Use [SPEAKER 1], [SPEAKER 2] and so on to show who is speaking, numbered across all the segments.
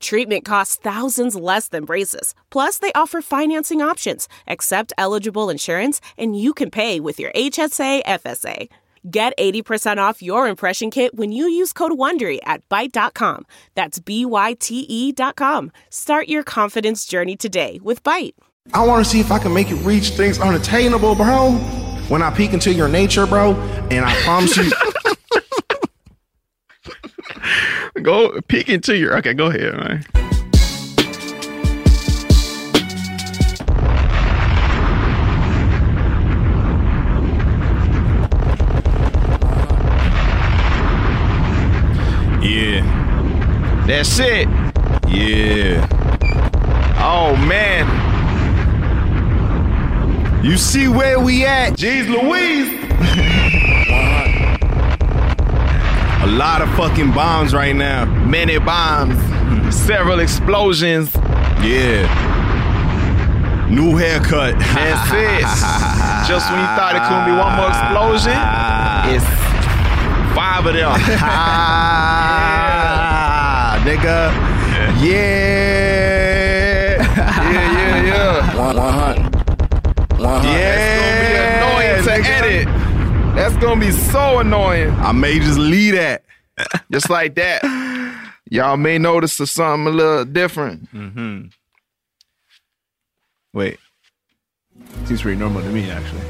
[SPEAKER 1] Treatment costs thousands less than braces. Plus, they offer financing options, accept eligible insurance, and you can pay with your HSA FSA. Get 80% off your impression kit when you use code WONDERY at Byte.com. That's B-Y-T-E E dot com. Start your confidence journey today with Byte.
[SPEAKER 2] I want to see if I can make you reach things unattainable, bro. When I peek into your nature, bro, and I promise you,
[SPEAKER 3] go peek into your. Okay, go ahead. All right. Yeah. That's it. Yeah. Oh man. You see where we at? Jeez Louise. A lot of fucking bombs right now. Many bombs. Several explosions. Yeah. New haircut. That's it. Just when you thought it couldn't be one more explosion, it's five of them.
[SPEAKER 4] Ah, nigga. Yeah.
[SPEAKER 3] yeah, yeah, yeah.
[SPEAKER 2] one hundred, one hundred.
[SPEAKER 3] Uh-huh. That's gonna be annoying to edit. That's gonna be so annoying.
[SPEAKER 4] I may just leave that.
[SPEAKER 3] Just like that. Y'all may notice something a little different.
[SPEAKER 4] Wait. Seems pretty normal to me, actually.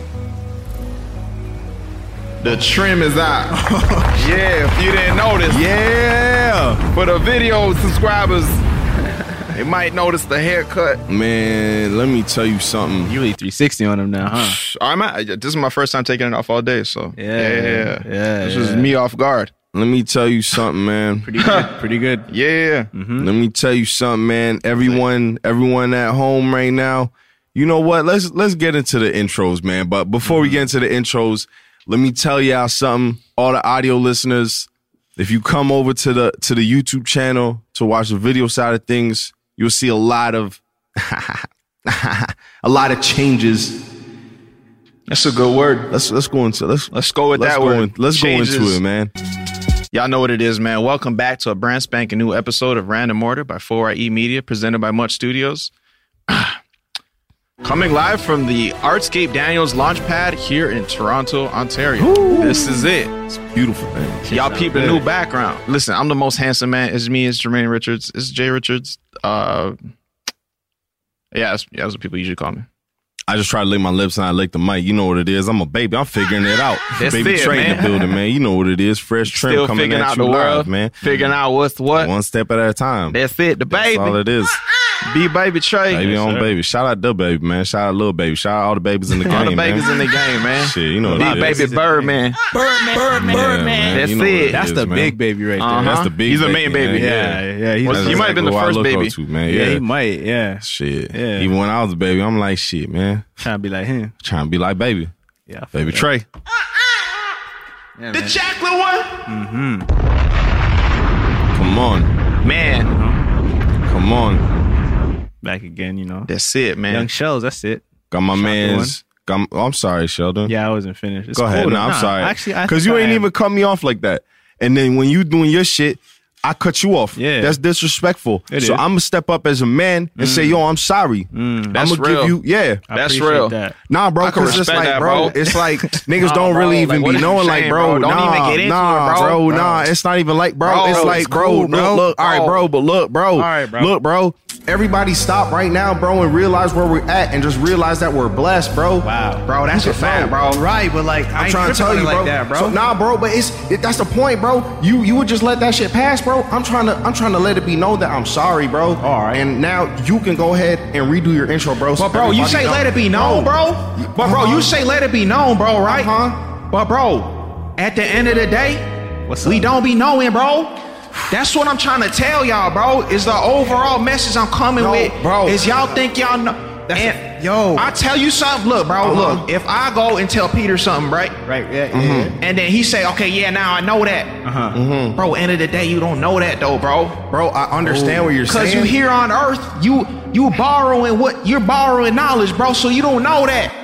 [SPEAKER 3] The trim is out. yeah, if you didn't notice.
[SPEAKER 4] Yeah.
[SPEAKER 3] For the video subscribers, they might notice the haircut.
[SPEAKER 4] Man, let me tell you something.
[SPEAKER 5] You really 360 on him now, huh?
[SPEAKER 3] I'm at, this is my first time taking it off all day, so
[SPEAKER 5] Yeah,
[SPEAKER 3] yeah,
[SPEAKER 5] yeah,
[SPEAKER 3] This
[SPEAKER 5] yeah.
[SPEAKER 3] is me off guard.
[SPEAKER 4] Let me tell you something, man.
[SPEAKER 5] Pretty good. Pretty good.
[SPEAKER 3] Yeah,
[SPEAKER 4] Let me tell you something, man. Everyone, everyone at home right now, you know what? Let's let's get into the intros, man. But before
[SPEAKER 5] Mm-hmm.
[SPEAKER 4] we get into the intros, let me tell y'all something. All the audio listeners, if you come over to the to the YouTube channel to watch the video side of things, you'll see a lot of a lot of changes.
[SPEAKER 3] that's a good word.
[SPEAKER 4] Let's let's go into let's
[SPEAKER 3] Let's go with
[SPEAKER 4] let's
[SPEAKER 3] that
[SPEAKER 4] go
[SPEAKER 3] word.
[SPEAKER 4] in- let's go into
[SPEAKER 3] Changes.
[SPEAKER 4] it, man.
[SPEAKER 3] Y'all know what it is, man. Welcome back to a brand spanking new episode of Random Order by 4IE Media, presented by Much Studios. Coming live from the Artscape Daniels Launchpad here in Toronto, Ontario. This is it.
[SPEAKER 4] Beautiful thing.
[SPEAKER 3] Y'all peep the new background. Listen, I'm the most handsome man. It's me, it's Jermaine Richards, it's Jay Richards. Uh, yeah, that's, yeah, that's what people usually call me.
[SPEAKER 4] I just try to lick my lips and I lick the mic. You know what it is. I'm a baby. I'm figuring it out.
[SPEAKER 3] That's
[SPEAKER 4] baby
[SPEAKER 3] it,
[SPEAKER 4] train in
[SPEAKER 3] man.
[SPEAKER 4] the building, man. You know what it is. Fresh trim
[SPEAKER 3] Still
[SPEAKER 4] coming
[SPEAKER 3] figuring
[SPEAKER 4] at
[SPEAKER 3] out
[SPEAKER 4] you
[SPEAKER 3] the
[SPEAKER 4] live,
[SPEAKER 3] world,
[SPEAKER 4] man.
[SPEAKER 3] Figuring out what's what.
[SPEAKER 4] One step at a time.
[SPEAKER 3] That's it. The
[SPEAKER 4] That's all
[SPEAKER 3] baby.
[SPEAKER 4] it is.
[SPEAKER 3] Be baby Trey.
[SPEAKER 4] Baby
[SPEAKER 3] Yes,
[SPEAKER 4] on
[SPEAKER 3] sir.
[SPEAKER 4] baby. Shout out the baby, man. Shout out little baby. Shout out all the babies in the game.
[SPEAKER 3] All the babies
[SPEAKER 4] man.
[SPEAKER 3] in the game, man.
[SPEAKER 4] Shit, you know what
[SPEAKER 3] Be
[SPEAKER 4] it is.
[SPEAKER 3] baby Birdman.
[SPEAKER 5] Birdman. Birdman.
[SPEAKER 4] Yeah, man.
[SPEAKER 3] That's
[SPEAKER 4] You know what
[SPEAKER 3] it.
[SPEAKER 5] That's
[SPEAKER 4] is,
[SPEAKER 5] the
[SPEAKER 4] man.
[SPEAKER 5] big baby right there.
[SPEAKER 3] Uh-huh.
[SPEAKER 4] That's the big
[SPEAKER 3] He's the main
[SPEAKER 4] man.
[SPEAKER 3] baby.
[SPEAKER 5] Yeah, yeah. he's
[SPEAKER 3] Well,
[SPEAKER 4] That's
[SPEAKER 3] you might have been the
[SPEAKER 4] who I
[SPEAKER 3] first
[SPEAKER 4] look up
[SPEAKER 3] baby.
[SPEAKER 4] to, man.
[SPEAKER 5] yeah,
[SPEAKER 4] Yeah.
[SPEAKER 5] he might. Yeah.
[SPEAKER 4] Shit.
[SPEAKER 5] Yeah.
[SPEAKER 4] Even when I was a baby, I'm like, shit, man.
[SPEAKER 5] Trying to be like him.
[SPEAKER 4] Trying to be like baby.
[SPEAKER 5] Yeah. I feel
[SPEAKER 4] Baby
[SPEAKER 5] that.
[SPEAKER 4] Trey.
[SPEAKER 5] Yeah,
[SPEAKER 3] The
[SPEAKER 5] man.
[SPEAKER 3] chocolate one?
[SPEAKER 5] Mm-hmm.
[SPEAKER 4] Come on.
[SPEAKER 3] Man.
[SPEAKER 4] Come on.
[SPEAKER 5] Back again, you know.
[SPEAKER 3] That's it, man.
[SPEAKER 5] Young Shells, that's it.
[SPEAKER 4] Got my man's.
[SPEAKER 5] one.
[SPEAKER 4] Got, oh, I'm sorry, Sheldon.
[SPEAKER 5] Yeah, I wasn't finished. It's
[SPEAKER 4] Go ahead.
[SPEAKER 5] cool,
[SPEAKER 4] No,
[SPEAKER 5] though.
[SPEAKER 4] I'm
[SPEAKER 5] Nah,
[SPEAKER 4] sorry.
[SPEAKER 5] Actually, I
[SPEAKER 4] because you
[SPEAKER 5] think I
[SPEAKER 4] ain't
[SPEAKER 5] am.
[SPEAKER 4] even cut me off like that. And then when you doing your shit, I cut you off.
[SPEAKER 5] Yeah.
[SPEAKER 4] that's disrespectful.
[SPEAKER 5] It
[SPEAKER 4] so
[SPEAKER 5] is. Mm.
[SPEAKER 4] I'm gonna step up as a man and say, "Yo, I'm sorry.
[SPEAKER 3] That's
[SPEAKER 4] I'm gonna
[SPEAKER 3] real.
[SPEAKER 4] give you, yeah."
[SPEAKER 5] I
[SPEAKER 3] That's
[SPEAKER 5] appreciate
[SPEAKER 3] real.
[SPEAKER 5] That.
[SPEAKER 4] Nah, bro,
[SPEAKER 3] I can
[SPEAKER 4] because it's
[SPEAKER 3] respect
[SPEAKER 4] like,
[SPEAKER 3] that,
[SPEAKER 4] bro,
[SPEAKER 3] bro.
[SPEAKER 4] it's like niggas
[SPEAKER 3] Nah,
[SPEAKER 4] don't really
[SPEAKER 3] bro, like,
[SPEAKER 4] even
[SPEAKER 3] what
[SPEAKER 4] be
[SPEAKER 3] is
[SPEAKER 4] knowing,
[SPEAKER 3] you
[SPEAKER 4] like,
[SPEAKER 3] saying,
[SPEAKER 4] bro,
[SPEAKER 3] bro? Don't
[SPEAKER 4] nah,
[SPEAKER 3] even get into
[SPEAKER 4] nah,
[SPEAKER 3] it, bro. Bro.
[SPEAKER 4] nah, it's not even like, bro,
[SPEAKER 3] Bro,
[SPEAKER 4] it's
[SPEAKER 3] it's
[SPEAKER 4] like,
[SPEAKER 3] cool,
[SPEAKER 4] bro,
[SPEAKER 3] bro.
[SPEAKER 4] look, look, all right,
[SPEAKER 3] Bro.
[SPEAKER 4] bro, but look, bro, all
[SPEAKER 5] right, bro.
[SPEAKER 4] look, bro, everybody stop right now, bro, and realize where we're at, and just realize that we're blessed, bro.
[SPEAKER 5] Wow.
[SPEAKER 3] Bro, that's a fact, bro.
[SPEAKER 5] Right, but like, I
[SPEAKER 4] I'm
[SPEAKER 5] ain't
[SPEAKER 4] trying to
[SPEAKER 5] tripping
[SPEAKER 4] tell
[SPEAKER 5] on it
[SPEAKER 4] you,
[SPEAKER 5] like
[SPEAKER 4] bro.
[SPEAKER 5] that, bro.
[SPEAKER 4] So, nah, bro, but it's it, that's the point, bro. You you would just let that shit pass, bro. I'm trying to I'm trying to let it be known that I'm sorry, bro.
[SPEAKER 5] All right.
[SPEAKER 4] And now you can go ahead and redo your intro, bro. so
[SPEAKER 3] But bro, you
[SPEAKER 4] everybody
[SPEAKER 3] say
[SPEAKER 4] know.
[SPEAKER 3] let it be known, bro. But bro,
[SPEAKER 4] Uh-huh.
[SPEAKER 3] you say let it be known, bro, right?
[SPEAKER 4] Uh-huh.
[SPEAKER 3] But bro, at the end of the day, we don't be knowing, bro. That's what I'm trying to tell y'all, bro. Is the overall message I'm coming
[SPEAKER 4] No,
[SPEAKER 3] with,
[SPEAKER 4] bro.
[SPEAKER 3] Is y'all think y'all know?
[SPEAKER 4] That's
[SPEAKER 3] and
[SPEAKER 4] that.
[SPEAKER 5] Yo.
[SPEAKER 6] I tell you something. Look, bro. Look, if I go and tell Peter something, Uh-huh. right?
[SPEAKER 5] Right. Yeah. yeah,
[SPEAKER 2] Mm-hmm.
[SPEAKER 5] yeah.
[SPEAKER 6] And then he say, okay, yeah, now I know that.
[SPEAKER 5] Uh-huh.
[SPEAKER 6] Bro, end of the day, you don't know that though, bro.
[SPEAKER 4] Bro, I understand what you're
[SPEAKER 6] Cause
[SPEAKER 4] saying.
[SPEAKER 6] you here on earth, you you borrowing what you're borrowing knowledge, bro. So you don't know that.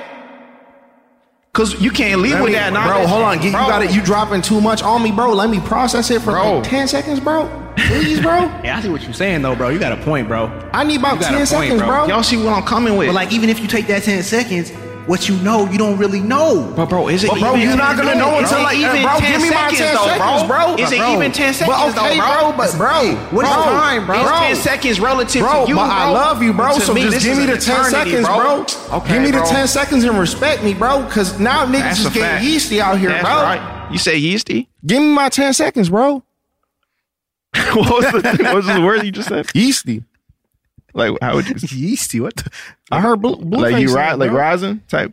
[SPEAKER 6] Cause you can't leave
[SPEAKER 2] Let
[SPEAKER 6] with
[SPEAKER 2] me-
[SPEAKER 6] that knowledge,
[SPEAKER 2] bro, hold on. Get, you
[SPEAKER 6] Bro,
[SPEAKER 2] got it. You dropping too much on me, bro. Let me process it for
[SPEAKER 6] Bro.
[SPEAKER 2] like ten seconds, bro. Please, bro.
[SPEAKER 5] Yeah, I see what you're saying though, bro. You got a point, bro.
[SPEAKER 2] I need about
[SPEAKER 5] You got a
[SPEAKER 2] ten
[SPEAKER 5] point,
[SPEAKER 2] seconds,
[SPEAKER 5] bro.
[SPEAKER 2] bro.
[SPEAKER 6] y'all see what I'm coming with?
[SPEAKER 7] But like, even if you take that ten seconds, what you know, you don't really know.
[SPEAKER 6] But bro, is it?
[SPEAKER 2] But, bro,
[SPEAKER 6] even
[SPEAKER 2] you're not
[SPEAKER 6] 10
[SPEAKER 2] gonna know
[SPEAKER 6] minutes,
[SPEAKER 2] until,
[SPEAKER 6] bro?
[SPEAKER 2] like,
[SPEAKER 6] even
[SPEAKER 2] bro,
[SPEAKER 6] 10
[SPEAKER 2] give me my
[SPEAKER 6] seconds,
[SPEAKER 2] 10
[SPEAKER 6] though,
[SPEAKER 2] seconds, bro.
[SPEAKER 6] Is it
[SPEAKER 2] Bro.
[SPEAKER 6] even ten
[SPEAKER 2] But
[SPEAKER 6] seconds
[SPEAKER 2] okay,
[SPEAKER 6] though, bro?
[SPEAKER 2] bro, but, bro,
[SPEAKER 6] what is
[SPEAKER 2] bro,
[SPEAKER 6] time, bro?
[SPEAKER 2] bro.
[SPEAKER 6] It's ten seconds relative
[SPEAKER 2] Bro,
[SPEAKER 6] to you,
[SPEAKER 2] but I
[SPEAKER 6] bro.
[SPEAKER 2] love you, bro.
[SPEAKER 6] To
[SPEAKER 2] So
[SPEAKER 6] me,
[SPEAKER 2] just
[SPEAKER 6] this
[SPEAKER 2] give
[SPEAKER 6] is
[SPEAKER 2] me
[SPEAKER 6] an
[SPEAKER 2] the ten
[SPEAKER 6] eternity,
[SPEAKER 2] seconds, bro.
[SPEAKER 6] Okay,
[SPEAKER 2] give me
[SPEAKER 6] bro.
[SPEAKER 2] the ten seconds and respect me, bro. Cause now niggas
[SPEAKER 6] That's
[SPEAKER 2] is
[SPEAKER 6] a
[SPEAKER 2] getting
[SPEAKER 6] fact.
[SPEAKER 2] yeasty out here,
[SPEAKER 6] That's
[SPEAKER 2] bro.
[SPEAKER 6] right. You say yeasty?
[SPEAKER 2] Give me my ten seconds, bro.
[SPEAKER 5] what, was the, what was the word you just said?
[SPEAKER 2] Yeasty.
[SPEAKER 5] Like, how would you?
[SPEAKER 7] Yeasty, what? The?
[SPEAKER 2] I heard blue. blue
[SPEAKER 5] Like you ride, like rising type.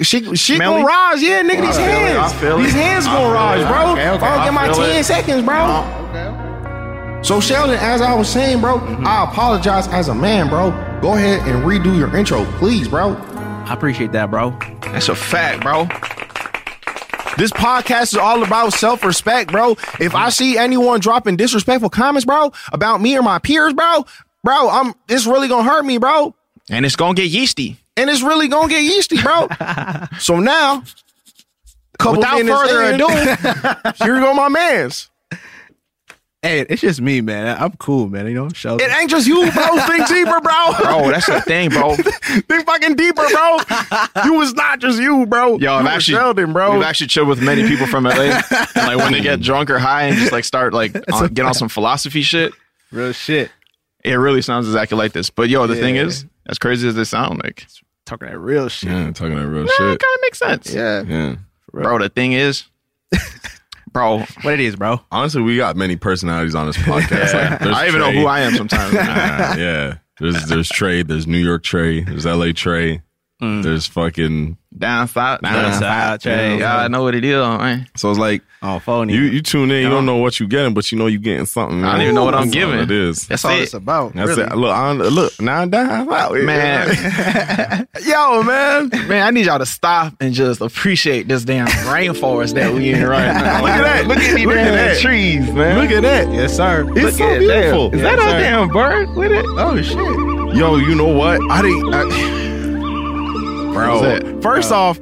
[SPEAKER 2] She she
[SPEAKER 5] Smelly?
[SPEAKER 2] gonna rise, yeah, nigga. These
[SPEAKER 4] feel it, I
[SPEAKER 2] hands,
[SPEAKER 4] feel it.
[SPEAKER 2] these hands
[SPEAKER 4] I
[SPEAKER 2] gonna
[SPEAKER 4] feel
[SPEAKER 2] rise,
[SPEAKER 4] it.
[SPEAKER 2] bro.
[SPEAKER 4] Okay,
[SPEAKER 2] I
[SPEAKER 4] okay, I
[SPEAKER 2] don't get my
[SPEAKER 4] feel
[SPEAKER 2] ten
[SPEAKER 4] it. Uh-huh.
[SPEAKER 2] seconds, bro. So Sheldon, as I was saying, bro,
[SPEAKER 4] Mm-hmm.
[SPEAKER 2] I apologize as a man, bro. Go ahead and redo your intro, please, bro.
[SPEAKER 5] I appreciate that, bro.
[SPEAKER 6] That's a fact, bro.
[SPEAKER 2] This podcast is all about self respect, bro. If I see anyone dropping disrespectful comments, bro, about me or my peers, bro, bro, I'm it's really gonna hurt me, bro.
[SPEAKER 6] And it's gonna get yeasty.
[SPEAKER 2] And it's really gonna get yeasty, bro. so now, couple
[SPEAKER 6] Without
[SPEAKER 2] minutes
[SPEAKER 6] further
[SPEAKER 2] in, here go my man's.
[SPEAKER 7] Hey, it's just me, man. I'm cool, man. You know, shout
[SPEAKER 2] It ain't just you, bro. Think deeper, bro.
[SPEAKER 3] Oh,
[SPEAKER 6] Bro, that's the thing, bro.
[SPEAKER 2] Think fucking deeper, bro. You was not just you, bro.
[SPEAKER 3] Yo,
[SPEAKER 2] you
[SPEAKER 3] I've
[SPEAKER 2] was
[SPEAKER 3] actually
[SPEAKER 2] Sheldon, bro.
[SPEAKER 3] We've actually chilled with many people from LA. and like when they get drunk or high and just like start like on, get on some philosophy shit,
[SPEAKER 5] Real shit.
[SPEAKER 3] it really sounds exactly like this. But yo, the thing is, as crazy as they sound, like
[SPEAKER 5] Talking that real shit.
[SPEAKER 4] yeah, talking that real
[SPEAKER 3] it
[SPEAKER 4] shit.
[SPEAKER 3] kind of makes sense.
[SPEAKER 5] Yeah.
[SPEAKER 4] Yeah.
[SPEAKER 3] bro. The thing is, bro,
[SPEAKER 5] What it is, bro?
[SPEAKER 4] Honestly, we got many personalities on this podcast. Like, there's
[SPEAKER 3] I even know
[SPEAKER 4] Trey.
[SPEAKER 3] who I am sometimes.
[SPEAKER 4] Uh, yeah. There's there's Trey, there's New York Trey, there's LA Trey,
[SPEAKER 7] Mm.
[SPEAKER 4] there's fucking
[SPEAKER 3] Down south,
[SPEAKER 5] Down south, Trey.
[SPEAKER 3] Yeah, I know what it is, man.
[SPEAKER 4] so it's like
[SPEAKER 5] Oh, phony.
[SPEAKER 4] you, you tune in, you don't know what you getting, but you know you getting something.
[SPEAKER 3] I don't
[SPEAKER 4] man.
[SPEAKER 3] even know what I'm
[SPEAKER 4] That's all
[SPEAKER 3] giving.
[SPEAKER 4] It is.
[SPEAKER 3] That's,
[SPEAKER 7] all
[SPEAKER 3] all
[SPEAKER 7] it's
[SPEAKER 3] it.
[SPEAKER 7] about.
[SPEAKER 4] That's
[SPEAKER 7] really.
[SPEAKER 4] it. Look, I, look, now that out,
[SPEAKER 3] Man,
[SPEAKER 6] Yo, man.
[SPEAKER 3] man, I need y'all to stop and just appreciate this damn rainforest that we in right now.
[SPEAKER 4] Look at that.
[SPEAKER 3] Look at these
[SPEAKER 4] Look at
[SPEAKER 3] damn
[SPEAKER 4] that.
[SPEAKER 3] trees, man.
[SPEAKER 4] Look at that.
[SPEAKER 5] yes, sir.
[SPEAKER 4] It's so beautiful.
[SPEAKER 3] Is that a damn bird with it?
[SPEAKER 5] Oh shit.
[SPEAKER 4] Yo, you know what? I didn't. I, bro, first off,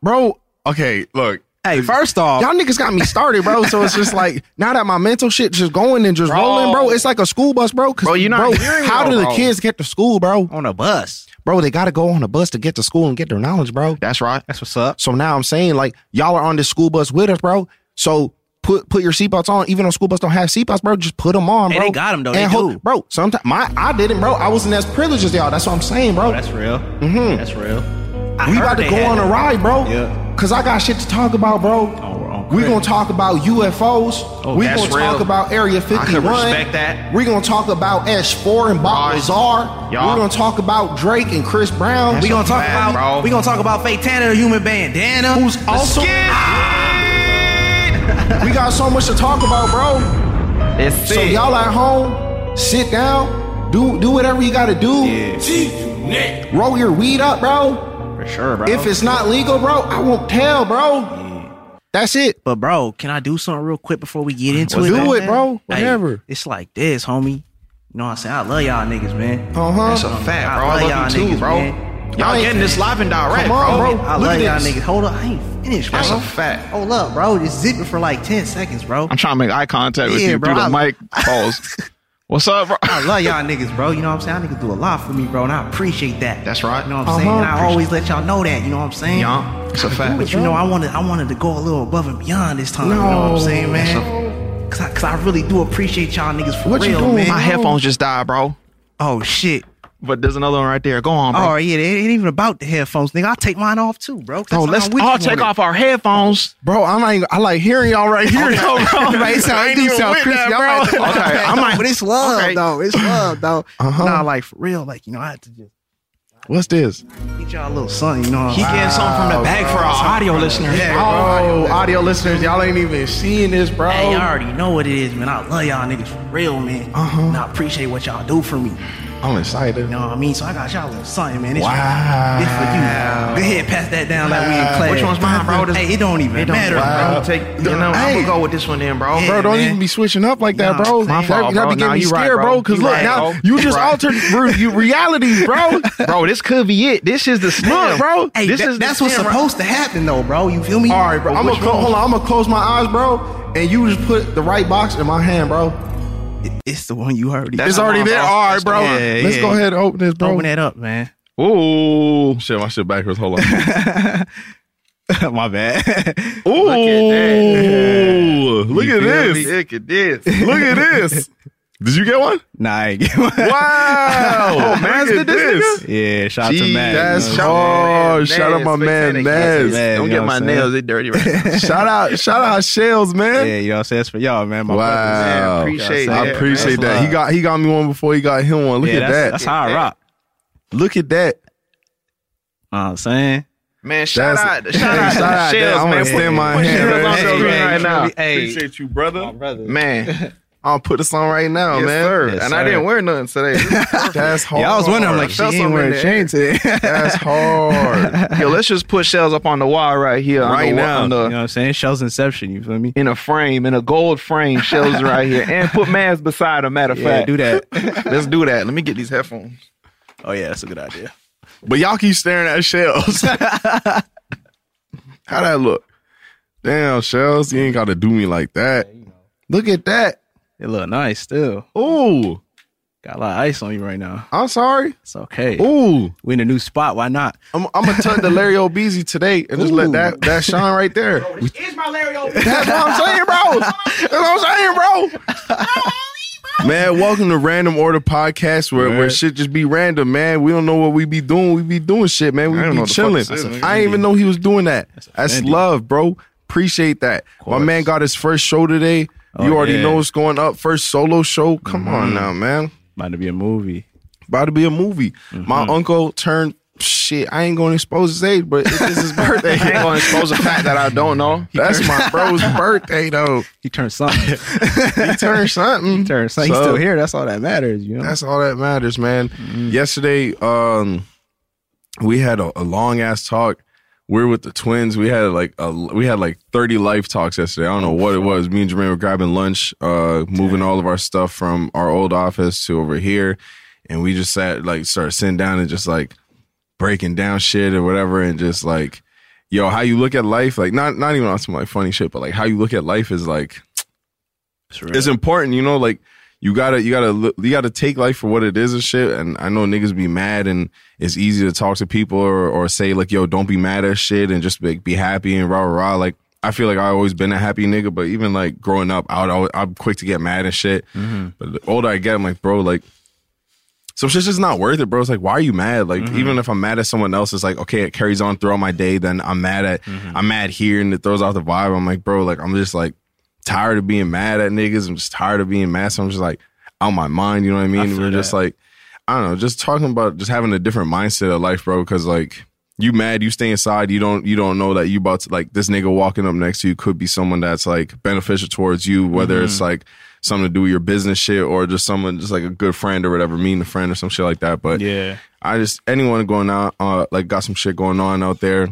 [SPEAKER 4] bro. Okay, look.
[SPEAKER 7] Hey, first off,
[SPEAKER 2] Y'all niggas got me started, bro. So it's just like now that my mental shit just going and just rolling, bro. It's like a school bus, bro. 'Cause,
[SPEAKER 3] Bro, you're not hearing
[SPEAKER 2] how
[SPEAKER 3] though,
[SPEAKER 2] do the
[SPEAKER 3] bro.
[SPEAKER 2] kids get to school, bro?
[SPEAKER 7] on a bus.
[SPEAKER 2] Bro, they gotta go on a bus to get to school and get their knowledge, bro.
[SPEAKER 3] That's right.
[SPEAKER 5] That's what's up.
[SPEAKER 2] So now I'm saying like y'all are on this school bus with us, bro. So put put your seatbelts on. Even though school bus don't have seatbelts, bro, just put them on,
[SPEAKER 7] Hey,
[SPEAKER 2] bro.
[SPEAKER 7] they got 'em, though. They do.
[SPEAKER 2] bro. Sometimes my I didn't, bro. I wasn't as privileged as y'all. That's what I'm saying, bro.
[SPEAKER 5] That's real. Mm-hmm. That's real.
[SPEAKER 7] I
[SPEAKER 2] we
[SPEAKER 7] heard
[SPEAKER 2] about to
[SPEAKER 7] they
[SPEAKER 2] go
[SPEAKER 7] had
[SPEAKER 2] on a
[SPEAKER 7] it.
[SPEAKER 2] ride, bro.
[SPEAKER 5] Yeah.
[SPEAKER 2] Cause I got shit to talk about, bro.
[SPEAKER 5] Oh, we're on
[SPEAKER 2] We're
[SPEAKER 5] crack.
[SPEAKER 2] gonna talk about UFOs. We're
[SPEAKER 6] Oh, that's
[SPEAKER 2] gonna talk
[SPEAKER 6] real.
[SPEAKER 2] about Area 51.
[SPEAKER 6] respect that.
[SPEAKER 2] We're gonna talk about S4 and Bob
[SPEAKER 6] Right.
[SPEAKER 2] Lazar.
[SPEAKER 6] Y'all.
[SPEAKER 2] We're gonna talk about Drake and Chris Brown.
[SPEAKER 7] We
[SPEAKER 2] We
[SPEAKER 7] gonna talk
[SPEAKER 6] Bad,
[SPEAKER 7] about
[SPEAKER 6] bro.
[SPEAKER 7] we gonna talk about Fake Tana, the human bandana. Who's
[SPEAKER 2] gonna also we got so much to talk about, bro.
[SPEAKER 6] It's
[SPEAKER 2] So y'all at home, sit down, do do whatever you gotta do. Roll your weed up, bro.
[SPEAKER 5] For sure, bro.
[SPEAKER 2] If it's not legal, bro, I won't tell, bro. That's it.
[SPEAKER 7] But bro, can I do something real quick before we get into it?
[SPEAKER 2] do
[SPEAKER 7] man?
[SPEAKER 2] it, bro.
[SPEAKER 7] Hey,
[SPEAKER 2] Whatever.
[SPEAKER 7] it's like this, homie. You know what I'm saying? I love y'all niggas, man.
[SPEAKER 2] Uh
[SPEAKER 6] That's
[SPEAKER 2] huh.
[SPEAKER 6] a fact, bro.
[SPEAKER 7] I
[SPEAKER 6] I
[SPEAKER 7] love
[SPEAKER 6] love,
[SPEAKER 7] y'all
[SPEAKER 6] you too,
[SPEAKER 7] niggas,
[SPEAKER 6] bro.
[SPEAKER 7] man.
[SPEAKER 6] Y'all
[SPEAKER 2] I ain't-
[SPEAKER 6] getting this live and direct,
[SPEAKER 2] Come on,
[SPEAKER 6] bro.
[SPEAKER 2] bro.
[SPEAKER 7] I
[SPEAKER 2] Look
[SPEAKER 7] love
[SPEAKER 2] at
[SPEAKER 7] y'all
[SPEAKER 2] this.
[SPEAKER 7] niggas. Hold up, I ain't finished, bro.
[SPEAKER 6] That's a fact.
[SPEAKER 7] Hold up, bro. Just zip it for like ten seconds, bro.
[SPEAKER 3] I'm trying to make eye contact with
[SPEAKER 7] Yeah,
[SPEAKER 3] you
[SPEAKER 7] bro,
[SPEAKER 3] through the
[SPEAKER 7] I-
[SPEAKER 3] mic calls. What's up, bro?
[SPEAKER 7] I love y'all niggas, bro. You know what I'm saying? Y'all niggas do a lot for me, bro, and I appreciate that.
[SPEAKER 6] That's right.
[SPEAKER 7] You know what I'm saying? And
[SPEAKER 2] Uh-huh.
[SPEAKER 7] I always let y'all know that. You know what I'm saying?
[SPEAKER 6] Yeah, it's a fact.
[SPEAKER 7] But you know, I wanted I wanted to go a little above and beyond this time. You know what I'm saying, man? Cause I, cause I really do appreciate y'all niggas for
[SPEAKER 2] What you
[SPEAKER 7] real,
[SPEAKER 2] doing,
[SPEAKER 7] man.
[SPEAKER 6] My
[SPEAKER 2] bro?
[SPEAKER 6] headphones just died, bro.
[SPEAKER 7] Oh shit.
[SPEAKER 6] But there's another one right there. Go on, bro.
[SPEAKER 7] Oh yeah, it ain't even about the headphones, nigga. I'll take mine off too, bro. 'Cause
[SPEAKER 6] Bro,
[SPEAKER 7] I'm
[SPEAKER 6] Oh, let's
[SPEAKER 7] with
[SPEAKER 6] all
[SPEAKER 7] you
[SPEAKER 6] take
[SPEAKER 7] on it.
[SPEAKER 6] off our headphones.
[SPEAKER 2] Bro, I'm not even, I like hearing y'all right here, though, bro.
[SPEAKER 7] Right, it sound, it do sound crispy. I'm like, okay,
[SPEAKER 6] I'm like-
[SPEAKER 7] but it's love
[SPEAKER 6] okay.
[SPEAKER 7] though. It's love though.
[SPEAKER 2] Uh-huh.
[SPEAKER 7] Nah, like for real, like you know, I had to just
[SPEAKER 2] What's this?
[SPEAKER 7] get y'all a little something, you know.
[SPEAKER 6] He getting something from the back for our audio listeners.
[SPEAKER 2] Oh, audio, listeners, y'all ain't even seeing this, bro.
[SPEAKER 7] Hey, I already know what it is, man. I love y'all niggas for real, man.
[SPEAKER 2] Uh-huh.
[SPEAKER 7] And I appreciate what y'all do for me.
[SPEAKER 2] I'm excited.
[SPEAKER 5] You know what I mean? So I got y'all a little something, man. This
[SPEAKER 2] Wow.
[SPEAKER 5] This for you. Go ahead, pass that down like we in class.
[SPEAKER 7] Which one's mine, bro? This-
[SPEAKER 5] Hey, it don't even
[SPEAKER 7] It don't
[SPEAKER 5] matter, bro.
[SPEAKER 7] matter, bro. Take, you know,
[SPEAKER 2] Hey.
[SPEAKER 7] I'm gonna go with this one then, bro.
[SPEAKER 2] Bro, don't
[SPEAKER 5] man.
[SPEAKER 2] even be switching up like that,
[SPEAKER 5] Nah,
[SPEAKER 2] bro.
[SPEAKER 5] my
[SPEAKER 2] That-
[SPEAKER 7] fault,
[SPEAKER 2] that
[SPEAKER 7] bro.
[SPEAKER 2] be
[SPEAKER 7] Nah,
[SPEAKER 2] getting me
[SPEAKER 7] you right,
[SPEAKER 2] scared,
[SPEAKER 7] bro.
[SPEAKER 2] bro. Because
[SPEAKER 7] You
[SPEAKER 2] look,
[SPEAKER 7] right,
[SPEAKER 2] now
[SPEAKER 7] bro.
[SPEAKER 2] you
[SPEAKER 7] You
[SPEAKER 2] just
[SPEAKER 7] right.
[SPEAKER 2] altered re- you realities, bro.
[SPEAKER 7] bro, this could be it. This is the
[SPEAKER 2] Look,
[SPEAKER 7] slim,
[SPEAKER 2] bro.
[SPEAKER 5] Hey,
[SPEAKER 7] this
[SPEAKER 5] that-
[SPEAKER 7] is the
[SPEAKER 5] that's what's
[SPEAKER 7] slim, right?
[SPEAKER 5] supposed to happen, though, bro. You feel me?
[SPEAKER 2] All right, bro.
[SPEAKER 7] But
[SPEAKER 2] I'm gonna
[SPEAKER 7] which
[SPEAKER 2] clo-
[SPEAKER 7] one?
[SPEAKER 2] hold on. I'm gonna close my eyes, bro, and you just put the right box in my hand, bro.
[SPEAKER 5] It's the one you heard.
[SPEAKER 7] That's
[SPEAKER 2] It's already
[SPEAKER 7] on,
[SPEAKER 2] there.
[SPEAKER 7] bro.
[SPEAKER 2] All right,
[SPEAKER 7] That's
[SPEAKER 2] bro.
[SPEAKER 7] on. Yeah,
[SPEAKER 2] Let's
[SPEAKER 7] yeah.
[SPEAKER 2] go ahead and open this, bro.
[SPEAKER 5] Open that up, man.
[SPEAKER 4] Ooh, shit, my shit backwards. Hold on.
[SPEAKER 5] My bad.
[SPEAKER 4] Ooh, look at,
[SPEAKER 7] at
[SPEAKER 4] this.
[SPEAKER 7] Look at this.
[SPEAKER 4] Look at this. Did you get one?
[SPEAKER 5] nah, I ain't get one.
[SPEAKER 4] Wow,
[SPEAKER 7] Maz
[SPEAKER 4] look at
[SPEAKER 7] did this,
[SPEAKER 5] Yeah, shout out to
[SPEAKER 4] Gee,
[SPEAKER 5] Matt.
[SPEAKER 4] that's
[SPEAKER 5] you know
[SPEAKER 4] shout-
[SPEAKER 5] what
[SPEAKER 4] Oh,
[SPEAKER 7] Naz,
[SPEAKER 4] shout out my
[SPEAKER 7] Naz,
[SPEAKER 4] man, Naz.
[SPEAKER 7] Spectatic Naz.
[SPEAKER 5] Man,
[SPEAKER 7] Don't
[SPEAKER 5] you know
[SPEAKER 7] get
[SPEAKER 5] what
[SPEAKER 7] my
[SPEAKER 5] I'm saying?
[SPEAKER 7] nails; they dirty right now.
[SPEAKER 4] shout out, shout out Shells,
[SPEAKER 5] I'm
[SPEAKER 4] man.
[SPEAKER 5] saying? Yeah, you know what I'm saying? It's for y'all, man. My
[SPEAKER 7] Oh,
[SPEAKER 5] brothers, man.
[SPEAKER 4] Wow,
[SPEAKER 7] appreciate
[SPEAKER 4] I
[SPEAKER 7] that.
[SPEAKER 4] appreciate
[SPEAKER 5] That's
[SPEAKER 4] that. He
[SPEAKER 5] love.
[SPEAKER 4] got he got me one before he got him one. Look
[SPEAKER 5] Yeah,
[SPEAKER 4] at
[SPEAKER 5] that's,
[SPEAKER 4] that.
[SPEAKER 5] that's how I rock.
[SPEAKER 4] Look at that.
[SPEAKER 5] You know what I'm saying?
[SPEAKER 7] Man, shout
[SPEAKER 4] That's-
[SPEAKER 7] out, shout
[SPEAKER 4] Hey,
[SPEAKER 7] out,
[SPEAKER 4] shout out
[SPEAKER 7] to Shells,
[SPEAKER 4] that. I'm
[SPEAKER 7] man.
[SPEAKER 4] gonna extend my
[SPEAKER 7] Put
[SPEAKER 4] hand,
[SPEAKER 7] Shells
[SPEAKER 4] man.
[SPEAKER 7] on
[SPEAKER 4] Hey,
[SPEAKER 7] the screen
[SPEAKER 4] hey,
[SPEAKER 7] right now,
[SPEAKER 4] Appreciate you, brother.
[SPEAKER 7] man.
[SPEAKER 4] I'll put this on right now,
[SPEAKER 7] Yes,
[SPEAKER 4] man.
[SPEAKER 7] sir.
[SPEAKER 5] Yes,
[SPEAKER 7] and
[SPEAKER 5] sir.
[SPEAKER 7] I didn't wear nothing today.
[SPEAKER 4] That's hard.
[SPEAKER 5] Yeah, I was wondering. I'm like,
[SPEAKER 7] I
[SPEAKER 5] she
[SPEAKER 7] felt
[SPEAKER 5] ain't
[SPEAKER 7] something
[SPEAKER 5] wearing
[SPEAKER 7] in
[SPEAKER 5] a
[SPEAKER 7] the
[SPEAKER 5] chain today. you know
[SPEAKER 4] That's hard.
[SPEAKER 7] Yo, let's just put Shells up on the wall right here, on
[SPEAKER 4] Right
[SPEAKER 7] the, wa-
[SPEAKER 4] now.
[SPEAKER 7] on the-
[SPEAKER 5] what I'm saying? Shell's Inception. You feel me?
[SPEAKER 7] in a frame, in a gold frame. Shells right here, and put Maz beside him. Matter of
[SPEAKER 5] Yeah,
[SPEAKER 7] fact,
[SPEAKER 5] do that.
[SPEAKER 7] Let's do that. Let me get these headphones.
[SPEAKER 5] Oh yeah, that's a good idea.
[SPEAKER 4] But y'all keep staring at shells. How that look? Damn, shells, you ain't gotta do me like that. Look at that.
[SPEAKER 5] It look nice still.
[SPEAKER 4] Ooh,
[SPEAKER 5] Got a lot of ice on you right now.
[SPEAKER 4] I'm sorry.
[SPEAKER 5] It's okay.
[SPEAKER 4] Ooh,
[SPEAKER 5] We in a new spot. Why not?
[SPEAKER 4] I'm, I'm gonna tuck the Larry O'Beezy today and just
[SPEAKER 5] Ooh.
[SPEAKER 4] let that that shine right there.
[SPEAKER 7] It's my Larry
[SPEAKER 4] That's what I'm saying, bro. That's what I'm saying, bro. Man, welcome to Random Order Podcast, where, where shit just be random, man. We don't know what we be doing. We be doing shit, man. We
[SPEAKER 7] I don't know
[SPEAKER 4] be
[SPEAKER 7] what the fuck
[SPEAKER 4] chilling.
[SPEAKER 7] this is, nigga.
[SPEAKER 4] I didn't even know he was doing that. That's
[SPEAKER 5] offended.
[SPEAKER 4] love, bro. Appreciate that. My man got his first show today.
[SPEAKER 7] Oh,
[SPEAKER 4] you already
[SPEAKER 5] yeah.
[SPEAKER 4] know what's going up. First solo show. Come
[SPEAKER 7] Mm-hmm.
[SPEAKER 4] on now, man.
[SPEAKER 5] About to be a movie.
[SPEAKER 4] About to be a movie.
[SPEAKER 7] Mm-hmm.
[SPEAKER 4] My uncle turned. Shit, I ain't gonna expose his age, but it is his birthday.
[SPEAKER 7] I ain't gonna expose a fact that I don't know.
[SPEAKER 4] That's my bro's birthday though.
[SPEAKER 5] He turned something.
[SPEAKER 4] He turned something.
[SPEAKER 5] he turned something. He's
[SPEAKER 4] So-
[SPEAKER 5] still here. That's all that matters. You know.
[SPEAKER 4] That's all that matters, man. Yesterday, um, we had a, a long ass talk. We're with the twins. We had like a, we had like thirty life talks yesterday. I don't know what it was. Me and Jermaine were grabbing lunch, uh, moving all of our stuff from our old office to over here, and we just sat like started sitting down and just like breaking down shit or whatever, and just like, yo, how you look at life? Like not not even on some like funny shit, but like how you look at life is like
[SPEAKER 5] That's real.
[SPEAKER 4] it's important, you know, like you gotta you gotta look- you gotta take life for what it is and shit. And I know niggas be mad and it's easy to talk to people or, or say like, yo, don't be mad at shit and just like be happy and rah rah rah. Like I feel like I always been a happy nigga, but even like growing up, I would always, I'm quick to get mad and shit. But the older I get, I'm like, bro, like some shit's just not worth it, bro. It's like, why are you mad? Like, even if I'm mad at someone else, it's like, okay, it carries on throughout my day. Then I'm mad at, I'm mad here, and it throws off the vibe. I'm like, bro, like I'm just like tired of being mad at niggas. I'm just tired of being mad. So I'm just like out my mind. You know what I mean? We're just like, I don't know, just talking about just having a different mindset of life, bro. Because like you mad, you stay inside. You don't you don't know that you about to like this nigga walking up next to you could be someone that's like beneficial towards you, whether it's like something to do with your business shit or just someone just like a good friend or whatever, mean a friend or some shit like that. But
[SPEAKER 5] yeah.
[SPEAKER 4] I just anyone going out, uh, like got some shit going on out there.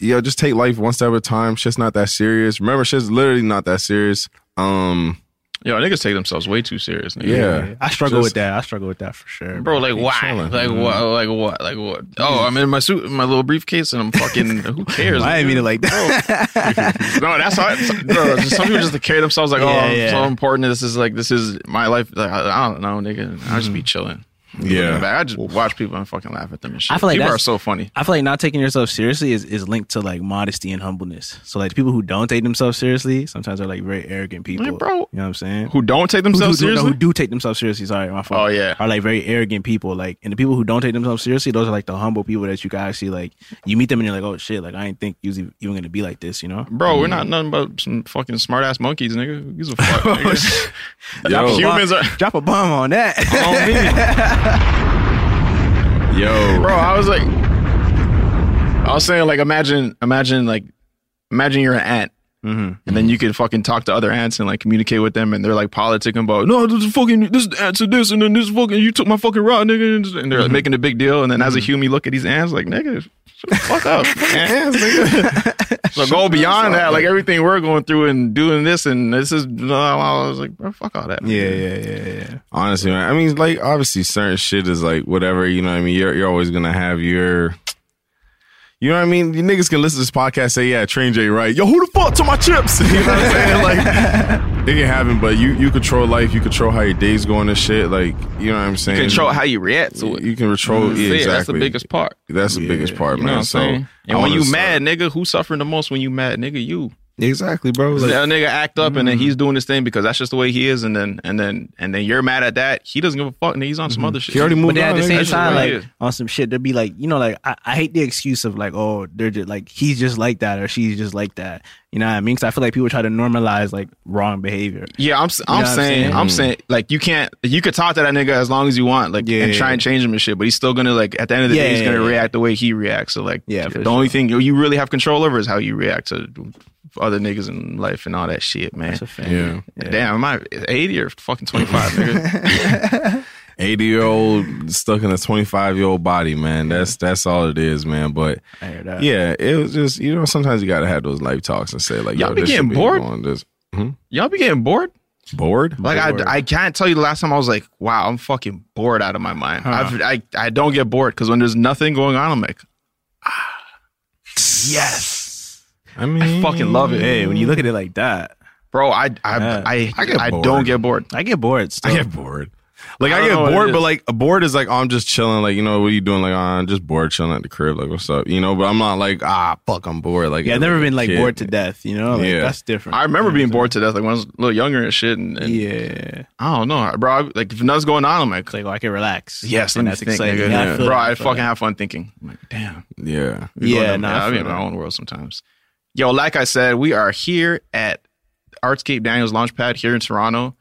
[SPEAKER 4] Yeah, just take life one step at a time. Shit's not that serious. Remember, shit's literally not that serious. Um,
[SPEAKER 3] Yo, niggas take themselves way too serious, nigga.
[SPEAKER 4] yeah,
[SPEAKER 5] I struggle
[SPEAKER 4] Just-
[SPEAKER 5] with that. I struggle with that for sure.
[SPEAKER 3] Bro, like why? Like what? Like what? Like what? Oh, I'm in my suit, my little briefcase, and I'm fucking. Who cares?
[SPEAKER 5] I didn't mean it like that.
[SPEAKER 3] no, that's how. It, bro, just some people just carry themselves like, oh,
[SPEAKER 5] Yeah,
[SPEAKER 3] I'm
[SPEAKER 5] yeah.
[SPEAKER 3] so important. This is like, this is my life. Like, I, I don't know, nigga. I just be chilling.
[SPEAKER 4] Yeah.
[SPEAKER 3] Back. I just watch people and fucking laugh at them and shit.
[SPEAKER 5] Hmm. I feel like
[SPEAKER 3] people are
[SPEAKER 5] that's-
[SPEAKER 3] so funny.
[SPEAKER 5] I feel like not taking yourself seriously is, is linked to like modesty and humbleness. So like people who don't take themselves seriously sometimes are like very arrogant people.
[SPEAKER 3] Like, bro.
[SPEAKER 5] You know what I'm saying?
[SPEAKER 3] Who don't take
[SPEAKER 5] who,
[SPEAKER 3] themselves
[SPEAKER 5] do- no,
[SPEAKER 3] seriously?
[SPEAKER 5] who do take themselves seriously. Sorry, my fault.
[SPEAKER 3] Oh, yeah.
[SPEAKER 5] are like very arrogant people. Like, and the people who don't take themselves seriously, those are like the humble people that you can actually like. You meet them and you're like, oh shit, like I didn't think you was even even gonna be like this, you know?
[SPEAKER 3] Bro, we're not nothing but some fucking smart ass monkeys, nigga. Who gives a fuck? nigga? Y'all humans are.
[SPEAKER 5] Drop a bomb on that.
[SPEAKER 3] on me.
[SPEAKER 4] yo,
[SPEAKER 3] bro i was like i was saying like imagine imagine like imagine you're an ant
[SPEAKER 4] Mm-hmm.
[SPEAKER 3] And then you could fucking talk to other ants and like communicate with them, and they're like politicking about no, this is fucking this ant said this, and then this fucking you took my fucking rod, nigga, and they're
[SPEAKER 4] Mm-hmm.
[SPEAKER 3] like, making a big deal. And then as a human, you look at these ants like nigga, shut the fuck up, fucking ants, nigga. so go beyond that, like everything we're going through and doing this, and this is blah, blah, blah. I was like, bro, fuck all that.
[SPEAKER 4] Yeah, yeah, yeah, yeah. Honestly, man. I mean, like obviously, certain shit is like whatever. You know what I mean? You're you're always gonna have your. You know what I mean? You niggas can listen to this podcast, say, "Yeah, Train J, right? Yo, who the fuck took my chips?" You know what I'm saying? Like, it can happen, but you you control life. You control how your days going and shit. Like, you know what I'm saying?
[SPEAKER 3] Control how you react to it.
[SPEAKER 4] You can control.
[SPEAKER 3] See,
[SPEAKER 4] Yeah, exactly.
[SPEAKER 3] That's the biggest part.
[SPEAKER 4] That's the biggest part,
[SPEAKER 3] Mm-hmm. You know
[SPEAKER 4] man.
[SPEAKER 3] what I'm
[SPEAKER 4] so,
[SPEAKER 3] saying?
[SPEAKER 4] I
[SPEAKER 3] And when
[SPEAKER 4] wanna uh,
[SPEAKER 3] you
[SPEAKER 4] start-
[SPEAKER 3] mad, nigga, who's suffering the most when you mad, nigga? You.
[SPEAKER 4] exactly, bro.
[SPEAKER 3] Like,
[SPEAKER 4] Like,
[SPEAKER 3] that nigga act up and then
[SPEAKER 5] mm.
[SPEAKER 3] he's doing this thing because that's just the way he is, and then and then and then you're mad at that. He doesn't give a fuck, and he's on some
[SPEAKER 5] Mm-hmm.
[SPEAKER 3] other shit.
[SPEAKER 4] he already
[SPEAKER 5] But
[SPEAKER 4] moved
[SPEAKER 5] then
[SPEAKER 4] on.
[SPEAKER 5] at the
[SPEAKER 4] nigga.
[SPEAKER 5] same
[SPEAKER 3] that's just
[SPEAKER 5] time,
[SPEAKER 3] what
[SPEAKER 5] like
[SPEAKER 3] it is.
[SPEAKER 5] on some shit, they'd be like, you know, like I, I hate the excuse of like, oh, they're just like he's just like that or she's just like that. You know what I mean? Because I feel like people try to normalize like wrong behavior.
[SPEAKER 3] Yeah, I'm. s- I'm
[SPEAKER 5] what I'm
[SPEAKER 3] saying.
[SPEAKER 5] saying?
[SPEAKER 3] I'm saying. Like you can't. You could talk to that nigga as long as you want. Like
[SPEAKER 5] Yeah,
[SPEAKER 3] and
[SPEAKER 5] yeah,
[SPEAKER 3] try and change him and shit. But he's still gonna like at the end of the
[SPEAKER 5] Yeah,
[SPEAKER 3] day, he's
[SPEAKER 5] yeah,
[SPEAKER 3] gonna
[SPEAKER 5] yeah.
[SPEAKER 3] react the way he reacts. So like,
[SPEAKER 5] Yeah, for
[SPEAKER 3] the only thing you- you really have control over is how you react to other niggas in life and all that shit, man.
[SPEAKER 4] yeah,
[SPEAKER 3] Damn, am I 80 or fucking 25, nigga?
[SPEAKER 4] 80 year old stuck in a 25 year old body, man. That's that's all it is, man. But
[SPEAKER 5] hear that.
[SPEAKER 4] yeah, it was just you know sometimes you gotta have those life talks and say like,
[SPEAKER 3] Y'all
[SPEAKER 4] yo,
[SPEAKER 3] be
[SPEAKER 4] this
[SPEAKER 3] getting
[SPEAKER 4] should
[SPEAKER 3] bored?
[SPEAKER 4] going this
[SPEAKER 3] Y'all be getting bored?
[SPEAKER 4] bored.
[SPEAKER 3] Like
[SPEAKER 4] Bored.
[SPEAKER 3] I, I can't tell you the last time I was like, wow, I'm fucking bored out of my mind. I've, I I don't get bored because when there's nothing going on, I'm like,
[SPEAKER 4] I mean,
[SPEAKER 3] I fucking love it,
[SPEAKER 5] Hey, when you look at it like that,
[SPEAKER 3] bro. I I
[SPEAKER 5] Yeah.
[SPEAKER 3] I I,
[SPEAKER 4] I get
[SPEAKER 3] don't
[SPEAKER 4] bored.
[SPEAKER 3] get bored.
[SPEAKER 5] I get bored. Still.
[SPEAKER 4] I get bored. Like
[SPEAKER 3] I
[SPEAKER 4] I,
[SPEAKER 3] don't
[SPEAKER 4] get
[SPEAKER 3] know what it
[SPEAKER 4] bored, but
[SPEAKER 3] is.
[SPEAKER 4] like bored is like oh, I'm just chilling. Like you know what are you doing? Like oh, I'm just bored, chilling at the crib. Like what's up? You know, but I'm not like ah fuck, I'm bored. Like
[SPEAKER 5] yeah, I've never been like
[SPEAKER 4] kid.
[SPEAKER 5] bored to death. You know, like,
[SPEAKER 4] Yeah.
[SPEAKER 5] that's different.
[SPEAKER 3] I remember being bored to death, like when I was a little younger and shit. And, and
[SPEAKER 5] yeah,
[SPEAKER 3] I don't know, bro. I, like if nothing's going on, I'm like,
[SPEAKER 5] it's like well, I can relax.
[SPEAKER 3] yes, let
[SPEAKER 5] and
[SPEAKER 3] me
[SPEAKER 5] that's
[SPEAKER 3] think,
[SPEAKER 5] exciting.
[SPEAKER 3] nigga.
[SPEAKER 5] Yeah, I feel
[SPEAKER 3] bro.
[SPEAKER 5] that,
[SPEAKER 3] I
[SPEAKER 5] feel
[SPEAKER 3] fucking
[SPEAKER 5] that.
[SPEAKER 3] have fun thinking. I'm like, damn.
[SPEAKER 4] Yeah,
[SPEAKER 3] We're going
[SPEAKER 5] Yeah,
[SPEAKER 3] down-
[SPEAKER 5] nah, I
[SPEAKER 3] I'm
[SPEAKER 5] feel
[SPEAKER 3] in
[SPEAKER 5] that.
[SPEAKER 3] my own world sometimes. Yo, like I said, we are here at Artscape Daniels Launchpad here in Toronto.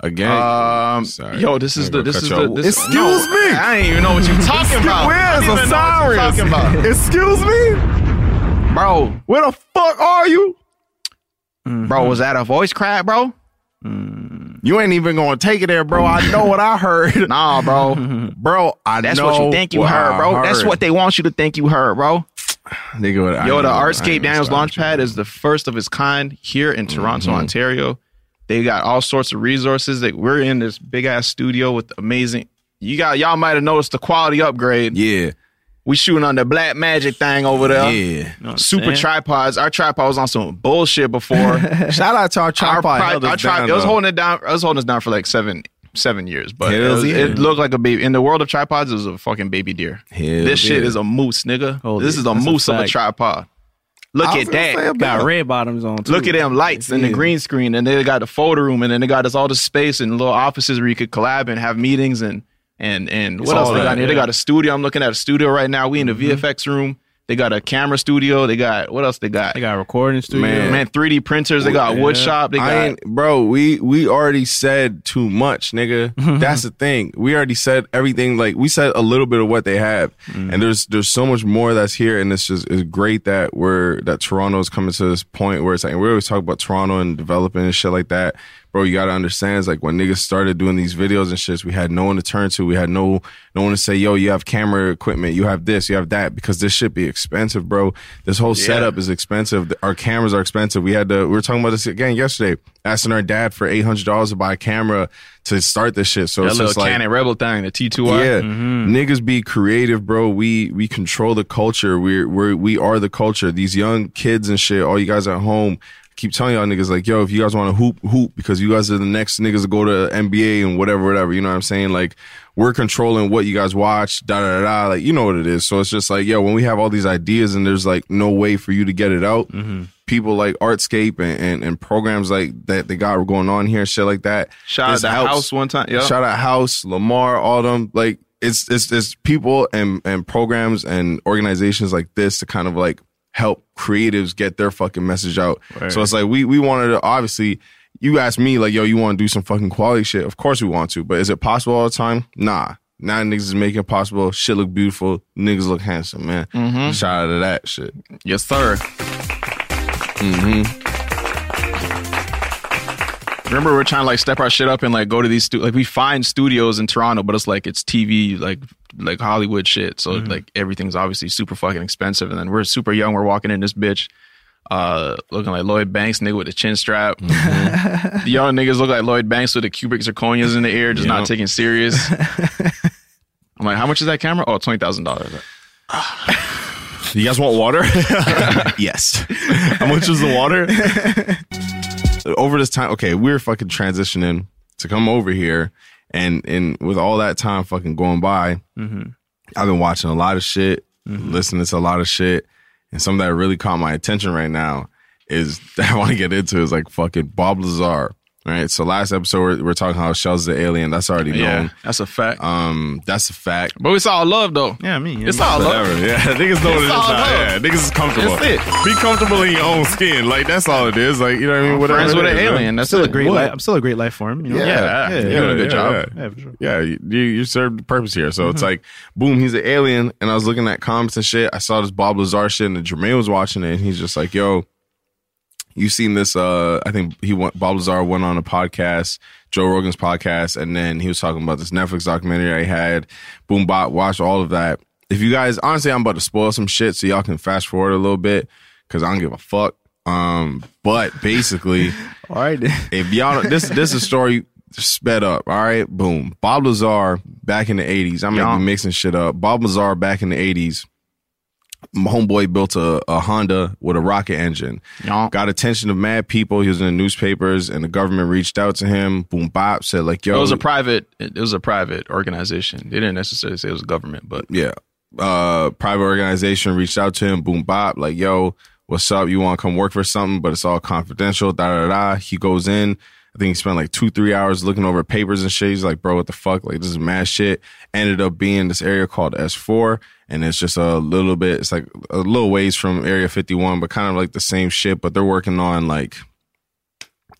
[SPEAKER 4] again.
[SPEAKER 3] Um,
[SPEAKER 4] Sorry.
[SPEAKER 3] yo, this is
[SPEAKER 4] I'm
[SPEAKER 3] the
[SPEAKER 4] gonna
[SPEAKER 3] this
[SPEAKER 4] cut
[SPEAKER 3] is
[SPEAKER 4] you
[SPEAKER 3] the
[SPEAKER 4] off.
[SPEAKER 3] this,
[SPEAKER 4] Excuse
[SPEAKER 3] me. I ain't even know what you're talking about. I don't even know what you're talking about,
[SPEAKER 4] Excuse me,
[SPEAKER 3] bro.
[SPEAKER 4] where the fuck are you?
[SPEAKER 3] Bro, was that a voice crack, bro?
[SPEAKER 4] You ain't even gonna take it there, bro. I know what I heard,
[SPEAKER 3] Nah, bro.
[SPEAKER 4] bro. I
[SPEAKER 3] That's
[SPEAKER 4] know
[SPEAKER 3] what you think you
[SPEAKER 4] what
[SPEAKER 3] heard,
[SPEAKER 4] I
[SPEAKER 3] bro. That's
[SPEAKER 4] heard.
[SPEAKER 3] what they want you to think you heard, bro.
[SPEAKER 4] Nigga, what I
[SPEAKER 3] Yo, the
[SPEAKER 4] know, I
[SPEAKER 3] Artscape
[SPEAKER 4] ain't
[SPEAKER 3] Daniels
[SPEAKER 4] gonna Mm-hmm. start
[SPEAKER 3] Launchpad is the first of its kind here in Toronto, Ontario. They got all sorts of resources. Like we're in this big ass studio with amazing. You got y'all might have noticed the quality upgrade.
[SPEAKER 4] you.
[SPEAKER 3] We shooting on the Black Magic thing over
[SPEAKER 4] Yeah,
[SPEAKER 3] there.
[SPEAKER 4] yeah.
[SPEAKER 3] Super tripods. Our tripod was on some bullshit before. our
[SPEAKER 4] Shout out to our tripod.
[SPEAKER 3] pri-
[SPEAKER 4] held us
[SPEAKER 3] our tripod
[SPEAKER 4] down,
[SPEAKER 3] it was
[SPEAKER 4] though.
[SPEAKER 3] holding it down. I was holding us down for like seven seven years, but it,
[SPEAKER 4] Hells
[SPEAKER 3] was-
[SPEAKER 4] yeah.
[SPEAKER 3] it looked like a baby. In the world of tripods, it was a fucking baby deer.
[SPEAKER 4] Hell
[SPEAKER 3] this shit
[SPEAKER 4] yeah.
[SPEAKER 3] is a moose, nigga.
[SPEAKER 5] Holy-
[SPEAKER 3] this is a
[SPEAKER 5] that's a
[SPEAKER 3] moose of a
[SPEAKER 5] fact.
[SPEAKER 3] tripod. Look
[SPEAKER 4] I was
[SPEAKER 3] at
[SPEAKER 4] gonna say
[SPEAKER 3] that.
[SPEAKER 4] about-
[SPEAKER 5] got red bottoms on. Too.
[SPEAKER 3] Look at them lights and the green screen, and they got the photo room, and then they got us all the space and little offices where you could collab and have meetings and and and what else
[SPEAKER 4] all
[SPEAKER 3] they got
[SPEAKER 4] that,
[SPEAKER 3] here? They
[SPEAKER 4] yeah. Mm-hmm.
[SPEAKER 3] got a studio. I'm looking at a studio right now. We in the VFX room. They got a camera studio. They got what else? They got
[SPEAKER 5] They got a recording studio.
[SPEAKER 4] Man.
[SPEAKER 3] man 3D printers. They got wood shop. They
[SPEAKER 4] I
[SPEAKER 3] got
[SPEAKER 4] ain't, bro. We we already said too much, nigga. That's the thing. We already said everything. Like we said a little bit of what they have,
[SPEAKER 3] Mm.
[SPEAKER 4] and there's there's so much more that's here, and it's just it's great that we're that Toronto's coming to this point where it's like we always talk about Toronto and developing and shit like that, bro. You gotta understand, it's like when niggas started doing these videos and shits, we had no one to turn to. We had no no one to say, yo, you have camera equipment, you have this, you have that, because this should be expensive, bro. This whole setup is expensive. Our cameras are expensive. We had to. We were talking about this again yesterday, asking our dad for eight hundred dollars to buy a camera to start this shit. So
[SPEAKER 3] that
[SPEAKER 4] it's
[SPEAKER 3] little
[SPEAKER 4] just like.
[SPEAKER 3] Canon Rebel thing, the T2R.
[SPEAKER 4] Yeah, niggas be creative, bro. We we control the culture. We're we we are the culture. These young kids and shit. All you guys at home, I keep telling y'all niggas like, yo, if you guys want to hoop, hoop, because you guys are the next niggas to go to NBA and whatever, whatever. You know what I'm saying? Like we're controlling what you guys watch. Da da da. da. Like you know what it is. So it's just like, yo, when we have all these ideas and there's like no way for you to get it out. People like Artscape and, and, and programs like that they got going on here and shit like that.
[SPEAKER 3] Shout out
[SPEAKER 4] This
[SPEAKER 3] to
[SPEAKER 4] helps.
[SPEAKER 3] House one time. Yeah.
[SPEAKER 4] Shout out House, Lamar, all them. Like it's it's it's people and and programs and organizations like this to kind of like help creatives get their fucking message out. So it's like we we wanted to obviously you asked me like, yo, you want to do some fucking quality shit? Of course we want to, but is it possible all the time? Nah. Now niggas is making it possible. Shit look
[SPEAKER 3] Mm-hmm.
[SPEAKER 4] beautiful. Niggas look handsome, man. Shout out to that shit.
[SPEAKER 3] Yes, sir. Remember, we're trying to like step our shit up and like go to these stu- like we find studios in Toronto, but it's like it's TV like like Hollywood shit. So like everything's obviously super fucking expensive, and then we're super young. We're walking in this bitch. Uh, looking like Lloyd Banks, nigga with the chin strap. Y'all niggas look like Lloyd Banks with the cubic zirconias in the air, just not taking serious. I'm like, how much is that camera? Oh, twenty thousand dollars.
[SPEAKER 4] You guys want water? yes. How much was the water? over this time, okay, we were fucking transitioning to come over here, and and with all that time fucking going by, I've been watching a lot of shit, listening to a lot of shit, and something that really caught my attention right now is that I want to get into is like fucking Bob Lazar. Right, so last episode we're, we're talking how Shell's the alien. That's already known.
[SPEAKER 3] that's a fact.
[SPEAKER 4] Um, that's a fact.
[SPEAKER 3] but it's all love though. Yeah, I mean, it's all love.
[SPEAKER 4] Whatever. Yeah, niggas know what it is.
[SPEAKER 3] all
[SPEAKER 4] now.
[SPEAKER 3] love.
[SPEAKER 4] Yeah, niggas is comfortable.
[SPEAKER 3] That's it.
[SPEAKER 4] Be comfortable in your own skin. Like that's all it is. Like you know what I mean. Whatever.
[SPEAKER 3] Friends
[SPEAKER 4] it
[SPEAKER 3] with an
[SPEAKER 4] is, man.
[SPEAKER 3] alien. That's
[SPEAKER 5] still a
[SPEAKER 3] it.
[SPEAKER 5] great.
[SPEAKER 4] What?
[SPEAKER 5] Li- I'm still a great life form. You know?
[SPEAKER 4] Yeah, yeah,
[SPEAKER 3] you're doing a good job.
[SPEAKER 4] Yeah,
[SPEAKER 5] Yeah, for sure.
[SPEAKER 4] Yeah, you you served the purpose here. So it's like, boom, he's an alien. And I was looking at comments and shit. I saw this Bob Lazar shit, and Jermaine was watching it, and he's just like, "Yo, you seen this? Uh, I think he went. Bob Lazar went on a podcast, Joe Rogan's podcast, and then he was talking about this Netflix documentary I had. Boom, bot, watch all of that. If you guys, honestly, I'm about to spoil some shit, so y'all can fast forward a little bit because I don't give a fuck. Um, but basically.
[SPEAKER 5] All right. then.
[SPEAKER 4] If y'all don't- this this is a story sped up, all right? Boom. Bob Lazar back in the eighties. I might be mixing shit up. Bob Lazar back in the eighties. Homeboy built a, a Honda with a rocket engine.
[SPEAKER 3] Yeah.
[SPEAKER 4] Got attention of mad people. He was in the newspapers, and the government reached out to him. Boom, bop said like, "Yo,
[SPEAKER 3] It was a private. It was a private organization. They didn't necessarily say it was government, but
[SPEAKER 4] yeah, uh, private organization reached out to him. Boom, bop, like, yo, what's up? You want to come work for something, but it's all confidential. Da da da. He goes in. I think he spent like two, three hours looking over papers and shit. He's like, bro, what the fuck? Like, this is mad shit. Ended up being this area called S4. And it's just a little bit, it's like a little ways from Area 51, but kind of like the same shit. But they're working on like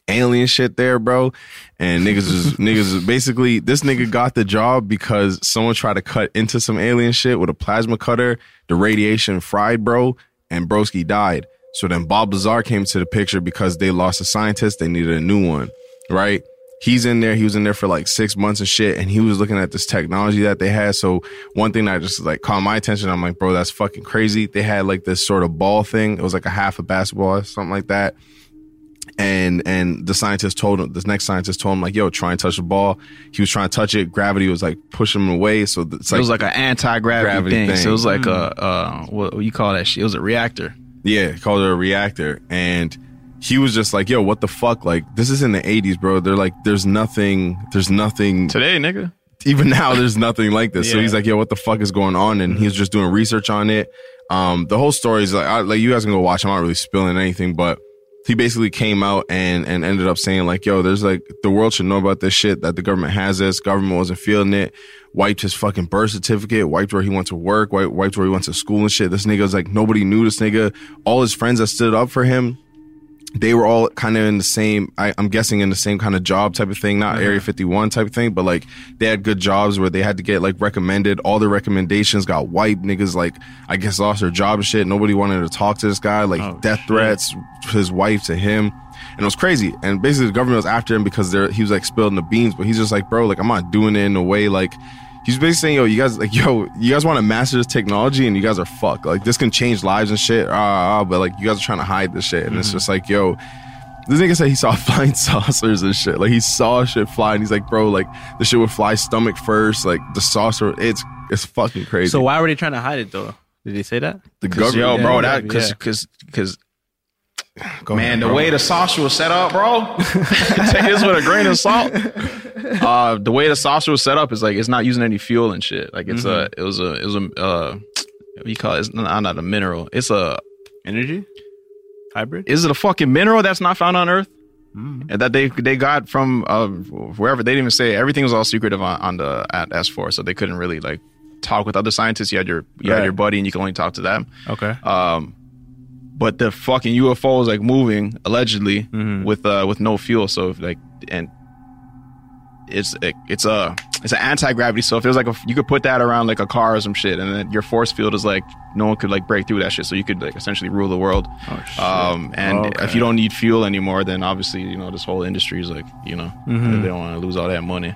[SPEAKER 4] alien shit there, bro. And niggas is niggas is basically this nigga got the job because someone tried to cut into some alien shit with a plasma cutter. The radiation fried, bro, and Broski died. So then Bob Lazar came to the picture because they lost a scientist. They needed a new one, right? He's in there. He was in there for like six months and shit, and he was looking at this technology that they had. So one thing that just like caught my attention, I'm like, bro, that's fucking crazy. They had like this sort of ball thing. It was like a half a basketball, something like that and and the scientist told him this next scientist told him like yo try and touch the ball he was trying to touch it gravity was like pushing him away so it's
[SPEAKER 3] it
[SPEAKER 4] like,
[SPEAKER 3] was like an anti-gravity
[SPEAKER 4] Gravity
[SPEAKER 3] thing.
[SPEAKER 4] thing. Mm.
[SPEAKER 3] So it was like a uh, what what you call that shit? It was a reactor.
[SPEAKER 4] yeah he called it a reactor and he was just like yo what the fuck like this is in the 80s bro they're like there's nothing there's nothing
[SPEAKER 3] Today, nigga.
[SPEAKER 4] even now there's nothing like this. So he's like, yo, what the fuck is going on? And he's just doing research on it. Um, the whole story is like, I, like you guys can go watch. I'm not really spilling anything, but he basically came out and and ended up saying like, yo, there's like the world should know about this shit that the government has this. Government wasn't feeling it. Wiped his fucking birth certificate. Wiped where he went to work. Wiped, wiped where he went to school and shit. This nigga was like, nobody knew this nigga. All his friends that stood up for him they were all kind of in the same I, i'm guessing in the same kind of job type of thing not area 51 type of thing but like they had good jobs where they had to get like recommended all the recommendations got wiped niggas like i guess lost their job and shit nobody wanted to talk to this guy like death threats his wife to him and it was crazy and basically the government was after him because they're, he was like spilling the beans but he's just like bro like i'm not doing it in a way like He's basically saying, yo, you guys like, yo, you guys want to master this technology and you guys are fucked. Like this can change lives and shit. Ah, ah, but like you guys are trying to hide this shit. And it's just like, yo, this nigga said he saw flying saucers and shit. Like he saw shit fly and he's like, bro, like the shit would fly stomach first. Like the saucer, it's it's fucking crazy.
[SPEAKER 5] So why were they trying to hide it though? Did they say that?
[SPEAKER 4] the
[SPEAKER 3] 'Cause,
[SPEAKER 4] government,
[SPEAKER 3] Yo, bro, that
[SPEAKER 5] yeah.
[SPEAKER 3] because because because
[SPEAKER 4] Go
[SPEAKER 3] man,
[SPEAKER 4] ahead,
[SPEAKER 3] the
[SPEAKER 4] bro.
[SPEAKER 3] way the saucer was set up, bro. take this with a grain of salt. Uh, the way the saucer was set up is like it's not using any fuel and shit. Like it's
[SPEAKER 4] Mm-hmm.
[SPEAKER 3] a it was a it was a uh, what do you call it? It's not, not a mineral. It's a
[SPEAKER 5] Energy. Hybrid.
[SPEAKER 3] is it a fucking mineral that's not found on Earth? And that they they got from uh, wherever they didn't even say it. everything was all secretive on, on the at S four, so they couldn't really like talk with other scientists. You had your you had
[SPEAKER 5] Right.
[SPEAKER 3] your buddy, and you can only talk to them.
[SPEAKER 5] Okay.
[SPEAKER 3] Um, But the fucking UFO
[SPEAKER 4] Mm-hmm.
[SPEAKER 3] was like moving allegedly with uh with no fuel, so like and it's it's a it's an anti gravity. So if there's like a you could put that around like a car or some shit, and then your force field is like no one could like break through that shit. So you could like essentially rule the world.
[SPEAKER 4] Oh,
[SPEAKER 3] um, and if you don't need fuel anymore, then obviously you know this whole industry is like you know
[SPEAKER 4] Mm-hmm.
[SPEAKER 3] they don't want to lose all that money.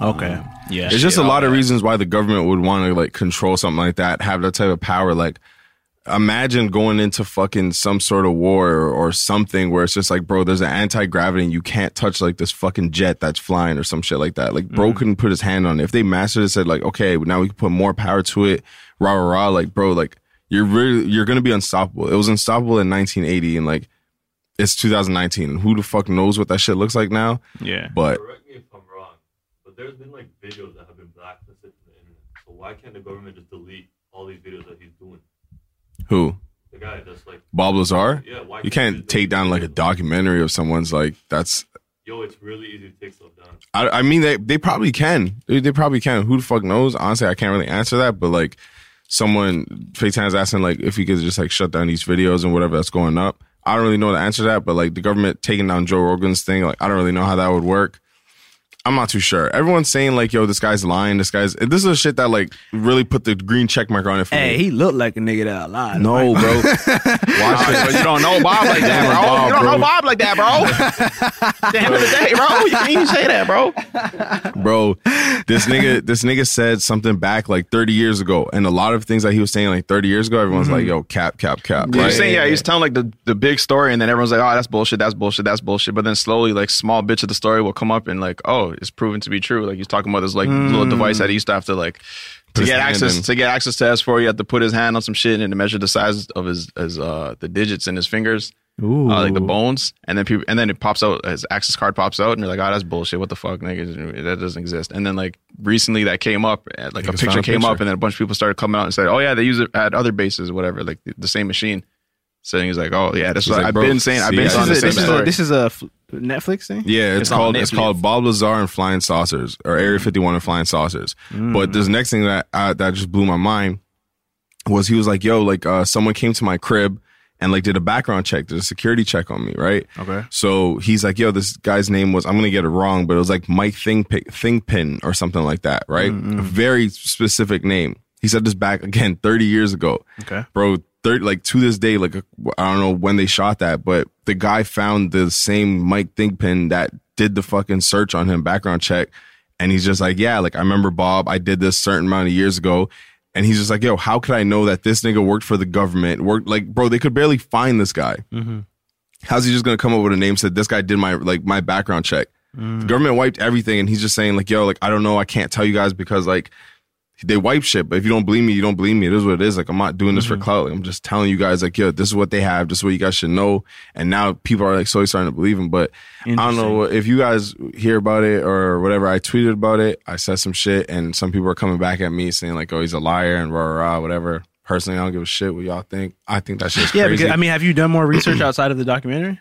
[SPEAKER 5] Okay.
[SPEAKER 3] Yeah,
[SPEAKER 4] It's just a lot of reasons why the government would want to like control something like that, have that type of power. Like, imagine going into fucking some sort of war or, or something where it's just like, bro, there's an anti gravity and you can't touch like this fucking jet that's flying or some shit like that. Like, bro couldn't put his hand on it. If they mastered it, said like, okay, now we can put more power to it, rah rah rah. Like, bro, like you're really you're gonna be unstoppable. It was unstoppable in 1980 and like it's 2019. Who the fuck knows what that shit looks like now?
[SPEAKER 3] Yeah,
[SPEAKER 4] But
[SPEAKER 8] Correct me if I'm wrong, but there's been like videos that have been blacklisted from the internet. So why can't the government just delete all these videos that he's doing?
[SPEAKER 4] who?
[SPEAKER 8] The guy that's like,
[SPEAKER 4] Bob Lazar?
[SPEAKER 8] yeah, why
[SPEAKER 4] You can't
[SPEAKER 8] just
[SPEAKER 4] take
[SPEAKER 8] delete
[SPEAKER 4] down like a
[SPEAKER 8] videos?
[SPEAKER 4] documentary of someone's like that's.
[SPEAKER 8] Yo, it's really easy to take stuff down.
[SPEAKER 4] I, I mean they they probably can they, they probably can who the fuck knows honestly I can't really answer that but like someone fake times asking like if you could just like shut down these videos and whatever that's going up I don't really know the answer to that but like the government taking down Joe Rogan's thing like I don't really know how that would work I'm not too sure everyone's saying like yo this guy's lying this guy's this is the shit that like really put the green check mark on it for
[SPEAKER 5] Hey,
[SPEAKER 4] me.
[SPEAKER 5] he looked like a nigga that lied.
[SPEAKER 4] no bro watch it.
[SPEAKER 3] you don't know Bob like that, bro.
[SPEAKER 4] Bob,
[SPEAKER 3] you don't
[SPEAKER 4] bro.
[SPEAKER 3] know Bob like that, bro. Damn it, day, bro. You can't even say that, bro.
[SPEAKER 4] bro this nigga this nigga said something back like 30 years ago and a lot of things that he was saying like 30 years ago everyone's like yo cap cap cap
[SPEAKER 3] You're
[SPEAKER 4] Like,
[SPEAKER 3] saying, Mm-hmm. yeah, he's telling like the, the big story, and then everyone's like, oh, that's bullshit, that's bullshit, that's bullshit. But then slowly, like, small bits of the story will come up, and like, oh, it's proven to be true. Like he's talking about this like little device that he used to have to like to
[SPEAKER 4] his
[SPEAKER 3] get
[SPEAKER 4] hand
[SPEAKER 3] access
[SPEAKER 4] in.
[SPEAKER 3] to get access to S4, you had to put his hand on some shit and to measure the size of his his uh the digits in his fingers.
[SPEAKER 5] Ooh.
[SPEAKER 3] Uh, like the bones, and then people, and then it pops out. His access card pops out, and you're like, "Oh, that's bullshit. What the fuck, nigga? That doesn't exist." And then like recently, that came up. uh, Like a
[SPEAKER 4] Niggas found
[SPEAKER 3] picture
[SPEAKER 4] a
[SPEAKER 3] came
[SPEAKER 4] picture.
[SPEAKER 3] up, and then a bunch of people started coming out and said, "Oh yeah, they use it at other bases, whatever." Like the, the same machine. So then he's like, "Oh yeah, that's
[SPEAKER 4] He's
[SPEAKER 3] what
[SPEAKER 4] like,
[SPEAKER 3] I've
[SPEAKER 4] bro,
[SPEAKER 3] been saying. I've
[SPEAKER 4] see,
[SPEAKER 3] been
[SPEAKER 4] this
[SPEAKER 3] saying
[SPEAKER 4] is
[SPEAKER 3] the
[SPEAKER 4] it,
[SPEAKER 3] same
[SPEAKER 5] this, is
[SPEAKER 3] story."
[SPEAKER 5] a, this is a f- Netflix thing.
[SPEAKER 4] yeah it's,
[SPEAKER 3] It's on
[SPEAKER 4] called it's
[SPEAKER 3] Netflix.
[SPEAKER 4] called bob lazar and flying saucers or area 51 and flying saucers but this next thing that uh, that just blew my mind was he was like yo like uh someone came to my crib and like did a background check did a security check on me right
[SPEAKER 5] Okay.
[SPEAKER 4] So he's like, yo, this guy's name was, I'm going to get it wrong, but it was like Mike Thingpi- Thingpin or something like that, right? A very specific name. He said this back again 30 years ago.
[SPEAKER 5] Okay.
[SPEAKER 4] Bro, 30, like to this day, like I don't know when they shot that, but the guy found the same Mike Thingpin that did the fucking search on him, background check. And he's just like, yeah, like I remember Bob, I did this certain amount of years ago. And he's just like, yo, how could I know that this nigga worked for the government? Worked like, bro, they could barely find this guy. How's he just gonna come up with a name? Said this guy did my like my background check.
[SPEAKER 5] Mm.
[SPEAKER 4] The government wiped everything, and he's just saying like, yo, like I don't know, I can't tell you guys because like they wipe shit. But if you don't believe me, you don't believe me. It is what it is. Like I'm not doing this
[SPEAKER 5] Mm-hmm.
[SPEAKER 4] for clout. Like, I'm just telling you guys like, yo, this is what they have. This is what you guys should know. And now people are like slowly starting to believe him. But I don't know if you guys hear about it or whatever. I tweeted about it. I said some shit, and some people are coming back at me saying like, oh, he's a liar and rah rah rah, whatever. Personally, I don't give a shit what y'all think. I think that shit's
[SPEAKER 5] Yeah,
[SPEAKER 4] crazy
[SPEAKER 5] because I mean, have you done more research outside of the documentary?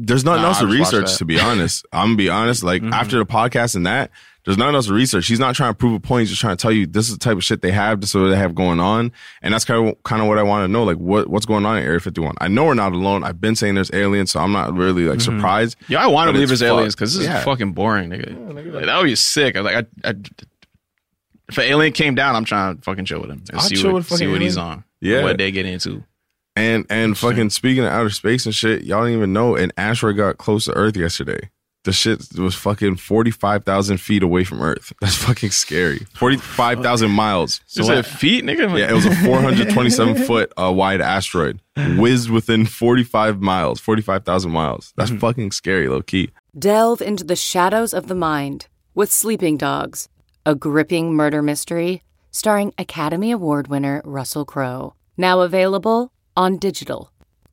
[SPEAKER 4] there's nothing
[SPEAKER 3] Nah,
[SPEAKER 4] else
[SPEAKER 3] I
[SPEAKER 4] to
[SPEAKER 3] just watched
[SPEAKER 4] research
[SPEAKER 3] that. Mm-hmm.
[SPEAKER 4] to be honest i'm gonna be honest like after the podcast and that there's nothing else to research he's not trying to prove a point he's just trying to tell you this is the type of shit they have this is what they have going on and that's kind of kind of what i want to know like what what's going on in area 51 i know we're not alone i've been saying there's aliens so i'm not really like
[SPEAKER 3] Mm-hmm.
[SPEAKER 4] surprised
[SPEAKER 3] Yeah, I want to
[SPEAKER 4] But
[SPEAKER 3] believe
[SPEAKER 4] it's
[SPEAKER 3] it's aliens
[SPEAKER 4] fucked.
[SPEAKER 3] because this
[SPEAKER 4] Yeah.
[SPEAKER 3] is fucking boring, nigga. like, that would be sick. I like, I, I, if an alien came down, I'm trying to fucking chill with him and
[SPEAKER 4] I'd
[SPEAKER 3] see
[SPEAKER 4] chill
[SPEAKER 3] what
[SPEAKER 4] with fucking
[SPEAKER 3] see what he's
[SPEAKER 4] alien.
[SPEAKER 3] on.
[SPEAKER 4] Yeah.
[SPEAKER 3] what they get into.
[SPEAKER 4] and and fucking speaking of outer space and shit y'all didn't even know an asteroid got close to earth yesterday the shit was fucking 45,000 feet away from Earth. That's fucking scary. 45,000 miles.
[SPEAKER 3] is it feet, nigga?
[SPEAKER 4] Yeah, it was a 427 foot uh, wide asteroid whizzed within 45 miles, 45,000 miles. That's
[SPEAKER 5] Mm-hmm.
[SPEAKER 4] fucking scary, low key.
[SPEAKER 9] Delve into the shadows of the mind with Sleeping Dogs, a gripping murder mystery starring Academy Award winner Russell Crowe. Now available on digital.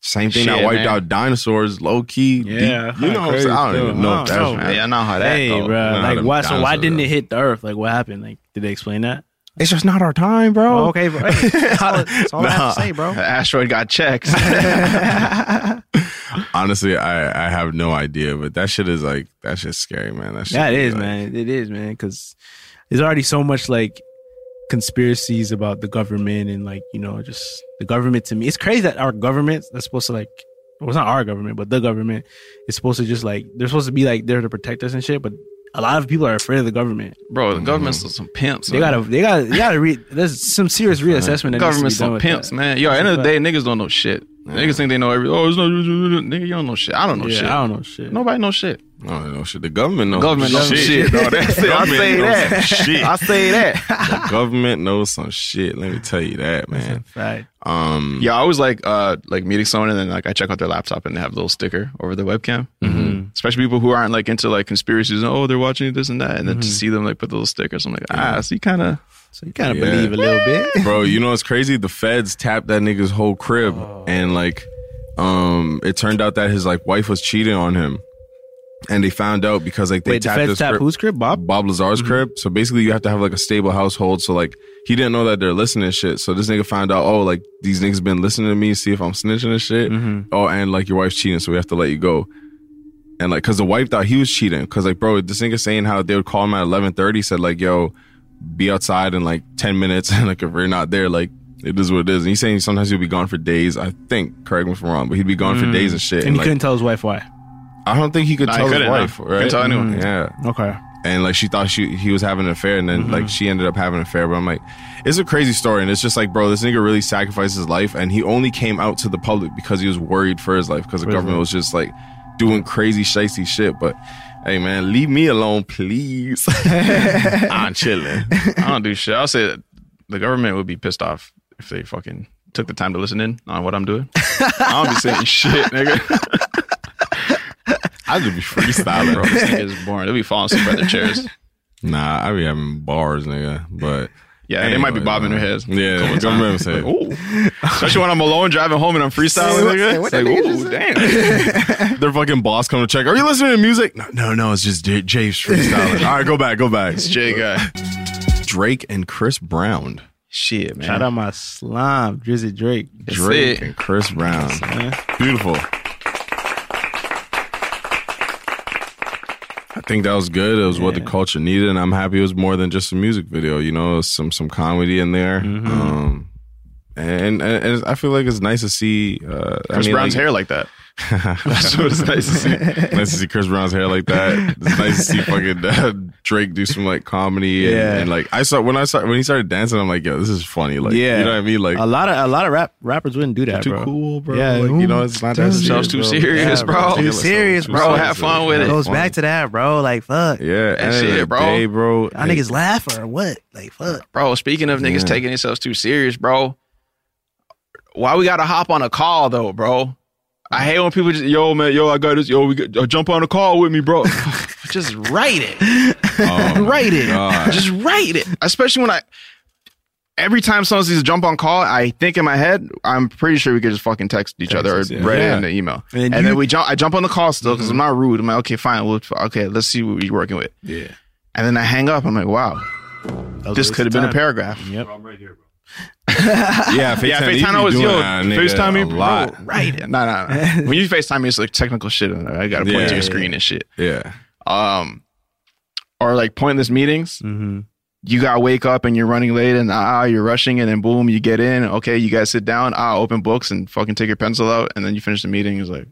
[SPEAKER 4] Same thing that wiped out dinosaurs, low key.
[SPEAKER 5] Yeah,
[SPEAKER 4] deep- you know what I'm
[SPEAKER 5] crazy,
[SPEAKER 4] saying? I don't
[SPEAKER 5] too.
[SPEAKER 4] even know
[SPEAKER 5] I
[SPEAKER 4] if
[SPEAKER 5] don't
[SPEAKER 4] that's
[SPEAKER 5] know,
[SPEAKER 4] right.
[SPEAKER 5] man.
[SPEAKER 4] Yeah, I know how that.
[SPEAKER 5] Hey,
[SPEAKER 4] go.
[SPEAKER 5] bro,
[SPEAKER 4] I know how
[SPEAKER 5] like
[SPEAKER 4] them
[SPEAKER 5] why? So why
[SPEAKER 4] dinosaurs
[SPEAKER 5] didn't
[SPEAKER 4] go.
[SPEAKER 5] it hit the earth? Like what happened? Like did they explain that?
[SPEAKER 2] It's just not our time, bro.
[SPEAKER 5] Oh, okay, bro. Hey, that's all, that's all I have to
[SPEAKER 4] Nah.
[SPEAKER 5] say, bro.
[SPEAKER 3] The asteroid got checks.
[SPEAKER 4] Honestly, I I have no idea, but that shit is like that shit's scary, man. That shit
[SPEAKER 5] Yeah, it is,
[SPEAKER 4] like-
[SPEAKER 5] man. It is, man. Because there's already so much like conspiracies about the government and like you know just the government. To me, it's crazy that our government that's supposed to like. Well, it's not our government, but the government is supposed to just like they're supposed to be like there to protect us and shit. But a lot of people are afraid of the government.
[SPEAKER 3] Bro, the government's some pimps.
[SPEAKER 5] They
[SPEAKER 3] man.
[SPEAKER 5] gotta, they gotta, they gotta read. There's some serious reassessment. That
[SPEAKER 3] Government's
[SPEAKER 5] government's
[SPEAKER 3] some pimps, man. Yo, at the end of the day, niggas don't know shit. Niggas think they know everything. Oh, it's no, nigga, you don't know shit. I don't know
[SPEAKER 5] Yeah,
[SPEAKER 3] shit.
[SPEAKER 5] I don't know shit.
[SPEAKER 3] Nobody knows shit.
[SPEAKER 4] I don't know shit. The government knows
[SPEAKER 3] Government
[SPEAKER 4] some
[SPEAKER 3] knows some
[SPEAKER 4] shit.
[SPEAKER 3] shit.
[SPEAKER 4] dog. That's it.
[SPEAKER 10] I
[SPEAKER 4] Government
[SPEAKER 10] say
[SPEAKER 4] knows
[SPEAKER 10] that.
[SPEAKER 4] some shit.
[SPEAKER 10] I say that.
[SPEAKER 4] The government knows some shit. Let me tell you that, man.
[SPEAKER 5] Right.
[SPEAKER 4] Um,
[SPEAKER 3] Yeah, I always like uh like meeting someone and then like I check out their laptop and they have a little sticker over their webcam. Mm-hmm. Especially people who aren't like into like conspiracies. and, Oh, they're watching this and that, and then to see them like put the little stickers, I'm like, ah, so you kind of
[SPEAKER 5] So you kind of
[SPEAKER 4] Yeah.
[SPEAKER 5] believe a little bit.
[SPEAKER 4] bro, you know what's crazy? The feds tapped that nigga's whole crib, and like, um, it turned out that his like wife was cheating on him, and they found out because like they
[SPEAKER 5] Wait, the
[SPEAKER 4] tapped
[SPEAKER 5] feds
[SPEAKER 4] his
[SPEAKER 5] tap
[SPEAKER 4] crib.
[SPEAKER 5] who's crib? Bob.
[SPEAKER 4] Bob Lazar's
[SPEAKER 3] Mm-hmm.
[SPEAKER 4] crib. So basically, you have to have like a stable household. So like, he didn't know that they're listening to shit. So this nigga found out, oh, like these niggas been listening to me, see if I'm snitching and shit.
[SPEAKER 3] Mm-hmm.
[SPEAKER 4] Oh, and like your wife's cheating, so we have to let you go. And like, cause the wife thought he was cheating. Cause like, bro, this nigga saying how they would call him at 11:30, said like, yo, be outside in like 10 minutes, and like if we're not there, like. It is what it is. And he's saying sometimes he'll be gone for days. I think, correct me if I'm wrong, but he'd be gone for days
[SPEAKER 3] Mm.
[SPEAKER 4] and shit.
[SPEAKER 5] And,
[SPEAKER 4] And
[SPEAKER 5] he
[SPEAKER 4] like,
[SPEAKER 5] couldn't tell his wife why.
[SPEAKER 4] I don't think he could
[SPEAKER 3] Nah, he
[SPEAKER 4] tell his
[SPEAKER 3] couldn't, nah.
[SPEAKER 4] wife.
[SPEAKER 3] Couldn't
[SPEAKER 4] Right? Mm.
[SPEAKER 3] tell anyone.
[SPEAKER 4] Yeah
[SPEAKER 5] Okay.
[SPEAKER 4] and like she thought she he was having an affair and then
[SPEAKER 3] Mm-hmm.
[SPEAKER 4] like she ended up having an affair but i'm like it's a crazy story and it's just like bro this nigga really sacrificed his life and he only came out to the public because he was worried for his life because the government was just like doing crazy shicey shit but hey man leave me alone please i'm chilling
[SPEAKER 3] I don't do shit. I'll say that the government would be pissed off if they fucking took the time to listen in on what I'm doing. I don't be saying shit, nigga.
[SPEAKER 4] i just be freestyling
[SPEAKER 3] Bro,
[SPEAKER 4] bro
[SPEAKER 3] this nigga is boring. They'll be falling asleep at their chairs.
[SPEAKER 4] nah i be having bars nigga but
[SPEAKER 3] Yeah, they might be
[SPEAKER 4] Anyway,
[SPEAKER 3] bobbing
[SPEAKER 4] man.
[SPEAKER 3] their heads.
[SPEAKER 4] yeah the government say
[SPEAKER 3] Like, ooh. Especially when I'm alone driving home and I'm freestyling, nigga. It's like, ooh, damn.
[SPEAKER 4] Their fucking boss come to check. Are you listening to music? No, no, no it's just J- James freestyling. All right, go back, go back. It's
[SPEAKER 3] Jay guy.
[SPEAKER 4] Drake and Chris Brown.
[SPEAKER 3] Shit, man.
[SPEAKER 5] Shout out my slime, Drizzy Drake.
[SPEAKER 3] That's
[SPEAKER 4] Drake
[SPEAKER 3] it.
[SPEAKER 4] and Chris Brown. Beautiful. I think that was good. It was what the culture needed, and I'm happy it was more than just a music video. You know, it was some some comedy in there.
[SPEAKER 3] Mm-hmm.
[SPEAKER 4] Um, and, and and I feel like it's nice to see uh, I
[SPEAKER 3] Chris
[SPEAKER 4] mean,
[SPEAKER 3] Brown's
[SPEAKER 4] like-
[SPEAKER 3] hair like that. That's what it's nice to see.
[SPEAKER 4] nice to see Chris Brown's hair like that. It's nice to see fucking uh, Drake do some like comedy and,
[SPEAKER 5] Yeah.
[SPEAKER 4] and like I saw when I saw when he started dancing, I'm like, yo, this is funny. Like,
[SPEAKER 5] Yeah.
[SPEAKER 4] you know what I mean? Like,
[SPEAKER 5] a lot of a lot of rap rappers wouldn't do that.
[SPEAKER 4] too
[SPEAKER 5] bro.
[SPEAKER 4] cool, bro.
[SPEAKER 5] Yeah,
[SPEAKER 4] like, you know, it's not that
[SPEAKER 5] Sounds
[SPEAKER 4] serious,
[SPEAKER 3] too
[SPEAKER 4] bro.
[SPEAKER 3] serious,
[SPEAKER 4] Yeah,
[SPEAKER 3] bro.
[SPEAKER 4] Too
[SPEAKER 3] Too
[SPEAKER 5] serious, bro.
[SPEAKER 3] Bro, have fun with
[SPEAKER 5] It
[SPEAKER 3] it.
[SPEAKER 5] goes back to that, bro. Like fuck, yeah.
[SPEAKER 4] Yeah, and
[SPEAKER 3] shit,
[SPEAKER 4] shit,
[SPEAKER 3] bro.
[SPEAKER 4] bro. Day, bro.
[SPEAKER 5] y'all niggas laugh or what? Like fuck.
[SPEAKER 3] Bro, speaking of niggas taking themselves too serious, bro. Why we gotta hop on a call though, bro? I hate when people just yo man, yo, I got this, yo, we got, uh, jump on a call with me, bro. just write it.
[SPEAKER 4] Oh,
[SPEAKER 3] Write it.
[SPEAKER 4] God.
[SPEAKER 3] Just write it. Especially when I every time someone sees a jump on call, I think in my head, I'm pretty sure we could just fucking text each other or
[SPEAKER 4] us, yeah.
[SPEAKER 3] write it in
[SPEAKER 4] Yeah. Mm-hmm.
[SPEAKER 3] the email.
[SPEAKER 5] And
[SPEAKER 3] And,
[SPEAKER 5] then
[SPEAKER 3] then,
[SPEAKER 5] you-
[SPEAKER 3] we jump I jump on the call still because I'm not rude. I'm like, okay, fine, we'll okay, let's see what we're working with.
[SPEAKER 4] yeah.
[SPEAKER 3] And then I hang up. I'm like, wow, this could have been a paragraph.
[SPEAKER 4] Mm-hmm.
[SPEAKER 5] Yep.
[SPEAKER 8] I'm right here, bro.
[SPEAKER 4] Yeah, FaceTime,
[SPEAKER 3] Yeah,
[SPEAKER 4] you be
[SPEAKER 3] FaceTime always
[SPEAKER 4] doing
[SPEAKER 3] yo,
[SPEAKER 4] that, nigga,
[SPEAKER 3] FaceTime me,
[SPEAKER 4] a lot.
[SPEAKER 3] Bro, right? No, no, no. when you FaceTime me, it's like technical shit. and I gotta point
[SPEAKER 4] Yeah,
[SPEAKER 3] to
[SPEAKER 4] yeah,
[SPEAKER 3] your screen and shit.
[SPEAKER 4] Yeah.
[SPEAKER 3] Um, or like pointless meetings.
[SPEAKER 5] Mm-hmm.
[SPEAKER 3] You gotta wake up and you're running late, and ah, you're rushing, and then boom, you get in. Okay, you guys sit down. Ah, open books and fucking take your pencil out, and then you finish the meeting. It's like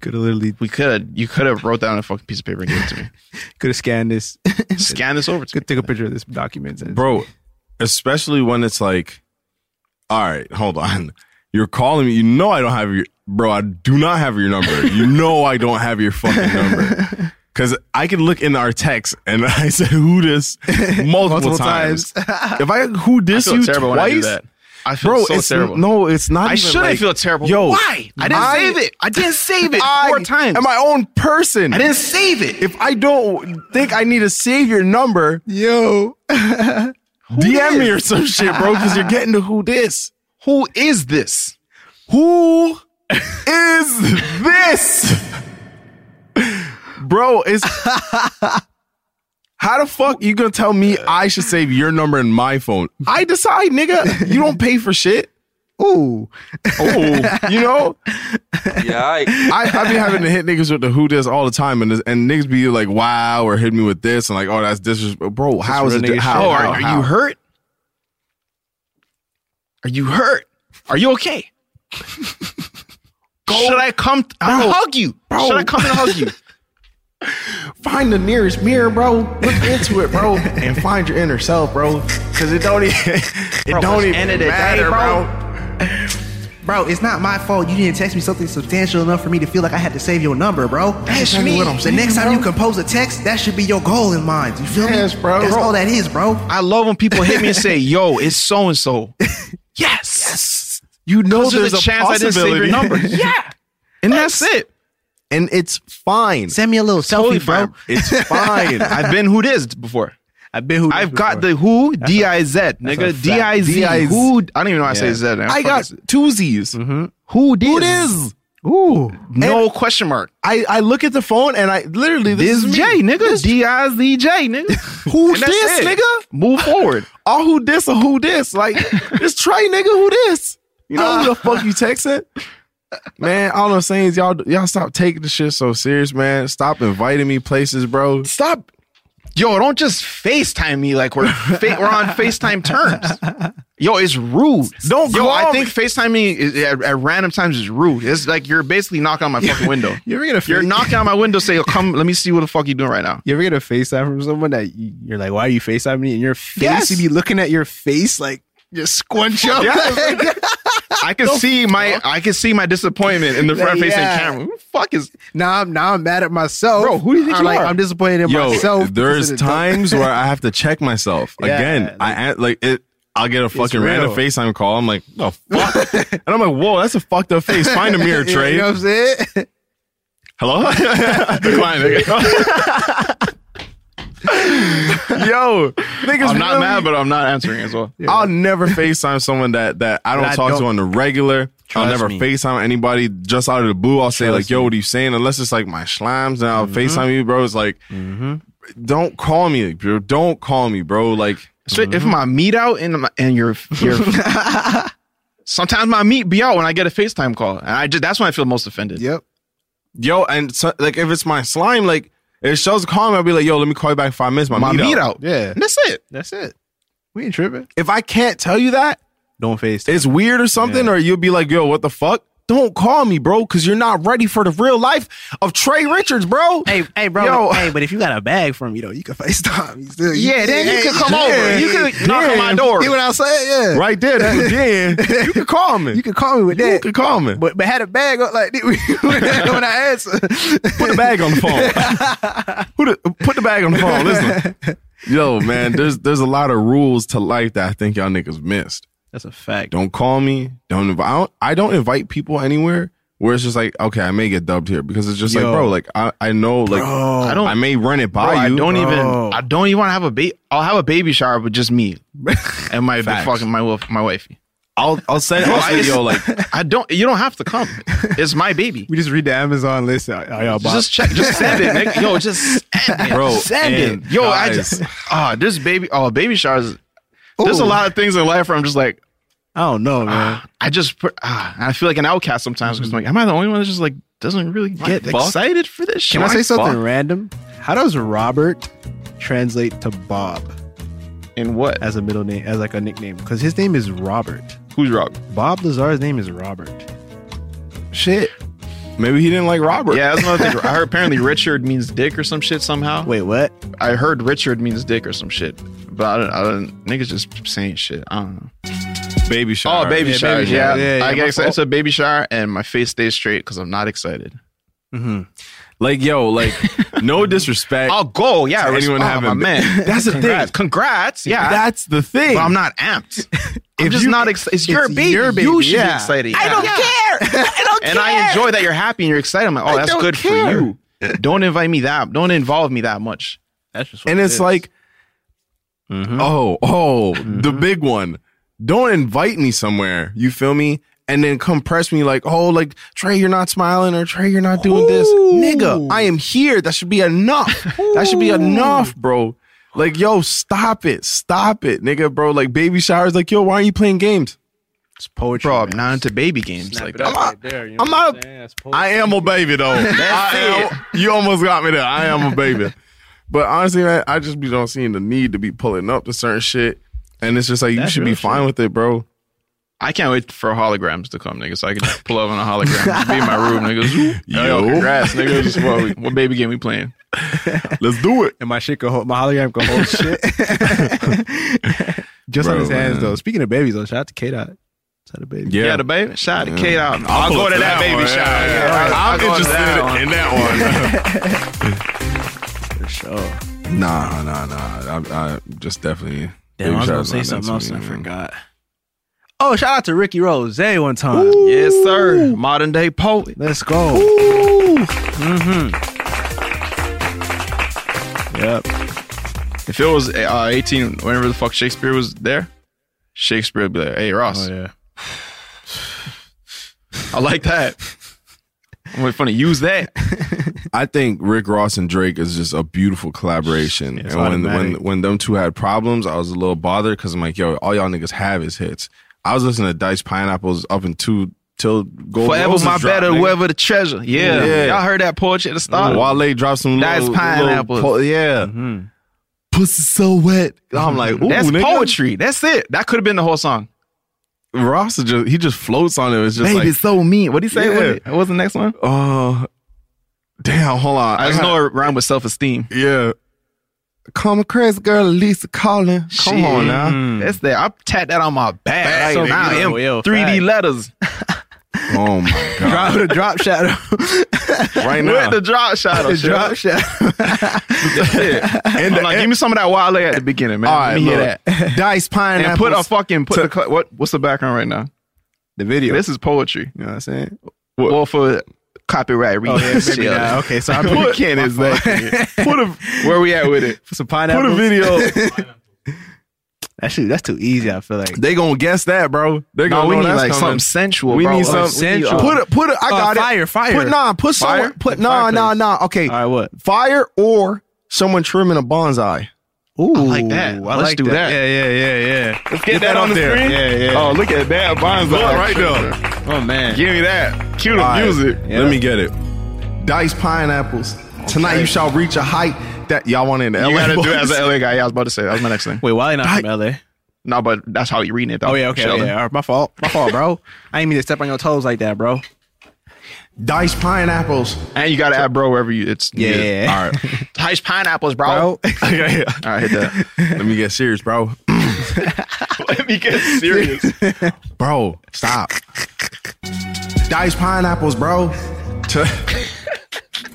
[SPEAKER 5] Could have literally
[SPEAKER 3] we could have, you could have wrote down a fucking piece of paper and gave it to me.
[SPEAKER 5] could have scanned this.
[SPEAKER 3] Scan this over to me.
[SPEAKER 5] Could take a picture of this document. and-
[SPEAKER 4] Bro, especially when it's like, all right, hold on. You're calling me. You know I don't have your bro. I do not have your number. You know I don't have your fucking number. Cause I could look in our text and I said who this multiple,
[SPEAKER 2] Multiple
[SPEAKER 4] times.
[SPEAKER 2] times.
[SPEAKER 4] if I who this
[SPEAKER 3] feel
[SPEAKER 4] you
[SPEAKER 3] terrible when I do
[SPEAKER 4] twice,
[SPEAKER 3] that. I feel
[SPEAKER 4] bro,
[SPEAKER 3] so
[SPEAKER 4] it's
[SPEAKER 3] terrible.
[SPEAKER 4] no, it's not.
[SPEAKER 3] I
[SPEAKER 4] even
[SPEAKER 3] shouldn't
[SPEAKER 4] like-
[SPEAKER 3] feel terrible.
[SPEAKER 4] Yo,
[SPEAKER 7] Why? I didn't save it. I didn't save it
[SPEAKER 4] I
[SPEAKER 7] four times.
[SPEAKER 4] Am my own person?
[SPEAKER 7] I didn't save it.
[SPEAKER 4] if I don't think I need to save your number,
[SPEAKER 2] Yo,
[SPEAKER 4] DM me or some shit, bro. Because you're getting to who this.
[SPEAKER 7] Who is this?
[SPEAKER 4] Who is this? Bro, it's how the fuck you gonna tell me I should save your number in my phone? I decide, nigga. You don't pay for shit.
[SPEAKER 2] ooh,
[SPEAKER 4] Oh, you know?
[SPEAKER 11] Yeah, I,
[SPEAKER 4] I, I be having to hit niggas with the who this all the time and this, and niggas be like, wow, or hit me with this and like, oh, that's disrespectful. Bro, how is
[SPEAKER 3] real
[SPEAKER 4] it? di-
[SPEAKER 3] nigga
[SPEAKER 4] How,
[SPEAKER 3] shit.
[SPEAKER 4] how,
[SPEAKER 3] Oh, are- are you
[SPEAKER 4] how?
[SPEAKER 3] hurt? Are you hurt? Are you okay?
[SPEAKER 2] Oh.
[SPEAKER 3] Should I come t- hug you? Should I come and hug you?
[SPEAKER 4] Find the nearest mirror, bro. Look into it, bro, and find your inner self, bro. Cause it don't even it don't even
[SPEAKER 7] end of the day,
[SPEAKER 4] matter,
[SPEAKER 7] bro.
[SPEAKER 4] bro.
[SPEAKER 7] Bro, it's not my fault you didn't text me something substantial enough for me to feel like I had to save your number, bro. That's
[SPEAKER 4] exactly
[SPEAKER 7] me.
[SPEAKER 4] what I'm saying,
[SPEAKER 7] the next time
[SPEAKER 4] bro.
[SPEAKER 7] you compose a text, that should be your goal in mind. You feel
[SPEAKER 4] Yes,
[SPEAKER 7] me?
[SPEAKER 4] bro.
[SPEAKER 7] That's
[SPEAKER 4] Bro.
[SPEAKER 7] all that is, bro.
[SPEAKER 3] I love when people hit me and say, "Yo, it's so and so." Yes.
[SPEAKER 4] You know
[SPEAKER 3] Those are
[SPEAKER 4] there's
[SPEAKER 3] the
[SPEAKER 4] a
[SPEAKER 3] chance I didn't save your
[SPEAKER 4] possibility.
[SPEAKER 3] number. Yeah. And that's it.
[SPEAKER 4] and it's fine.
[SPEAKER 7] Send me a little
[SPEAKER 3] Totally
[SPEAKER 7] selfie, bro.
[SPEAKER 3] fine. It's fine. I've been who this before.
[SPEAKER 5] I've been who this
[SPEAKER 3] I've got
[SPEAKER 5] before.
[SPEAKER 3] the who D I Z nigga D I Z
[SPEAKER 4] D.I.Z..
[SPEAKER 3] who I don't even know why I say
[SPEAKER 5] Yeah.
[SPEAKER 3] Z. Mm-hmm.
[SPEAKER 4] I got two Z's.
[SPEAKER 3] who
[SPEAKER 4] Who
[SPEAKER 3] this?
[SPEAKER 4] this?
[SPEAKER 5] Ooh.
[SPEAKER 3] No question mark.
[SPEAKER 4] I, I look at the phone and I literally this,
[SPEAKER 3] This
[SPEAKER 4] is
[SPEAKER 3] J
[SPEAKER 4] me.
[SPEAKER 3] nigga D I Z J nigga.
[SPEAKER 4] Who
[SPEAKER 3] And that's
[SPEAKER 4] this,
[SPEAKER 3] it.
[SPEAKER 4] nigga?
[SPEAKER 3] Move forward.
[SPEAKER 4] all who this or who this. Like, it's Trey, nigga, who this? You know who the fuck you texting? Man, all I'm saying is y'all y'all stop taking the shit so serious, man. Stop inviting me places, bro.
[SPEAKER 3] Stop. Yo, don't just FaceTime me like we're fa- we're on FaceTime terms. Yo, it's rude.
[SPEAKER 4] Don't
[SPEAKER 3] Yo, I
[SPEAKER 4] call
[SPEAKER 3] think FaceTiming is, at, at random times is rude. It's like you're basically knocking on my fucking window.
[SPEAKER 5] You ever get a face,
[SPEAKER 3] You're knocking on my window, say, "Yo, come, let me see what the fuck you doing right now.
[SPEAKER 5] you ever get a FaceTime from someone that you, you're like, why are you FaceTiming me? And your face,
[SPEAKER 3] Yes.
[SPEAKER 5] you be looking at your face like, just squinch up.
[SPEAKER 3] I can see my I can see my disappointment in the front facing
[SPEAKER 5] Yeah.
[SPEAKER 3] camera. Who the fuck is
[SPEAKER 5] now I'm now I'm mad at myself.
[SPEAKER 3] Bro, who do you think
[SPEAKER 5] I'm
[SPEAKER 3] you
[SPEAKER 5] like,
[SPEAKER 3] are?
[SPEAKER 5] I'm disappointed in
[SPEAKER 4] Yo,
[SPEAKER 5] myself. because
[SPEAKER 4] there's
[SPEAKER 5] of the-
[SPEAKER 4] times where I have to check myself
[SPEAKER 5] Yeah,
[SPEAKER 4] again. I act- like it. I'll get a fucking
[SPEAKER 5] real.
[SPEAKER 4] random FaceTime call. I'm like, the fuck? and I'm like, whoa, that's a fucked up face. Find a mirror, Trey.
[SPEAKER 5] You know what I'm saying?
[SPEAKER 4] Hello? Decline, nigga. Yo, niggas
[SPEAKER 3] I'm
[SPEAKER 4] really-
[SPEAKER 3] not mad, but I'm not answering as well.
[SPEAKER 4] I'll never FaceTime someone that that I don't
[SPEAKER 5] I
[SPEAKER 4] talk
[SPEAKER 5] don't-
[SPEAKER 4] to on the regular. I'll
[SPEAKER 5] Trust
[SPEAKER 4] never
[SPEAKER 5] me.
[SPEAKER 4] FaceTime anybody just out of the blue. I'll say like, "Yo, what are you saying?" Unless it's like my slimes, and I'll FaceTime you, bro. It's like, don't call me, bro. Don't call me, bro. Like,
[SPEAKER 3] So if my meat out and my, and your your sometimes my meat be out when I get a FaceTime call, and I just that's when I feel most offended.
[SPEAKER 5] yep.
[SPEAKER 4] yo, and so, like if it's my slime, like if Shell's calling, me, I'll be like, "Yo, let me call you back in five minutes." My,
[SPEAKER 3] My meat out.
[SPEAKER 5] Yeah.
[SPEAKER 3] And that's it.
[SPEAKER 5] That's it. We ain't tripping.
[SPEAKER 4] If I can't tell you that,
[SPEAKER 5] Don't FaceTime.
[SPEAKER 4] it's weird or something, or you'll be like, "Yo, what the fuck?" Don't call me, bro, because you're not ready for the real life of Trey Richards, bro.
[SPEAKER 5] Hey, hey, bro.
[SPEAKER 4] Yo.
[SPEAKER 5] Hey, but if you got a bag from you know, you can FaceTime. You still,
[SPEAKER 3] Yeah, then you can come
[SPEAKER 5] yeah,
[SPEAKER 3] over. You can
[SPEAKER 5] yeah.
[SPEAKER 3] knock on my door.
[SPEAKER 5] You know what I'm saying? Yeah.
[SPEAKER 4] Right there, that's again. You can call me.
[SPEAKER 5] You can call me with
[SPEAKER 4] You
[SPEAKER 5] that.
[SPEAKER 4] can call me.
[SPEAKER 5] But but had a bag up like this when I answer.
[SPEAKER 4] put the bag on the phone. Who the, put the bag on the phone. Listen, yo, man, there's there's a lot of rules to life that I think y'all niggas missed.
[SPEAKER 5] That's a fact.
[SPEAKER 4] Don't call me. Don't invite. I don't, I don't invite people anywhere where it's just like, okay, I may get dubbed here because it's just
[SPEAKER 5] Yo.
[SPEAKER 4] like, bro, like I, I know, like
[SPEAKER 3] I
[SPEAKER 4] I
[SPEAKER 3] don't-
[SPEAKER 4] don't, I may run it
[SPEAKER 3] Bro,
[SPEAKER 4] by
[SPEAKER 3] I
[SPEAKER 4] you.
[SPEAKER 3] don't even
[SPEAKER 5] Bro.
[SPEAKER 3] I don't even want to have a baby. I'll have a baby shower, but just me and my
[SPEAKER 4] Facts.
[SPEAKER 3] fucking my wife, my wifey.
[SPEAKER 4] I'll I'll send. I'll say, yo, like
[SPEAKER 3] I don't. You don't have to come. It's my baby.
[SPEAKER 5] We just read the Amazon list. Oh, y'all bought-
[SPEAKER 3] Just check. Just send it, nigga. Yo, just send it.
[SPEAKER 4] Bro,
[SPEAKER 3] send
[SPEAKER 4] and
[SPEAKER 3] it. Yo, I
[SPEAKER 4] guys-
[SPEAKER 3] just ah, this baby. Oh, baby showers. There's a
[SPEAKER 5] Ooh.
[SPEAKER 3] lot of things in life where I'm just like,
[SPEAKER 5] I don't know, man.
[SPEAKER 3] ah, I just put, ah, I feel like an outcast sometimes because I'm like, am I the only one that just like doesn't really get
[SPEAKER 4] Mm-hmm. fuck?
[SPEAKER 3] excited for this shit?
[SPEAKER 5] Can I say something
[SPEAKER 3] Fuck.
[SPEAKER 5] random? How does Robert translate to Bob
[SPEAKER 3] In what?
[SPEAKER 5] as a middle name, as like a nickname? Because his name is Robert.
[SPEAKER 3] Who's Rob?
[SPEAKER 5] Bob Lazar's name is Robert.
[SPEAKER 4] shit. Maybe he didn't like Robert.
[SPEAKER 3] Yeah, that's another thing. I heard apparently Richard means dick or some shit somehow.
[SPEAKER 5] Wait, what?
[SPEAKER 3] I heard Richard means dick or some shit, but I don't, I don't niggas just saying shit. I don't know.
[SPEAKER 4] baby shower.
[SPEAKER 3] Oh, baby
[SPEAKER 4] Yeah,
[SPEAKER 3] shower. yeah.
[SPEAKER 5] Yeah, yeah,
[SPEAKER 3] I
[SPEAKER 5] my
[SPEAKER 3] get excited.
[SPEAKER 5] fault.
[SPEAKER 3] It's a baby shower, and my face stays straight because I'm not excited.
[SPEAKER 4] Like yo, like no disrespect.
[SPEAKER 3] I'll go. Yeah,
[SPEAKER 4] to
[SPEAKER 3] res-
[SPEAKER 4] anyone
[SPEAKER 3] oh,
[SPEAKER 4] having
[SPEAKER 3] my man.
[SPEAKER 4] That's the
[SPEAKER 3] Congrats.
[SPEAKER 4] thing.
[SPEAKER 3] Congrats. Yeah,
[SPEAKER 4] that's the thing.
[SPEAKER 3] But I'm not amped. I'm
[SPEAKER 4] If
[SPEAKER 3] just
[SPEAKER 4] you-
[SPEAKER 3] not. Ex- it's,
[SPEAKER 4] it's
[SPEAKER 3] your baby.
[SPEAKER 4] your
[SPEAKER 3] You
[SPEAKER 4] baby,
[SPEAKER 3] should be
[SPEAKER 4] yeah.
[SPEAKER 3] excited.
[SPEAKER 1] I
[SPEAKER 3] Yeah.
[SPEAKER 1] don't care. I don't
[SPEAKER 3] and
[SPEAKER 1] care.
[SPEAKER 3] I enjoy that you're happy and you're excited. I'm like, oh,
[SPEAKER 1] I
[SPEAKER 3] that's
[SPEAKER 1] don't
[SPEAKER 3] good
[SPEAKER 1] care.
[SPEAKER 3] for you. Don't invite me that. Don't involve me that much.
[SPEAKER 5] That's just
[SPEAKER 4] and it's like,
[SPEAKER 5] Mhm.
[SPEAKER 4] oh, oh,
[SPEAKER 5] Mm-hmm.
[SPEAKER 4] the big one. Don't invite me somewhere. You feel me? And then compress me like, oh, like Trey, you're not smiling, or Trey, you're not doing this, nigga. I am here. That should be enough. that should be enough, bro. Like, yo, stop it, stop it, nigga, bro. Like baby showers, like, yo, why aren't you playing games?
[SPEAKER 5] it's poetry.
[SPEAKER 3] Bro, I'm not into baby games.
[SPEAKER 5] Snap
[SPEAKER 3] Like,
[SPEAKER 5] it up
[SPEAKER 3] I'm not-
[SPEAKER 5] right there, you know
[SPEAKER 4] I'm
[SPEAKER 5] what
[SPEAKER 4] not.
[SPEAKER 5] saying?
[SPEAKER 4] A,
[SPEAKER 5] That's poetry.
[SPEAKER 4] I am a baby though. I am- you almost got me there. I am a baby. But honestly, man, I just be don't seeing the need to be pulling up to certain shit, and it's just like you
[SPEAKER 3] That's
[SPEAKER 4] should be
[SPEAKER 3] real
[SPEAKER 4] fine
[SPEAKER 3] shit.
[SPEAKER 4] with it, bro.
[SPEAKER 3] I can't wait for holograms to come, nigga. So I can just pull up on a hologram, just be in my room, niggas. Yo,
[SPEAKER 4] Yo.
[SPEAKER 3] congrats, nigga. Just what, we- what baby game we playing?
[SPEAKER 4] Let's do it.
[SPEAKER 5] and my shit could hold my hologram could hold shit. Just on
[SPEAKER 4] Bro,
[SPEAKER 5] his hands
[SPEAKER 4] man.
[SPEAKER 5] though. Speaking of babies though, shout out to K Dot. Shout out to baby.
[SPEAKER 3] Yeah,
[SPEAKER 4] Yeah,
[SPEAKER 3] the baby. Shout out to Kate out. I'll,
[SPEAKER 4] pull
[SPEAKER 3] go
[SPEAKER 4] up
[SPEAKER 3] to that, baby
[SPEAKER 4] one.
[SPEAKER 3] shower.
[SPEAKER 4] Yeah,
[SPEAKER 3] Yeah,
[SPEAKER 4] yeah,
[SPEAKER 3] I'll
[SPEAKER 4] yeah. I'm
[SPEAKER 3] go to that one.
[SPEAKER 4] interested in that
[SPEAKER 5] For sure.
[SPEAKER 4] one. nah, nah, nah. I, I just definitely.
[SPEAKER 5] Damn, I was gonna
[SPEAKER 4] showers
[SPEAKER 5] say
[SPEAKER 4] not
[SPEAKER 5] something
[SPEAKER 4] that
[SPEAKER 5] else
[SPEAKER 4] to
[SPEAKER 5] and I
[SPEAKER 4] me, man.
[SPEAKER 5] forgot. Oh, shout out to Ricky Rose one time.
[SPEAKER 3] Yes, sir. Modern day poet.
[SPEAKER 5] Let's go. Mm-hmm. Yep.
[SPEAKER 3] If it was uh, 18, whenever the fuck Shakespeare was there, Shakespeare would be like, hey, Ross,
[SPEAKER 5] Oh, yeah.
[SPEAKER 3] I like that. I'm going to use that.
[SPEAKER 4] I think Rick Ross and Drake is just a beautiful collaboration.
[SPEAKER 5] It's
[SPEAKER 4] and when when
[SPEAKER 5] automatic.
[SPEAKER 4] when them two had problems, I was a little bothered because I'm like, yo, all y'all niggas have is hits. I was listening to Dice Pineapples up until till Gold
[SPEAKER 3] Forever
[SPEAKER 4] Roses
[SPEAKER 3] my
[SPEAKER 4] dropped,
[SPEAKER 3] better,
[SPEAKER 4] nigga.
[SPEAKER 3] whoever the treasure. Yeah.
[SPEAKER 4] Yeah.
[SPEAKER 3] Y'all heard that poetry at the start?
[SPEAKER 4] Wale dropped some
[SPEAKER 3] Dice
[SPEAKER 4] little,
[SPEAKER 3] Pineapples.
[SPEAKER 4] little po- yeah,
[SPEAKER 5] Mm-hmm.
[SPEAKER 4] pussy so wet. I'm like, ooh,
[SPEAKER 3] That's
[SPEAKER 4] nigga.
[SPEAKER 3] poetry. That's it. That could have been the whole song.
[SPEAKER 4] Ross is just he just floats on it. It's just like,
[SPEAKER 3] so mean. What do you
[SPEAKER 4] Yeah.
[SPEAKER 3] What was the next one?
[SPEAKER 4] oh, damn, hold on.
[SPEAKER 3] I just know it rhymed with self esteem.
[SPEAKER 4] Yeah, come a crazy girl, Lisa calling. Come on now.
[SPEAKER 3] Mm. That's that. I tat that on my back.
[SPEAKER 4] Bag,
[SPEAKER 3] So
[SPEAKER 4] nigga.
[SPEAKER 3] now I am
[SPEAKER 5] Yo,
[SPEAKER 3] 3D
[SPEAKER 5] facts.
[SPEAKER 3] letters.
[SPEAKER 4] Oh my god.
[SPEAKER 5] Drop the drop shadow.
[SPEAKER 4] right
[SPEAKER 3] With
[SPEAKER 4] now.
[SPEAKER 3] the drop shot.
[SPEAKER 5] the drop shadow.
[SPEAKER 3] And like, give me some of that Wale at the beginning, man.
[SPEAKER 4] All
[SPEAKER 3] Let
[SPEAKER 4] right,
[SPEAKER 3] me hear
[SPEAKER 4] look.
[SPEAKER 3] that.
[SPEAKER 4] Dice pineapple.
[SPEAKER 3] And put a fucking put the cl- what? What's the background right now?
[SPEAKER 5] the video.
[SPEAKER 3] This is poetry.
[SPEAKER 5] you know what I'm saying?
[SPEAKER 3] Well, for copyright
[SPEAKER 5] Oh yeah,
[SPEAKER 3] reasons.
[SPEAKER 5] maybe not. Okay, so I'm
[SPEAKER 3] Put-
[SPEAKER 5] can't is that
[SPEAKER 3] Put a, where we at with it?
[SPEAKER 5] some pineapple.
[SPEAKER 4] put a video.
[SPEAKER 5] That shit, that's too easy. I feel like.
[SPEAKER 4] they gonna guess that, bro. They
[SPEAKER 3] No,
[SPEAKER 4] gonna
[SPEAKER 3] we
[SPEAKER 4] know
[SPEAKER 3] need
[SPEAKER 4] that's
[SPEAKER 3] like
[SPEAKER 4] coming.
[SPEAKER 3] something sensual.
[SPEAKER 4] we
[SPEAKER 3] bro.
[SPEAKER 4] need
[SPEAKER 3] Like,
[SPEAKER 4] some
[SPEAKER 5] sensual.
[SPEAKER 4] Put a put a. I
[SPEAKER 5] Uh,
[SPEAKER 4] got
[SPEAKER 5] fire,
[SPEAKER 4] it.
[SPEAKER 5] fire.
[SPEAKER 4] Put nah. Put
[SPEAKER 5] Fire?
[SPEAKER 4] someone. Put
[SPEAKER 5] The
[SPEAKER 4] nah. Nah.
[SPEAKER 5] fireplace.
[SPEAKER 4] Nah. Okay.
[SPEAKER 5] All right, what?
[SPEAKER 4] Fire or someone trimming a bonsai.
[SPEAKER 5] Ooh,
[SPEAKER 3] like that. Let's do that.
[SPEAKER 5] Yeah, yeah, yeah, yeah.
[SPEAKER 3] Let's get, that, on the
[SPEAKER 5] there.
[SPEAKER 3] screen.
[SPEAKER 5] Yeah, yeah.
[SPEAKER 3] Oh, look at that bonsai
[SPEAKER 4] right there.
[SPEAKER 5] Oh man.
[SPEAKER 3] Give me that. Cue the
[SPEAKER 4] All right,
[SPEAKER 3] music.
[SPEAKER 4] Let me get it. Dice pineapples. Tonight you shall reach a height that y'all want in the
[SPEAKER 3] You
[SPEAKER 4] LA.
[SPEAKER 3] gotta do it
[SPEAKER 4] boys.
[SPEAKER 3] as an LA guy. Yeah, I was about to say that was my next thing.
[SPEAKER 5] Wait, Wally not from LA.
[SPEAKER 3] No, but that's how you reading it though.
[SPEAKER 5] Oh yeah, okay,
[SPEAKER 3] Sheldon.
[SPEAKER 5] yeah. all right, My fault, my fault, bro. I ain't mean to step on your toes like that, bro.
[SPEAKER 4] Dice pineapples.
[SPEAKER 3] And you gotta add bro wherever you it's needed.
[SPEAKER 5] Yeah.
[SPEAKER 3] All right. Dice pineapples, bro.
[SPEAKER 4] Oh.
[SPEAKER 5] Bro,
[SPEAKER 4] Okay.
[SPEAKER 3] All right, hit that.
[SPEAKER 4] Let me get serious, bro.
[SPEAKER 3] Let me get serious.
[SPEAKER 4] Bro, stop. Dice pineapples, bro. To-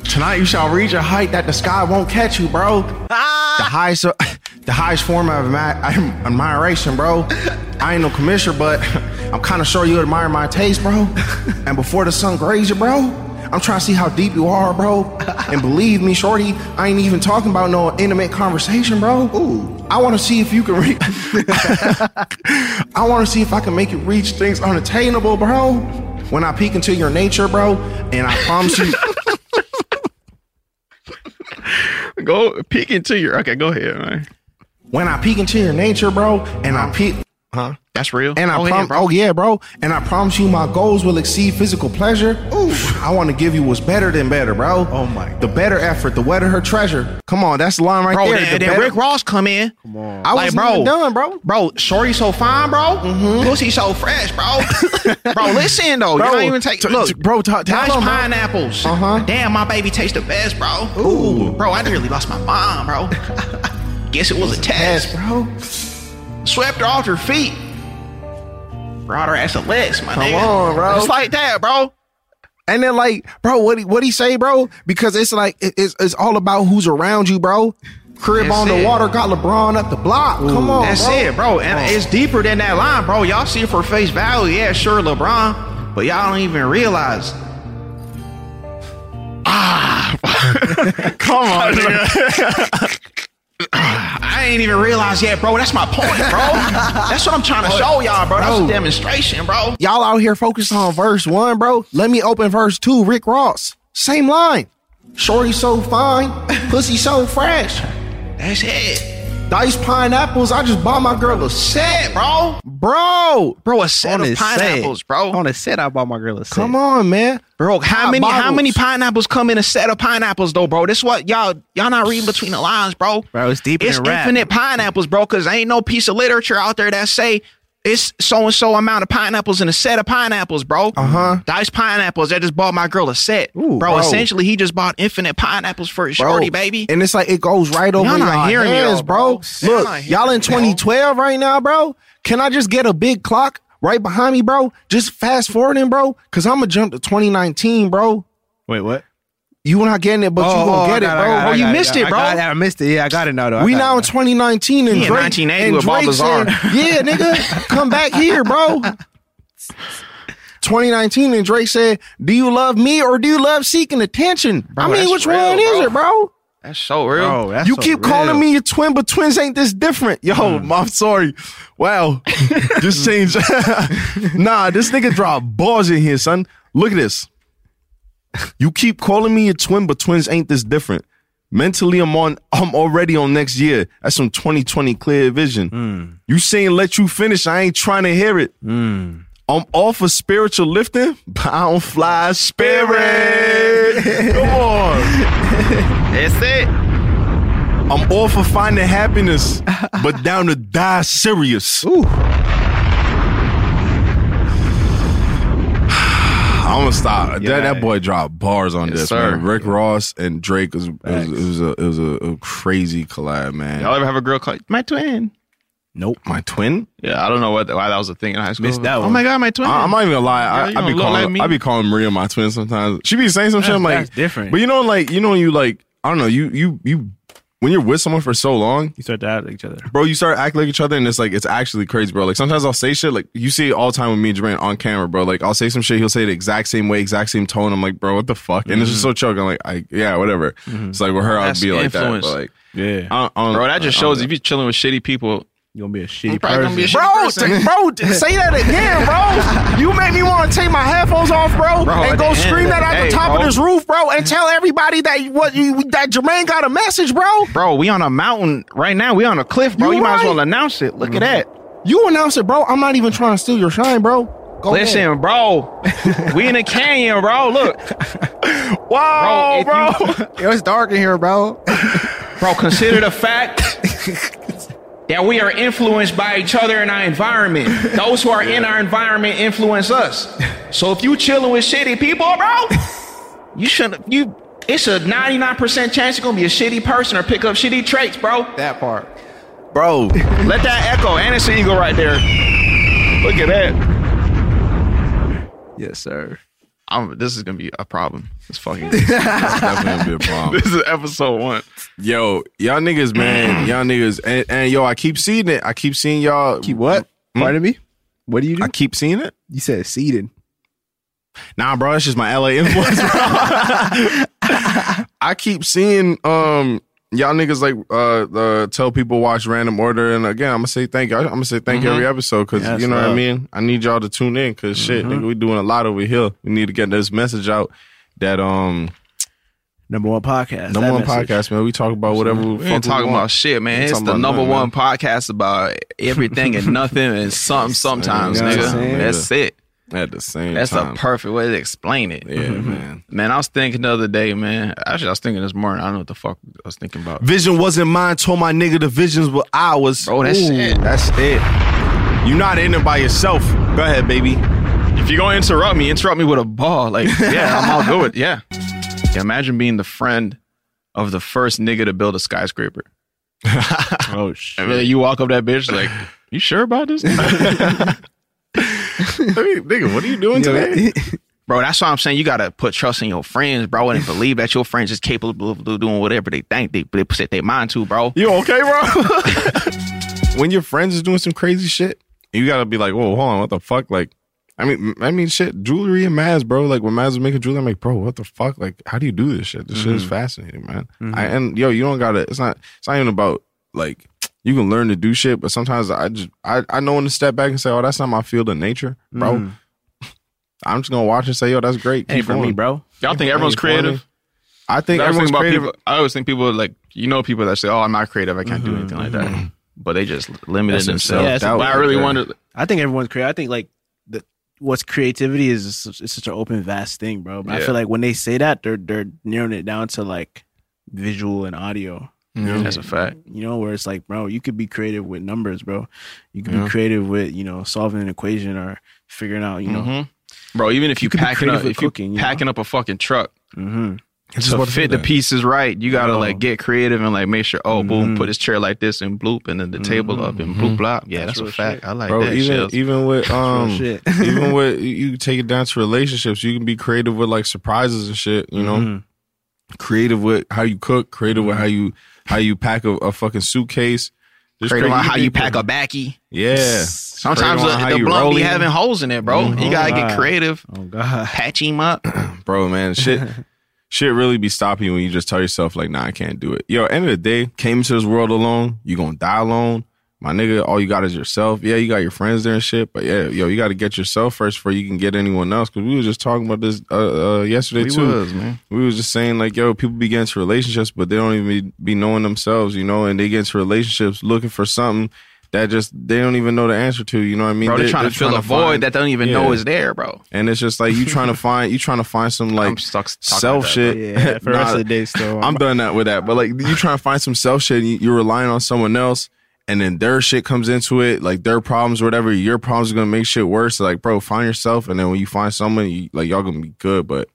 [SPEAKER 4] Tonight you shall reach a height that the sky won't catch you, bro. The highest, uh, the highest form of admi- admiration, bro. I ain't no commissioner, but I'm kind of sure you admire my taste, bro. And before the sun grazes you, bro, I'm trying to see how deep you are, bro. And believe me, shorty, I ain't even talking about no intimate conversation, bro. Ooh, I want to see if you can reach. I want to see if I can make you reach things unattainable, bro. When I peek into your nature, bro, and I promise you,
[SPEAKER 3] go peek into your okay, go ahead, man.
[SPEAKER 4] when I peek into your nature, bro, and I peek, huh?
[SPEAKER 3] That's real.
[SPEAKER 4] And I
[SPEAKER 3] Go
[SPEAKER 4] promise,
[SPEAKER 3] ahead, bro.
[SPEAKER 4] oh yeah, bro, and I promise you, my goals will exceed physical pleasure. Ooh, I want to give you what's better than better, bro.
[SPEAKER 5] Oh, my
[SPEAKER 4] the better effort, the wetter her treasure. Come on, that's the line right
[SPEAKER 3] Bro,
[SPEAKER 4] there.
[SPEAKER 3] then,
[SPEAKER 4] the
[SPEAKER 3] then
[SPEAKER 4] better-
[SPEAKER 3] Rick Ross come in. Come on.
[SPEAKER 4] I was
[SPEAKER 3] bro,
[SPEAKER 4] even done, bro. Mm-hmm.
[SPEAKER 3] Bro, shorty so fine, bro. Pussy so fresh, bro. bro, listen though.
[SPEAKER 4] Bro,
[SPEAKER 3] you don't even take
[SPEAKER 4] t-
[SPEAKER 3] look,
[SPEAKER 4] t- bro, t- tell
[SPEAKER 3] nice
[SPEAKER 4] them, bro.
[SPEAKER 3] pineapples.
[SPEAKER 4] Uh-huh.
[SPEAKER 3] Damn, my baby tastes the best, bro. Ooh, bro, I nearly lost my mind, bro. Guess it was a test,
[SPEAKER 4] bro.
[SPEAKER 3] bro. Swept her off her feet. Brought her ass to legs, my
[SPEAKER 4] Come
[SPEAKER 3] nigga.
[SPEAKER 4] on, bro.
[SPEAKER 3] Just like that, bro.
[SPEAKER 12] And then like, bro, what he, what he say, bro? Because it's like it- it's it's all about who's around you, bro. Crib
[SPEAKER 2] That's
[SPEAKER 12] on the
[SPEAKER 2] it.
[SPEAKER 12] water, got LeBron at the block. Come on,
[SPEAKER 2] That's
[SPEAKER 12] bro.
[SPEAKER 2] it, bro. And
[SPEAKER 12] Come on.
[SPEAKER 2] it's deeper than that line, bro. Y'all see it for face value. Yeah, sure, LeBron, but y'all don't even realize. Ah.
[SPEAKER 13] Come on,
[SPEAKER 2] I ain't even realize yet, bro. That's my point, bro. That's what I'm trying to show y'all, bro. That's a demonstration, bro.
[SPEAKER 12] Y'all out here focused on verse one, bro. Let me open verse two. Rick Ross, same line. Shorty so fine, pussy so fresh.
[SPEAKER 2] That's it.
[SPEAKER 12] Diced pineapples. I just bought my girl a set,
[SPEAKER 2] bro.
[SPEAKER 12] Bro,
[SPEAKER 2] Bro, a set of pineapples, bro.
[SPEAKER 5] On a set, I bought my girl a set.
[SPEAKER 12] come on, man.
[SPEAKER 2] Bro, how
[SPEAKER 12] Hot
[SPEAKER 2] many how
[SPEAKER 12] bottles.
[SPEAKER 2] many pineapples come in a set of pineapples though, bro? This what y'all y'all not reading between the lines, bro.
[SPEAKER 5] Bro, it's deeper
[SPEAKER 2] It's
[SPEAKER 5] than rap.
[SPEAKER 2] infinite pineapples, bro, because ain't no piece of literature out there that say it's so and so amount of pineapples in a set of pineapples, bro. Uh huh. Dice pineapples. I just bought my girl a set, bro,
[SPEAKER 12] Uh-huh. bro.
[SPEAKER 2] Essentially, he just bought infinite pineapples for his
[SPEAKER 12] Bro,
[SPEAKER 2] shorty, baby.
[SPEAKER 12] And it's like it goes right over
[SPEAKER 2] Y'all
[SPEAKER 12] y'all,
[SPEAKER 2] not hearing me,
[SPEAKER 12] hands,
[SPEAKER 2] though,
[SPEAKER 12] bro.
[SPEAKER 2] bro. Y'all
[SPEAKER 12] Look,
[SPEAKER 2] not
[SPEAKER 12] y'all in
[SPEAKER 2] hearing me, bro.
[SPEAKER 12] 2012 right now, bro. Can I just get a big clock right behind me, bro? Just fast forwarding, bro, because I'm gonna jump to 2019, bro.
[SPEAKER 5] Wait, what?
[SPEAKER 12] You not getting it, but you
[SPEAKER 5] oh,
[SPEAKER 12] gonna
[SPEAKER 5] I
[SPEAKER 12] get it,
[SPEAKER 5] got
[SPEAKER 12] bro.
[SPEAKER 5] I got
[SPEAKER 12] Oh,
[SPEAKER 5] I
[SPEAKER 12] you
[SPEAKER 5] got
[SPEAKER 12] missed
[SPEAKER 5] I
[SPEAKER 12] it, bro.
[SPEAKER 5] got I missed it. Yeah, I got it now, though. I
[SPEAKER 12] we
[SPEAKER 5] got it
[SPEAKER 12] now in 2019 and
[SPEAKER 2] He in
[SPEAKER 12] Drake,
[SPEAKER 2] 1980
[SPEAKER 12] and
[SPEAKER 2] with
[SPEAKER 12] Drake
[SPEAKER 2] Balthazar.
[SPEAKER 12] said, "Yeah, nigga, come back here, bro." 2019 and Drake said, "Do you love me or do you love seeking attention?" I mean,
[SPEAKER 2] that's
[SPEAKER 12] which
[SPEAKER 2] real,
[SPEAKER 12] one is
[SPEAKER 2] bro.
[SPEAKER 12] it, bro?
[SPEAKER 2] That's so real.
[SPEAKER 5] Bro, Oh, that's
[SPEAKER 12] you
[SPEAKER 5] so
[SPEAKER 12] keep
[SPEAKER 5] real. Hmm.
[SPEAKER 12] calling me your twin, but twins ain't this different.
[SPEAKER 4] Yo, I'm sorry. Wow. this changed. nah, this nigga dropped balls in here, son. Look at this. You keep calling me your twin, but twins ain't this different. Mentally, I'm on. I'm already on next year. That's some 2020 clear vision.
[SPEAKER 5] Hmm.
[SPEAKER 4] You saying let you finish? I ain't trying to hear it. I'm all for spiritual lifting, but I don't fly spirit. Come on.
[SPEAKER 3] That's it.
[SPEAKER 4] I'm all for finding happiness, but down to die serious. I'm gonna stop. That, that boy dropped bars on
[SPEAKER 3] Yes,
[SPEAKER 4] this,
[SPEAKER 3] sir.
[SPEAKER 4] man. Rick Ross and Drake was, it was, it was a it was a, a crazy collab, man.
[SPEAKER 3] Y'all ever have a girl call my twin?
[SPEAKER 5] Nope.
[SPEAKER 4] my twin?
[SPEAKER 3] Yeah, I don't know what why that was a thing in high school.
[SPEAKER 5] Missed that
[SPEAKER 3] Oh
[SPEAKER 5] one.
[SPEAKER 3] my god, my twin.
[SPEAKER 4] I, am not even gonna lie.
[SPEAKER 3] Girl,
[SPEAKER 4] I,
[SPEAKER 3] you
[SPEAKER 4] I
[SPEAKER 3] don't
[SPEAKER 4] be
[SPEAKER 3] look
[SPEAKER 4] calling
[SPEAKER 3] like me.
[SPEAKER 4] I be calling Maria my twin sometimes. She be saying some shit
[SPEAKER 5] That's-
[SPEAKER 4] I'm like
[SPEAKER 5] that's different.
[SPEAKER 4] But you know, like you know, when you like I don't know. You you you when you're with someone for so long,
[SPEAKER 5] You start to out each other.
[SPEAKER 4] bro, you start acting like each other, and it's like it's actually crazy, bro. Like sometimes I'll say shit, like you see it all the time with me and Jermaine on camera, bro. Like I'll say some shit, he'll say the exact same way, exact same tone. I'm like, bro, what the fuck? And it's just so choking. Like, I yeah, whatever. It's like with her, I'd
[SPEAKER 3] That's
[SPEAKER 4] be like
[SPEAKER 3] influence.
[SPEAKER 4] that, but like,
[SPEAKER 5] Yeah.
[SPEAKER 4] I, don't- I don't-
[SPEAKER 3] Bro, that just
[SPEAKER 4] I don't
[SPEAKER 3] shows
[SPEAKER 4] know.
[SPEAKER 3] if you're chilling with shitty people.
[SPEAKER 5] You gonna be a shitty
[SPEAKER 3] probably gonna
[SPEAKER 5] person.
[SPEAKER 3] be a shitty
[SPEAKER 12] Bro,
[SPEAKER 3] person.
[SPEAKER 12] t- bro, t- say that again, bro. You make me want to take my headphones off, bro,
[SPEAKER 3] Bro,
[SPEAKER 12] and
[SPEAKER 3] at
[SPEAKER 12] go
[SPEAKER 3] the end
[SPEAKER 12] scream
[SPEAKER 3] of
[SPEAKER 12] that
[SPEAKER 3] the
[SPEAKER 12] out
[SPEAKER 3] day,
[SPEAKER 12] the top
[SPEAKER 3] bro.
[SPEAKER 12] of this roof, bro, and tell everybody that what you, that Jermaine got a message, bro.
[SPEAKER 2] Bro, we on a mountain right now. We on a cliff, bro.
[SPEAKER 12] You
[SPEAKER 2] You, might as
[SPEAKER 12] right.
[SPEAKER 2] well announce it. Look at that.
[SPEAKER 12] You announce it, bro. I'm not even trying to steal your shine, bro. Go
[SPEAKER 2] Listen,
[SPEAKER 12] ahead.
[SPEAKER 2] bro, we in a canyon, bro. Look,
[SPEAKER 12] Whoa,
[SPEAKER 2] bro, if
[SPEAKER 12] Oh, bro. it's dark in here, bro.
[SPEAKER 2] bro, consider the fact that we are influenced by each other in our environment. Those who are in our environment influence us. So if you chilling with shitty people, bro, you shouldn't. You, it's a ninety nine percent chance you're gonna be a shitty person or pick up shitty traits, bro.
[SPEAKER 12] That part.
[SPEAKER 4] bro,
[SPEAKER 2] Let that echo. Anderson Eagle right there. Look at that.
[SPEAKER 5] Yes, sir.
[SPEAKER 3] I'm, this is gonna be a problem. It's fucking.
[SPEAKER 4] that's definitely gonna be a problem.
[SPEAKER 3] this is episode one.
[SPEAKER 4] Yo, y'all niggas, man, y'all niggas, and, and yo, I keep seeing it. I keep seeing y'all.
[SPEAKER 5] Keep what?
[SPEAKER 4] Hmm?
[SPEAKER 5] Pardon me. What do you do?
[SPEAKER 4] I keep seeing it.
[SPEAKER 5] You said seeding.
[SPEAKER 4] Nah, bro, that's just my LA influence, bro. I keep seeing um y'all niggas like uh, uh tell people watch random order and again I'm gonna say thank you. I'm gonna say thank you
[SPEAKER 3] Mm-hmm.
[SPEAKER 4] every episode because
[SPEAKER 5] Yes,
[SPEAKER 4] you know what I
[SPEAKER 5] love.
[SPEAKER 4] mean. I need y'all to tune in because shit,
[SPEAKER 3] Mm-hmm.
[SPEAKER 4] nigga, we doing a lot over here. We need to get this message out that um
[SPEAKER 5] Number one podcast.
[SPEAKER 4] number
[SPEAKER 5] That
[SPEAKER 4] one
[SPEAKER 5] message.
[SPEAKER 4] podcast man. We talk about whatever
[SPEAKER 3] Mm-hmm. We ain't talking about shit, man. It's the number one podcast about everything and nothing and something sometimes,
[SPEAKER 4] You know what I'm saying?
[SPEAKER 3] nigga. That's it.
[SPEAKER 4] at the same.
[SPEAKER 3] That's
[SPEAKER 4] time.
[SPEAKER 3] the perfect way to explain it.
[SPEAKER 4] yeah, man.
[SPEAKER 3] Man, I was thinking the other day, man. Actually, I was thinking this morning. I don't know what the fuck I was thinking about.
[SPEAKER 4] Vision wasn't mine. Told my nigga the visions were ours.
[SPEAKER 3] Bro, that's it.
[SPEAKER 4] That's it. You're not in it by yourself. Go ahead, baby.
[SPEAKER 3] If you're gonna interrupt me, interrupt me with a ball. Like, yeah, I'm all good. with- Yeah. yeah. Imagine being the friend of the first nigga to build a skyscraper.
[SPEAKER 5] Oh shit.
[SPEAKER 3] And then you walk up that bitch like, you sure about this?
[SPEAKER 4] I mean, nigga, what are you doing
[SPEAKER 5] Yeah,
[SPEAKER 4] today?
[SPEAKER 3] Bro, that's why I'm saying you gotta put trust in your friends, bro, and believe that your friends is capable of doing whatever they think they, they set their mind to, bro.
[SPEAKER 4] You okay, bro? when your friends is doing some crazy shit, you gotta be like, whoa, hold on, what the fuck? Like, I mean, I mean, shit, jewelry and Maz, bro. Like when Maz was making jewelry, I'm like, bro, what the fuck? Like, how do you do this shit? This shit is
[SPEAKER 3] Mm-hmm.
[SPEAKER 10] Mhm.
[SPEAKER 4] fascinating, man.
[SPEAKER 10] Mhm.
[SPEAKER 4] I, and yo, you don't gotta. It's not. It's not even about like you can learn to do shit, but sometimes I just I I know when to step back and say, oh, that's not my field of nature, bro.
[SPEAKER 3] Mhm.
[SPEAKER 4] I'm just gonna watch and say, yo, that's great.
[SPEAKER 3] Ain't for me, bro. Y'all think everyone's
[SPEAKER 4] Ain't for me.
[SPEAKER 3] creative?
[SPEAKER 4] I
[SPEAKER 3] That's
[SPEAKER 4] think
[SPEAKER 3] the thing
[SPEAKER 4] everyone's
[SPEAKER 3] about
[SPEAKER 4] creative.
[SPEAKER 3] people- I always think people like you know people that say, "Oh, I'm not creative. I can't do anything like that," but they just limited themselves.
[SPEAKER 5] Yeah, it's a-
[SPEAKER 3] but I really wonder.
[SPEAKER 5] I think everyone's creative. I think like the what's creativity is just- it's such an open, vast thing, bro. But I
[SPEAKER 3] Yeah.
[SPEAKER 5] feel like when they say that, they're they're narrowing it down to like visual and audio.
[SPEAKER 3] Yeah. That's a fact.
[SPEAKER 5] You know, where it's like, bro, you could be creative with numbers, bro. You could
[SPEAKER 3] Yeah.
[SPEAKER 5] be creative with, you know, solving an equation or figuring out, you know.
[SPEAKER 3] Mhm. bro, even if you,
[SPEAKER 5] could be
[SPEAKER 3] packing
[SPEAKER 5] creative
[SPEAKER 3] up,
[SPEAKER 5] with
[SPEAKER 3] if you
[SPEAKER 5] cooking, you know?
[SPEAKER 3] packing up a fucking truck.
[SPEAKER 5] Mm-hmm.
[SPEAKER 4] just
[SPEAKER 3] to
[SPEAKER 4] about to say
[SPEAKER 3] fit the
[SPEAKER 4] that.
[SPEAKER 3] pieces right, you gotta like get creative and like make sure. Oh, boom!
[SPEAKER 4] Mhm.
[SPEAKER 3] Put this chair like this and bloop, and then the table up and bloop, bloop. Yeah, that's, a fact. I like
[SPEAKER 4] bro,
[SPEAKER 3] that.
[SPEAKER 4] even
[SPEAKER 3] shit.
[SPEAKER 4] even with um,
[SPEAKER 3] shit.
[SPEAKER 4] even with you- you take it down to relationships, you can be creative with like surprises and shit. You know,
[SPEAKER 3] Mhm.
[SPEAKER 4] creative with how you cook, creative with how you how you pack a, a fucking suitcase. Just
[SPEAKER 3] Creative on how
[SPEAKER 4] can
[SPEAKER 3] you
[SPEAKER 4] be-
[SPEAKER 3] pack a backy.
[SPEAKER 4] Yeah,
[SPEAKER 3] Sometimes
[SPEAKER 4] Creative on how
[SPEAKER 3] the, the
[SPEAKER 4] you
[SPEAKER 3] blunt
[SPEAKER 4] roll
[SPEAKER 3] be
[SPEAKER 4] it.
[SPEAKER 3] having holes in it, bro. You
[SPEAKER 4] Mhm.
[SPEAKER 3] gotta
[SPEAKER 4] God.
[SPEAKER 3] get creative.
[SPEAKER 5] Oh god,
[SPEAKER 3] patch him up.
[SPEAKER 4] bro, man, shit, shit really be stopping you when you just tell yourself like, nah, I can't do it. Yo, end of the day, came into this world alone. You gonna die alone, my nigga. All you got is yourself. Yeah, you got your friends there and shit, but yeah, yo, you got to get yourself first before you can get anyone else. Because we was just talking about this uh, uh yesterday
[SPEAKER 3] We
[SPEAKER 4] too.
[SPEAKER 3] was, man.
[SPEAKER 4] We was just saying like, yo, people be getting into relationships, but they don't even be, be knowing themselves, you know, and they get into relationships looking for something. That just they don't even know the answer to, you know what I mean?
[SPEAKER 3] Bro, they're trying to fill a void that they don't even know is there, bro.
[SPEAKER 4] And it's just like you trying to find you trying to find some like
[SPEAKER 3] about
[SPEAKER 4] self
[SPEAKER 3] that,
[SPEAKER 4] shit.
[SPEAKER 3] bro. Yeah, for the rest of the day
[SPEAKER 5] still.
[SPEAKER 4] I'm, done that with that. But like you trying to find some self shit, and you, you're relying on someone else, and then their shit comes into it, like their problems or whatever. Your problems are gonna make shit worse. So, like, bro, find yourself, and then when you find someone, you, like y'all gonna be good. But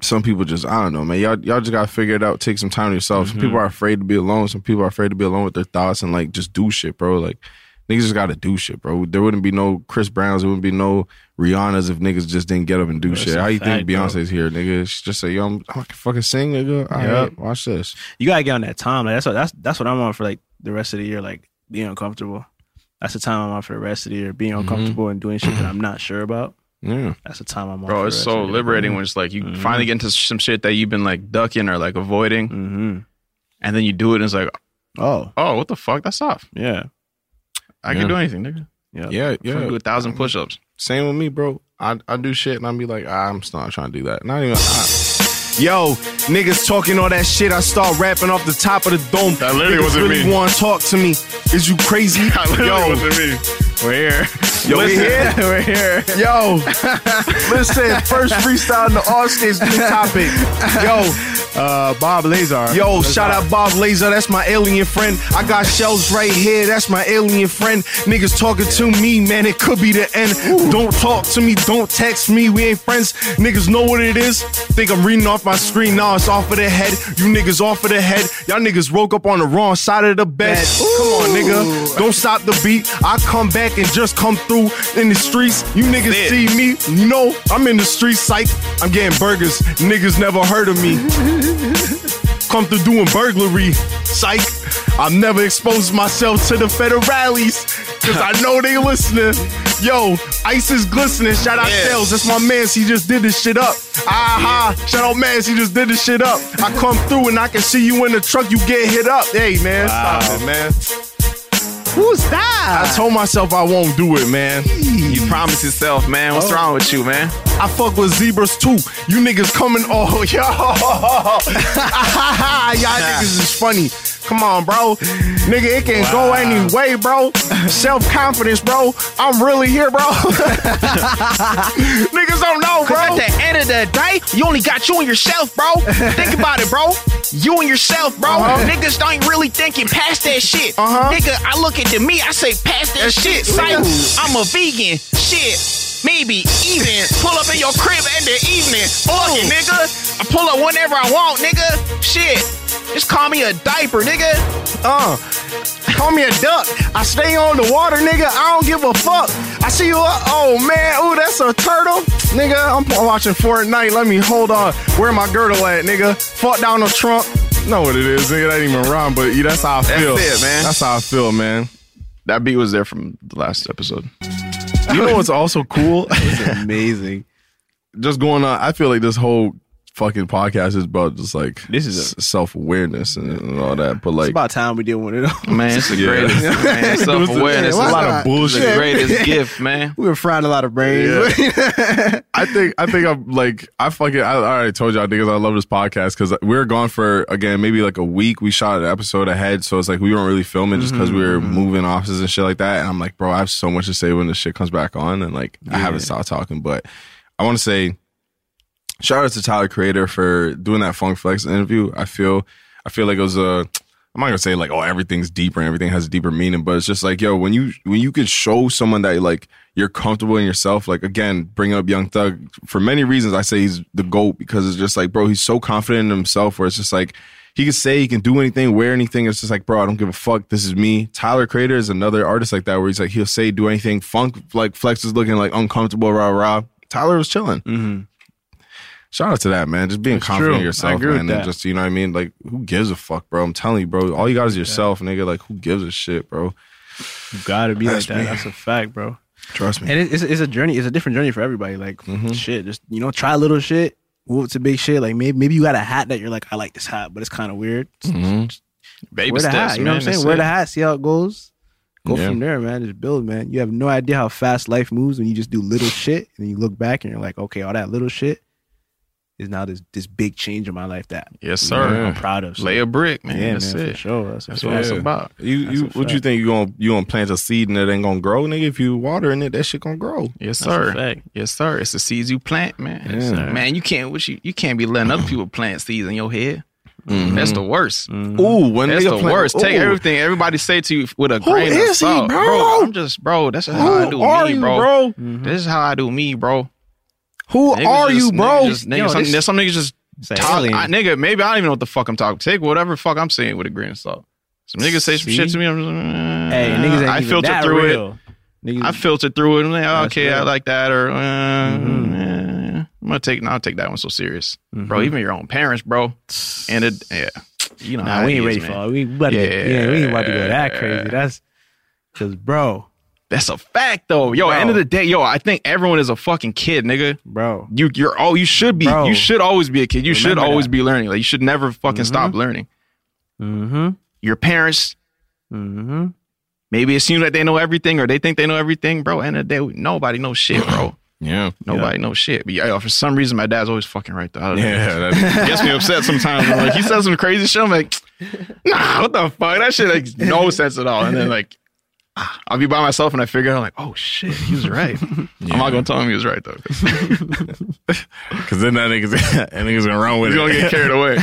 [SPEAKER 4] some people just I don't know, man. Y'all y'all just gotta figure it out. Take some time to yourself. Some
[SPEAKER 10] Mhm.
[SPEAKER 5] Mm-hmm.
[SPEAKER 4] people are afraid to be alone. Some people are afraid to be alone with their thoughts and like just do shit, bro. Like niggas just gotta do shit, bro. There wouldn't be no Chris Browns. There wouldn't be no Rihanna's if niggas just didn't get up and do
[SPEAKER 5] That's
[SPEAKER 4] shit.
[SPEAKER 5] a
[SPEAKER 4] How you
[SPEAKER 5] fact,
[SPEAKER 4] think
[SPEAKER 5] bro.
[SPEAKER 4] Beyonce's here, nigga? She just say, yo, I'm, I'm like, fucking sing, nigga. All
[SPEAKER 5] Yep.
[SPEAKER 4] right, watch this.
[SPEAKER 5] You gotta get on that time. Like, that's what that's that's what I'm on for like the rest of the year, like being uncomfortable. That's the time I'm on for the rest of the year, being uncomfortable and doing shit that I'm not sure about.
[SPEAKER 4] Yeah.
[SPEAKER 5] That's the time I'm on. for
[SPEAKER 3] Bro,
[SPEAKER 5] the
[SPEAKER 3] it's
[SPEAKER 5] rest
[SPEAKER 3] so
[SPEAKER 5] of the year.
[SPEAKER 3] liberating when it's like you finally get into some shit that you've been like ducking or like avoiding,
[SPEAKER 5] Mm-hmm.
[SPEAKER 3] and then you do it, and it's like,
[SPEAKER 5] oh,
[SPEAKER 3] oh, what the fuck? That's off.
[SPEAKER 5] Yeah,
[SPEAKER 3] I
[SPEAKER 4] Yeah.
[SPEAKER 3] can do anything, nigga.
[SPEAKER 5] Yeah,
[SPEAKER 4] Yeah,
[SPEAKER 3] I
[SPEAKER 4] yeah.
[SPEAKER 3] do a thousand push-ups.
[SPEAKER 4] Same with me, bro. I, I do shit and I be like, ah, I'm just not trying to do that. Not even. ah. I, yo, niggas talking all that shit. I start rapping off the top of the dome. That
[SPEAKER 10] literally
[SPEAKER 4] niggas
[SPEAKER 10] wasn't
[SPEAKER 4] really
[SPEAKER 10] me.
[SPEAKER 4] Want to talk to me? Is you crazy?
[SPEAKER 10] That literally
[SPEAKER 4] Yo,
[SPEAKER 10] wasn't me.
[SPEAKER 3] We're here.
[SPEAKER 4] Yo, we
[SPEAKER 10] Listen.
[SPEAKER 4] here.
[SPEAKER 5] We're here.
[SPEAKER 4] Yo, listen. First freestyle in the all stage new topic. Yo,
[SPEAKER 5] uh, Bob Lazar.
[SPEAKER 4] Yo, shout out Bob Laser, that's my alien friend. I got shells right here, that's my alien friend. Niggas talking to me, man, it could be the end. Don't talk to me, don't text me, we ain't friends. Niggas know what it is. Think I'm reading off my screen, now it's off of the head. You niggas off of the head. Y'all niggas woke up on the wrong side of the bed. Come on, nigga. Don't stop the beat. I come back and just come through in the streets. You niggas
[SPEAKER 10] Lit.
[SPEAKER 4] see me, you know I'm in the streets, psych. I'm getting burgers. Niggas never heard of me come through doing burglary. Psych. I've never exposed myself to the federales because I know they listening. Yo, ice is glistening. Shout out
[SPEAKER 10] Yeah.
[SPEAKER 4] Sales. That's my man. He just did this shit up. Aha. Shout out Mans. He just did this shit up. I come through and I can see you in the truck. You get hit up. Hey, man. Stop it, man.
[SPEAKER 5] Who's that?
[SPEAKER 4] I told myself I won't do it, man. Oh.
[SPEAKER 3] You promise yourself, man. What's wrong with you, man?
[SPEAKER 4] I fuck with zebras too. You niggas coming all yo. Y'all niggas is funny. Come on, bro. Nigga, it can go any way, bro. Self confidence, bro. I'm really here, bro. niggas don't know, bro.
[SPEAKER 10] At the end of the day, you only got you and yourself, bro. Think about it, bro. You and yourself, bro.
[SPEAKER 4] Uh-huh.
[SPEAKER 10] Niggas ain't really thinking past that shit. Uh-huh. Nigga, I look at the me, I say past that, shit. Like, I'm a vegan. Shit. Maybe even pull up in your crib in the evening. Fuck it, nigga. I pull up whenever I want, nigga. Shit.
[SPEAKER 7] Just call me a diaper, nigga.
[SPEAKER 2] Uh, call me a duck. I stay on the water, nigga. I don't give a fuck. I see you up. Oh, man. Ooh, that's a turtle. Nigga, I'm watching Fortnite. Let me hold on. Where my girdle at, nigga? Fuck down the trunk. Know what it is, nigga. That ain't even rhyme, but yeah, that's how I feel.
[SPEAKER 4] it, man.
[SPEAKER 2] That's how I feel, man.
[SPEAKER 3] That beat was there from the last episode.
[SPEAKER 4] You know what's also cool?
[SPEAKER 5] amazing.
[SPEAKER 4] just going on. I feel like this whole fucking podcast is about just like this is self awareness and, and all that. But
[SPEAKER 5] It's
[SPEAKER 4] like,
[SPEAKER 5] about time we did one of those.
[SPEAKER 3] Man, it's the
[SPEAKER 4] Yeah.
[SPEAKER 3] greatest. man, self awareness
[SPEAKER 5] why
[SPEAKER 3] is
[SPEAKER 5] not?
[SPEAKER 3] the
[SPEAKER 4] bullshit.
[SPEAKER 3] greatest gift, man.
[SPEAKER 5] We were frying a lot of brains.
[SPEAKER 4] I think I think I'm like I fucking I, I already told y'all niggas I love this podcast because we were gone for again maybe like a week. We shot an episode ahead, so it's like we weren't really filming just because we were moving offices and shit like that. And I'm like, bro, I have so much to say when this shit comes back on, and like I haven't stopped talking. But I want to say shout out to Tyler Creator for doing that Funk Flex interview. I feel I feel like it was a I'm not gonna say like oh everything's deeper and everything has a deeper meaning, but it's just like yo when you when you could show someone that like you're comfortable in yourself, like again bring up Young Thug for many reasons. I say he's the goat because it's just like bro he's so confident in himself where it's just like. He can say he can do anything, wear anything. It's just like, bro, I don't give a fuck. This is me. Tyler Creator is another artist like that where he's like, he'll say, do anything. Funk, like, Flex is looking like uncomfortable, rah, rah. Tyler was chilling. Shout out to that, man. Just being confident
[SPEAKER 5] true.
[SPEAKER 4] in
[SPEAKER 5] I
[SPEAKER 4] yourself,
[SPEAKER 5] agree with
[SPEAKER 4] man. And
[SPEAKER 5] that.
[SPEAKER 4] just you know what I mean? Like, who gives a fuck, bro? I'm telling you, bro. All you got is yourself, nigga. Like, who gives a shit, bro?
[SPEAKER 5] You gotta be like
[SPEAKER 4] That's
[SPEAKER 5] that.
[SPEAKER 4] me.
[SPEAKER 5] That's a fact, bro.
[SPEAKER 4] Trust me.
[SPEAKER 5] And it, it's, it's a journey. It's a different journey for everybody. Like
[SPEAKER 4] Mm-hmm.
[SPEAKER 5] shit, just you know, try little shit, move up to big shit. Like maybe maybe you got a hat that you're like, I like this hat, but it's kind of weird.
[SPEAKER 4] Mm-hmm.
[SPEAKER 3] Baby
[SPEAKER 5] Wear the
[SPEAKER 3] steps,
[SPEAKER 5] hat. You know
[SPEAKER 3] man.
[SPEAKER 5] what I'm
[SPEAKER 3] That's
[SPEAKER 5] saying? Wear
[SPEAKER 3] it.
[SPEAKER 5] the hat. See how it goes. Go
[SPEAKER 4] Yeah.
[SPEAKER 5] from there, man. Just build, man. You have no idea how fast life moves when you just do little shit, and you look back and you're like, okay, all that little shit is now this this big change in my life that
[SPEAKER 3] Yes, sir.
[SPEAKER 5] I'm proud of. So,
[SPEAKER 3] Lay a brick, man.
[SPEAKER 5] yeah,
[SPEAKER 3] That's
[SPEAKER 5] man, for
[SPEAKER 3] it.
[SPEAKER 5] sure. That's,
[SPEAKER 3] That's
[SPEAKER 5] what
[SPEAKER 3] what it's about.
[SPEAKER 4] You, you,
[SPEAKER 5] That's a
[SPEAKER 4] what you
[SPEAKER 5] fact.
[SPEAKER 4] think you gonna you gonna plant a seed and it ain't gonna grow, nigga? If you watering it, that shit gonna grow.
[SPEAKER 3] Yes,
[SPEAKER 5] That's a
[SPEAKER 3] sir.
[SPEAKER 5] fact.
[SPEAKER 3] Yes, sir. It's the seeds you plant, man. Yes, sir. Man, you can't what you, you can't be letting other people plant seeds in your head. That's the worst.
[SPEAKER 4] Ooh, when
[SPEAKER 3] Mm-hmm. That's
[SPEAKER 4] nigga
[SPEAKER 3] the
[SPEAKER 4] plant-
[SPEAKER 3] worst. Take
[SPEAKER 4] Ooh.
[SPEAKER 3] everything everybody say to you with a grain of
[SPEAKER 4] is he,
[SPEAKER 3] salt,
[SPEAKER 4] bro?
[SPEAKER 3] I'm just, bro. That's just how I
[SPEAKER 4] Who
[SPEAKER 3] do
[SPEAKER 4] are
[SPEAKER 3] me,
[SPEAKER 4] you,
[SPEAKER 3] bro.
[SPEAKER 4] bro?
[SPEAKER 3] This is how I do me, bro.
[SPEAKER 4] Who
[SPEAKER 3] Niggas
[SPEAKER 4] are
[SPEAKER 3] just-
[SPEAKER 4] you,
[SPEAKER 3] niggas
[SPEAKER 4] bro?
[SPEAKER 3] just- niggas-
[SPEAKER 5] Yo,
[SPEAKER 3] some,
[SPEAKER 5] this-
[SPEAKER 3] some niggas just talk. I, nigga, maybe I don't even know what the fuck I'm talking. Take whatever fuck I'm saying with a grain of salt. Some niggas say some
[SPEAKER 5] See?
[SPEAKER 3] shit to me. I'm just, uh,
[SPEAKER 5] Hey, niggas ain't
[SPEAKER 3] I
[SPEAKER 5] even
[SPEAKER 3] filter
[SPEAKER 5] that
[SPEAKER 3] through it.
[SPEAKER 5] real. Niggas,
[SPEAKER 3] I filtered through it. I'm like, oh,
[SPEAKER 5] That's
[SPEAKER 3] okay, I
[SPEAKER 5] real. Mm-hmm.
[SPEAKER 3] like that, or uh, eh, I'm gonna take. I'll take that one so serious, bro. Even your own parents, bro. And it, yeah, you know,
[SPEAKER 5] Nah,
[SPEAKER 3] how it
[SPEAKER 5] we ain't
[SPEAKER 3] is,
[SPEAKER 5] ready
[SPEAKER 3] man.
[SPEAKER 5] for it. We about to get,
[SPEAKER 3] Yeah.
[SPEAKER 5] yeah, we ain't about to go that crazy. That's because, bro,
[SPEAKER 3] That's a fact, though. Yo, end of the day, yo, I think everyone is a fucking kid, nigga.
[SPEAKER 5] bro,
[SPEAKER 3] You, you're all you should be.
[SPEAKER 5] Bro.
[SPEAKER 3] You should always be a kid. You should
[SPEAKER 5] Remember
[SPEAKER 3] always
[SPEAKER 5] that.
[SPEAKER 3] be learning. Like you should never fucking stop learning.
[SPEAKER 5] mm-hmm,
[SPEAKER 3] Your parents,
[SPEAKER 5] mm-hmm.
[SPEAKER 3] maybe assume that they know everything or they think they know everything, bro. End of the day, nobody knows shit, bro.
[SPEAKER 4] Yeah,
[SPEAKER 3] Nobody knows shit. But yeah, for some reason, my dad's always fucking right though. I don't know.
[SPEAKER 4] yeah. That,
[SPEAKER 3] It gets me upset sometimes. I'm like, he says some crazy shit. I'm like, nah, what the fuck? That shit makes no sense at all. And then like, ah, I'll be by myself and I figure out, I'm like, oh shit, he was right. I'm not gonna tell him he was right though. 'cause
[SPEAKER 4] Cause then that niggas that niggas gonna run with
[SPEAKER 3] He's
[SPEAKER 4] it.
[SPEAKER 3] gonna get carried away.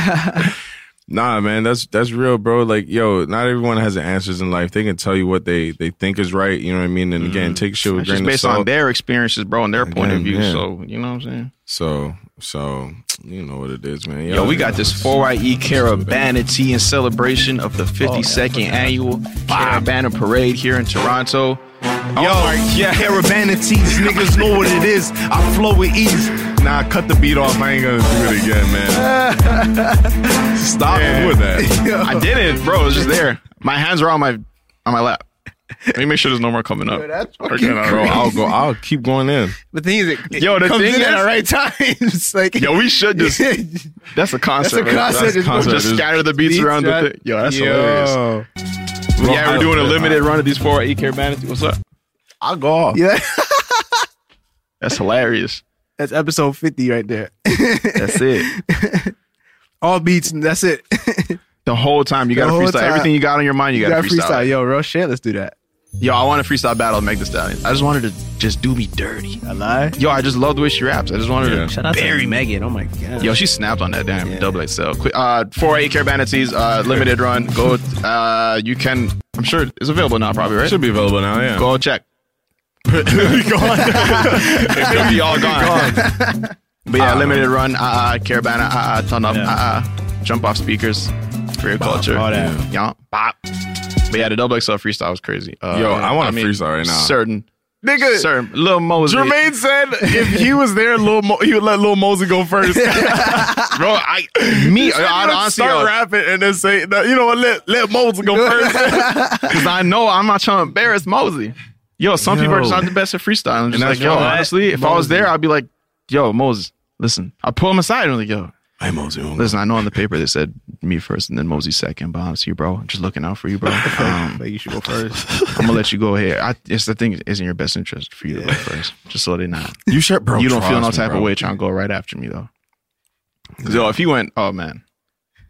[SPEAKER 4] Nah, man, that's that's real, bro. Like, yo, not everyone has the answers in life. They can tell you what they they think is right. You know what I mean? And again, take shit with
[SPEAKER 3] It's Mm-hmm. just
[SPEAKER 4] grain of
[SPEAKER 3] based on
[SPEAKER 4] salt.
[SPEAKER 3] their experiences, bro, and their point of
[SPEAKER 4] Again,
[SPEAKER 3] view.
[SPEAKER 4] yeah.
[SPEAKER 3] So you know what I'm saying?
[SPEAKER 4] So, so you know what it is, man.
[SPEAKER 3] Yo, we got this 4YE Caravana tea in celebration of the 52nd annual Caravana Parade here in Toronto.
[SPEAKER 4] Yo, yeah, caravan of teas, niggas know what it is. I flow with ease. Nah, cut the beat off. I ain't gonna do it again, man. Stop with that.
[SPEAKER 3] I did it, bro. It was just there. My hands were on my on my lap. Let me make sure there's no more coming up. Okay, no,
[SPEAKER 4] Bro,
[SPEAKER 3] bro, I'll-
[SPEAKER 4] I'll go. I'll keep going in.
[SPEAKER 5] The thing is, it, it
[SPEAKER 3] Yo, the
[SPEAKER 5] comes
[SPEAKER 3] thing
[SPEAKER 5] in at
[SPEAKER 3] is-
[SPEAKER 5] the right times. Like,
[SPEAKER 3] Yo, we should just. That's a concept.
[SPEAKER 5] That's a
[SPEAKER 3] right?
[SPEAKER 5] concept.
[SPEAKER 3] That's
[SPEAKER 5] It's
[SPEAKER 4] concept.
[SPEAKER 3] Just
[SPEAKER 4] It's
[SPEAKER 3] scatter the beats,
[SPEAKER 5] beats,
[SPEAKER 3] around the
[SPEAKER 5] right?
[SPEAKER 3] thing. Yo, that's hilarious. Yeah, we're doing a limited run of these four E caravans. What's up?
[SPEAKER 4] I'll go off.
[SPEAKER 5] yeah,
[SPEAKER 3] That's hilarious.
[SPEAKER 5] that's episode fifty right there.
[SPEAKER 3] That's it.
[SPEAKER 5] All beats, and that's it. you
[SPEAKER 3] The whole time you
[SPEAKER 5] The
[SPEAKER 3] gotta
[SPEAKER 5] whole
[SPEAKER 3] freestyle.
[SPEAKER 5] time.
[SPEAKER 3] Everything you got on your mind, you,
[SPEAKER 5] got
[SPEAKER 3] gotta,
[SPEAKER 5] freestyle.
[SPEAKER 3] freestyle.
[SPEAKER 5] yo, real shit. Let's do that.
[SPEAKER 3] Yo, I want a freestyle battle to make this stallion. I just wanted to just do me dirty.
[SPEAKER 5] I lie.
[SPEAKER 3] Yo, I just love the way she raps. I just wanted
[SPEAKER 4] Yeah.
[SPEAKER 3] to
[SPEAKER 4] Shout
[SPEAKER 5] Shout out
[SPEAKER 3] bury me.
[SPEAKER 5] to Megan. Oh my god.
[SPEAKER 3] Yo, she snapped on that damn double XL. Quick, uh, 4A Carabanates, uh, limited run. Go, uh, you can, I'm sure it's available now, probably, right?
[SPEAKER 4] Should be available now. Yeah.
[SPEAKER 3] Go check. It could be all gone. But yeah, limited run, uh, uh, Caravana, uh, uh, ton up, uh, uh, jump off speakers. career culture.
[SPEAKER 4] all that.
[SPEAKER 3] Yeah. Bop. But yeah, the double XL freestyle was crazy. Uh,
[SPEAKER 4] Yo, I want a
[SPEAKER 3] mean,
[SPEAKER 4] freestyle right now.
[SPEAKER 3] Certain.
[SPEAKER 4] Nigga,
[SPEAKER 3] Certain. Lil Mosey.
[SPEAKER 4] Jermaine said if he was there, Lil Mo, he would let Lil Mosey go first.
[SPEAKER 3] Bro, I me, I, honestly,
[SPEAKER 4] start
[SPEAKER 3] uh,
[SPEAKER 4] rapping and then say, "No, you know what? Let let Mosey go first.
[SPEAKER 3] Because I know I'm not trying to embarrass Mosey. Yo, some people are just not the best at freestyle. I'm just
[SPEAKER 4] And that's
[SPEAKER 3] like, yo,
[SPEAKER 4] why-
[SPEAKER 3] honestly, if I was there, I'd be like, yo, Moses, listen. I pull him aside and I'm like, yo,
[SPEAKER 4] hey Mosey, hold on.
[SPEAKER 3] listen, I know on the paper they said me first and then Mosey second, but honestly, bro, I'm just looking out for you, bro. Um,
[SPEAKER 5] Like you should go first.
[SPEAKER 3] I'm gonna let you go ahead. I, it's the thing, it's in your best interest for you to go first, just so they not.
[SPEAKER 4] you sure, bro?
[SPEAKER 3] you don't feel
[SPEAKER 4] trust
[SPEAKER 3] no
[SPEAKER 4] me,
[SPEAKER 3] type
[SPEAKER 4] bro.
[SPEAKER 3] of way trying to go right after me though. 'Cause, yo, if you went, oh man,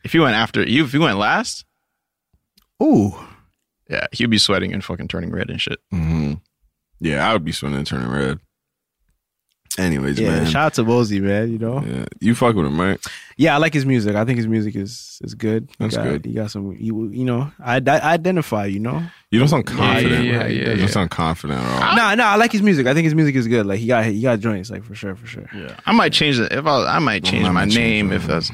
[SPEAKER 3] if you went after you, if you went last,
[SPEAKER 5] Ooh.
[SPEAKER 3] yeah, he'd be sweating and fucking turning red and shit.
[SPEAKER 4] Mhm. Yeah, I would be swimming and turning red. Anyways,
[SPEAKER 5] Yeah.
[SPEAKER 4] man,
[SPEAKER 5] Shout out to Wozy, man. You know.
[SPEAKER 4] yeah, you fuck with him, right?
[SPEAKER 5] Yeah, I like his music. I think his music is is good. He
[SPEAKER 4] That's
[SPEAKER 5] got,
[SPEAKER 4] good.
[SPEAKER 5] He got some. You you know, I, I identify. You know.
[SPEAKER 4] You don't sound confident.
[SPEAKER 3] yeah,
[SPEAKER 4] right?
[SPEAKER 3] yeah,
[SPEAKER 4] You
[SPEAKER 3] yeah.
[SPEAKER 4] don't sound confident at all.
[SPEAKER 5] Nah, nah. I like his music. I think his music is good. Like he got he got joints. Like for sure, for sure.
[SPEAKER 3] Yeah, I might change it. If I, was, I might change
[SPEAKER 4] I
[SPEAKER 3] my
[SPEAKER 4] might change
[SPEAKER 3] name
[SPEAKER 4] it.
[SPEAKER 3] if that's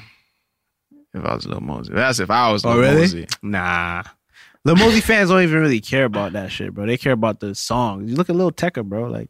[SPEAKER 3] if I was Lil Mosey. That's if I
[SPEAKER 5] Oh,
[SPEAKER 3] was Lil Mosey.
[SPEAKER 5] Nah. Lil Mosey fans don't even really care about that shit, bro. They care about the songs. You look at Lil Tecca, bro. Like,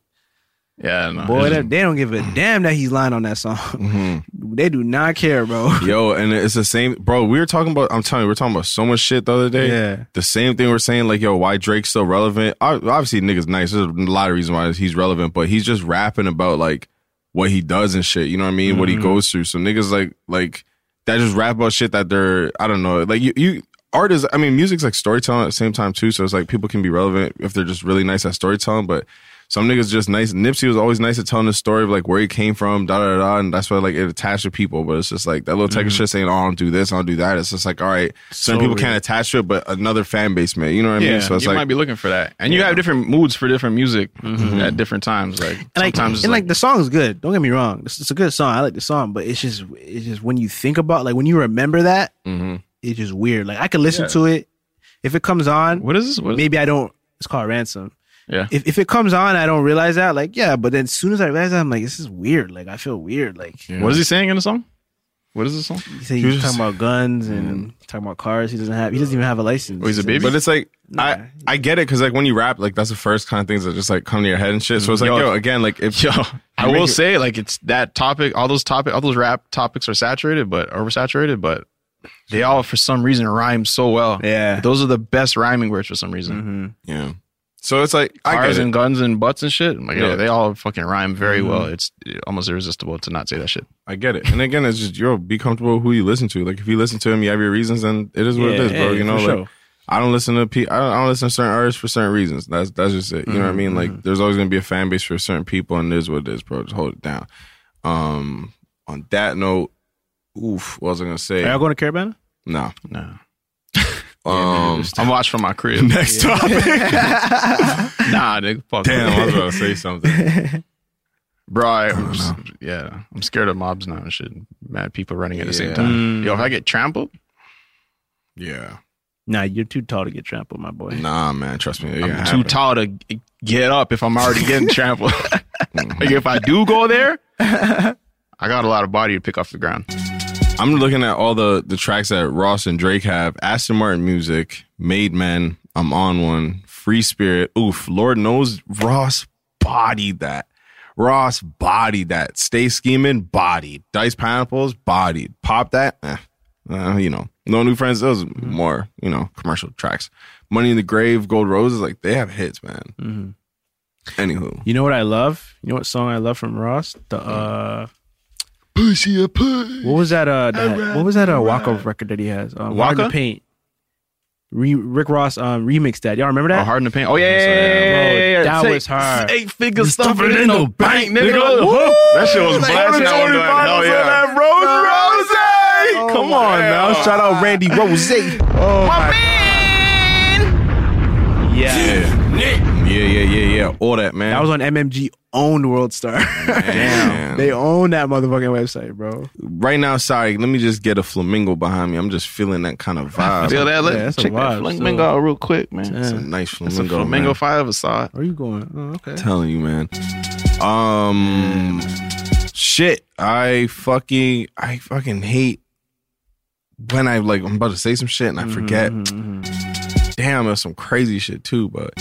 [SPEAKER 3] Yeah, no.
[SPEAKER 5] boy, that, they don't give a damn that he's lying on that song. They do not care, bro.
[SPEAKER 4] Yo, and it's the same, bro. We were talking about. I'm telling you, we are talking about so much shit the other day.
[SPEAKER 5] Yeah.
[SPEAKER 4] the same thing we're saying. Like, yo, why Drake's so relevant? Ob- Obviously, niggas nice. There's a lot of reasons why he's relevant, but he's just rapping about like what he does and shit. You know what I mean? What he goes through. So niggas like like that just rap about shit that they're I don't know. Like you you art is. I mean, music's like storytelling at the same time too. So it's like people can be relevant if they're just really nice at storytelling, but. Some niggas just nice. Nipsey was always nice at telling the story of like where he came from, da da da, da, and that's why like it attached to people. But it's just like that little tech
[SPEAKER 3] Mm-hmm.
[SPEAKER 4] shit saying, "Oh, I don't do this, I don't do that." It's just like, all right, some
[SPEAKER 5] So
[SPEAKER 4] people
[SPEAKER 5] real.
[SPEAKER 4] can't attach to it, but another fan base may. You know what I mean?
[SPEAKER 3] yeah,
[SPEAKER 4] So it's
[SPEAKER 3] you might
[SPEAKER 4] like,
[SPEAKER 3] be looking for that, Mm-hmm. and you have different moods for different music at different times. Like
[SPEAKER 5] And like,
[SPEAKER 3] sometimes,
[SPEAKER 5] and like, the song is good. Don't get me wrong. It's, it's a good song. I like the song, but it's just it's just when you think about like when you remember that,
[SPEAKER 4] Mhm.
[SPEAKER 5] it's just weird. Like I could listen to it if it comes on.
[SPEAKER 3] what is this? What is,
[SPEAKER 5] Maybe I don't. It's called ransom.
[SPEAKER 3] Yeah.
[SPEAKER 5] If if it comes on, I don't realize that. Like yeah, but then as soon as I realize that, I'm like, this is weird. Like I feel weird. Like
[SPEAKER 3] what is he saying in the song? What is the song?
[SPEAKER 5] he said he
[SPEAKER 4] He
[SPEAKER 5] was
[SPEAKER 4] was
[SPEAKER 5] talking about guns and talking about cars. He doesn't have. He doesn't even have a license.
[SPEAKER 3] Oh, he's a baby?
[SPEAKER 4] but it's like.
[SPEAKER 5] Nah.
[SPEAKER 4] I, I get it because like when you rap like that's the first kind of things that just like come to your head and shit. So it's like yo,
[SPEAKER 3] Mm-hmm. Yo.
[SPEAKER 4] again like if
[SPEAKER 3] Yo, I
[SPEAKER 4] make
[SPEAKER 3] will
[SPEAKER 4] it-
[SPEAKER 3] say, like, it's that topic, all those topic, all those rap topics are saturated, but oversaturated, but they all, for some reason, rhyme so well.
[SPEAKER 5] Yeah.
[SPEAKER 3] Those are the best rhyming words for some reason.
[SPEAKER 5] Mm-hmm.
[SPEAKER 4] yeah, so it's like Mm-hmm. I
[SPEAKER 3] Cars
[SPEAKER 4] get it.
[SPEAKER 3] and guns and butts and shit. I'm like, yo,
[SPEAKER 4] Yeah. Mm-hmm.
[SPEAKER 3] they all fucking rhyme very well. It's eh, almost irresistible to not say that shit.
[SPEAKER 4] I get it. And again, it's just yo, be comfortable with who you listen to. Like if you listen to him, you have your reasons, and it is what it
[SPEAKER 5] Yeah,
[SPEAKER 4] is, bro.
[SPEAKER 5] yeah,
[SPEAKER 4] you know,
[SPEAKER 5] for
[SPEAKER 4] like
[SPEAKER 5] sure.
[SPEAKER 4] I don't listen to pe- I don't, I don't listen to certain artists for certain reasons. That's that's just it. You know what I mean?
[SPEAKER 3] Mm-hmm.
[SPEAKER 4] Like there's always gonna be a fan base for certain people, and it is what it is, bro. Just hold it down. Um, on that note, oof, what was I gonna say?
[SPEAKER 5] Are y'all going to Caravana?
[SPEAKER 4] no.
[SPEAKER 3] No.
[SPEAKER 4] Um,
[SPEAKER 3] I'm watching from my crib.
[SPEAKER 4] next topic.
[SPEAKER 3] nah, nigga, fuck.
[SPEAKER 4] Damn, I was about to say something.
[SPEAKER 3] Bro, I, am yeah, I'm scared of mobs now and shit. Mad people running at the same
[SPEAKER 4] Yeah. Mm.
[SPEAKER 3] time. Yo, if I get trampled,
[SPEAKER 4] Yeah,
[SPEAKER 5] Nah, you're too tall to get trampled, my boy.
[SPEAKER 4] nah, man. Trust me, it
[SPEAKER 3] I'm
[SPEAKER 4] gonna
[SPEAKER 3] too
[SPEAKER 4] happen.
[SPEAKER 3] tall to g- eh, get up if I'm already getting trampled. like if I do go there, I got a lot of body to pick off the ground.
[SPEAKER 4] I'm looking at all the the tracks that Ross and Drake have. Aston Martin Music, Made Men, I'm on one, Free Spirit. Oof, Lord knows Ross bodied that. Ross bodied that. Stay scheming, bodied. Dice pineapples, bodied. Pop that, eh. Uh, you know. No new friends. Those
[SPEAKER 3] Mm-hmm.
[SPEAKER 4] more, you know, commercial tracks. Money in the Grave, Gold Roses, like they have hits, man.
[SPEAKER 3] Mm-hmm.
[SPEAKER 4] Anywho,
[SPEAKER 5] You know what I love? You know what song I love from Ross? The uh,
[SPEAKER 3] Pussy a pussy.
[SPEAKER 5] what was that? Uh, that- what was that? Uh, walk off record that he has? Um, Hard to
[SPEAKER 3] Waka?
[SPEAKER 5] paint. Re- Rick Ross um remixed that. Y'all remember that?
[SPEAKER 3] Oh, hard in the paint. Oh yeah, yeah, yeah, yeah,
[SPEAKER 5] Bro,
[SPEAKER 3] yeah, yeah.
[SPEAKER 5] that
[SPEAKER 3] Take
[SPEAKER 5] was hard.
[SPEAKER 3] Eight figure
[SPEAKER 4] stuff
[SPEAKER 3] stuffing
[SPEAKER 4] it
[SPEAKER 3] in the bank, nigga. Woo! That shit was blasting. That one Hell yeah. Oh,
[SPEAKER 4] Rose Rose! Come on now. Shout out Randy Rose. Oh, my Yeah. Yeah, yeah, yeah, yeah. All that, man.
[SPEAKER 5] That was on MMG owned World Star.
[SPEAKER 4] Damn.
[SPEAKER 5] they own that motherfucking website, bro.
[SPEAKER 4] right now, sorry, let me just get a flamingo behind me. I'm just feeling that kind of vibe.
[SPEAKER 3] Feel that? Let
[SPEAKER 5] Yeah, that's a
[SPEAKER 3] check that
[SPEAKER 5] vibe,
[SPEAKER 3] flamingo
[SPEAKER 5] so-
[SPEAKER 3] out real quick, man.
[SPEAKER 4] It's a nice
[SPEAKER 3] It's a
[SPEAKER 4] flamingo.
[SPEAKER 3] flamingo
[SPEAKER 4] man.
[SPEAKER 3] if I ever saw it.
[SPEAKER 5] Where you going? Oh, okay.
[SPEAKER 4] telling you, man. Um, shit. I fucking, I fucking hate when I like I'm about to say some shit and I
[SPEAKER 3] Mm-hmm,
[SPEAKER 4] forget. Damn, there's some crazy shit too, but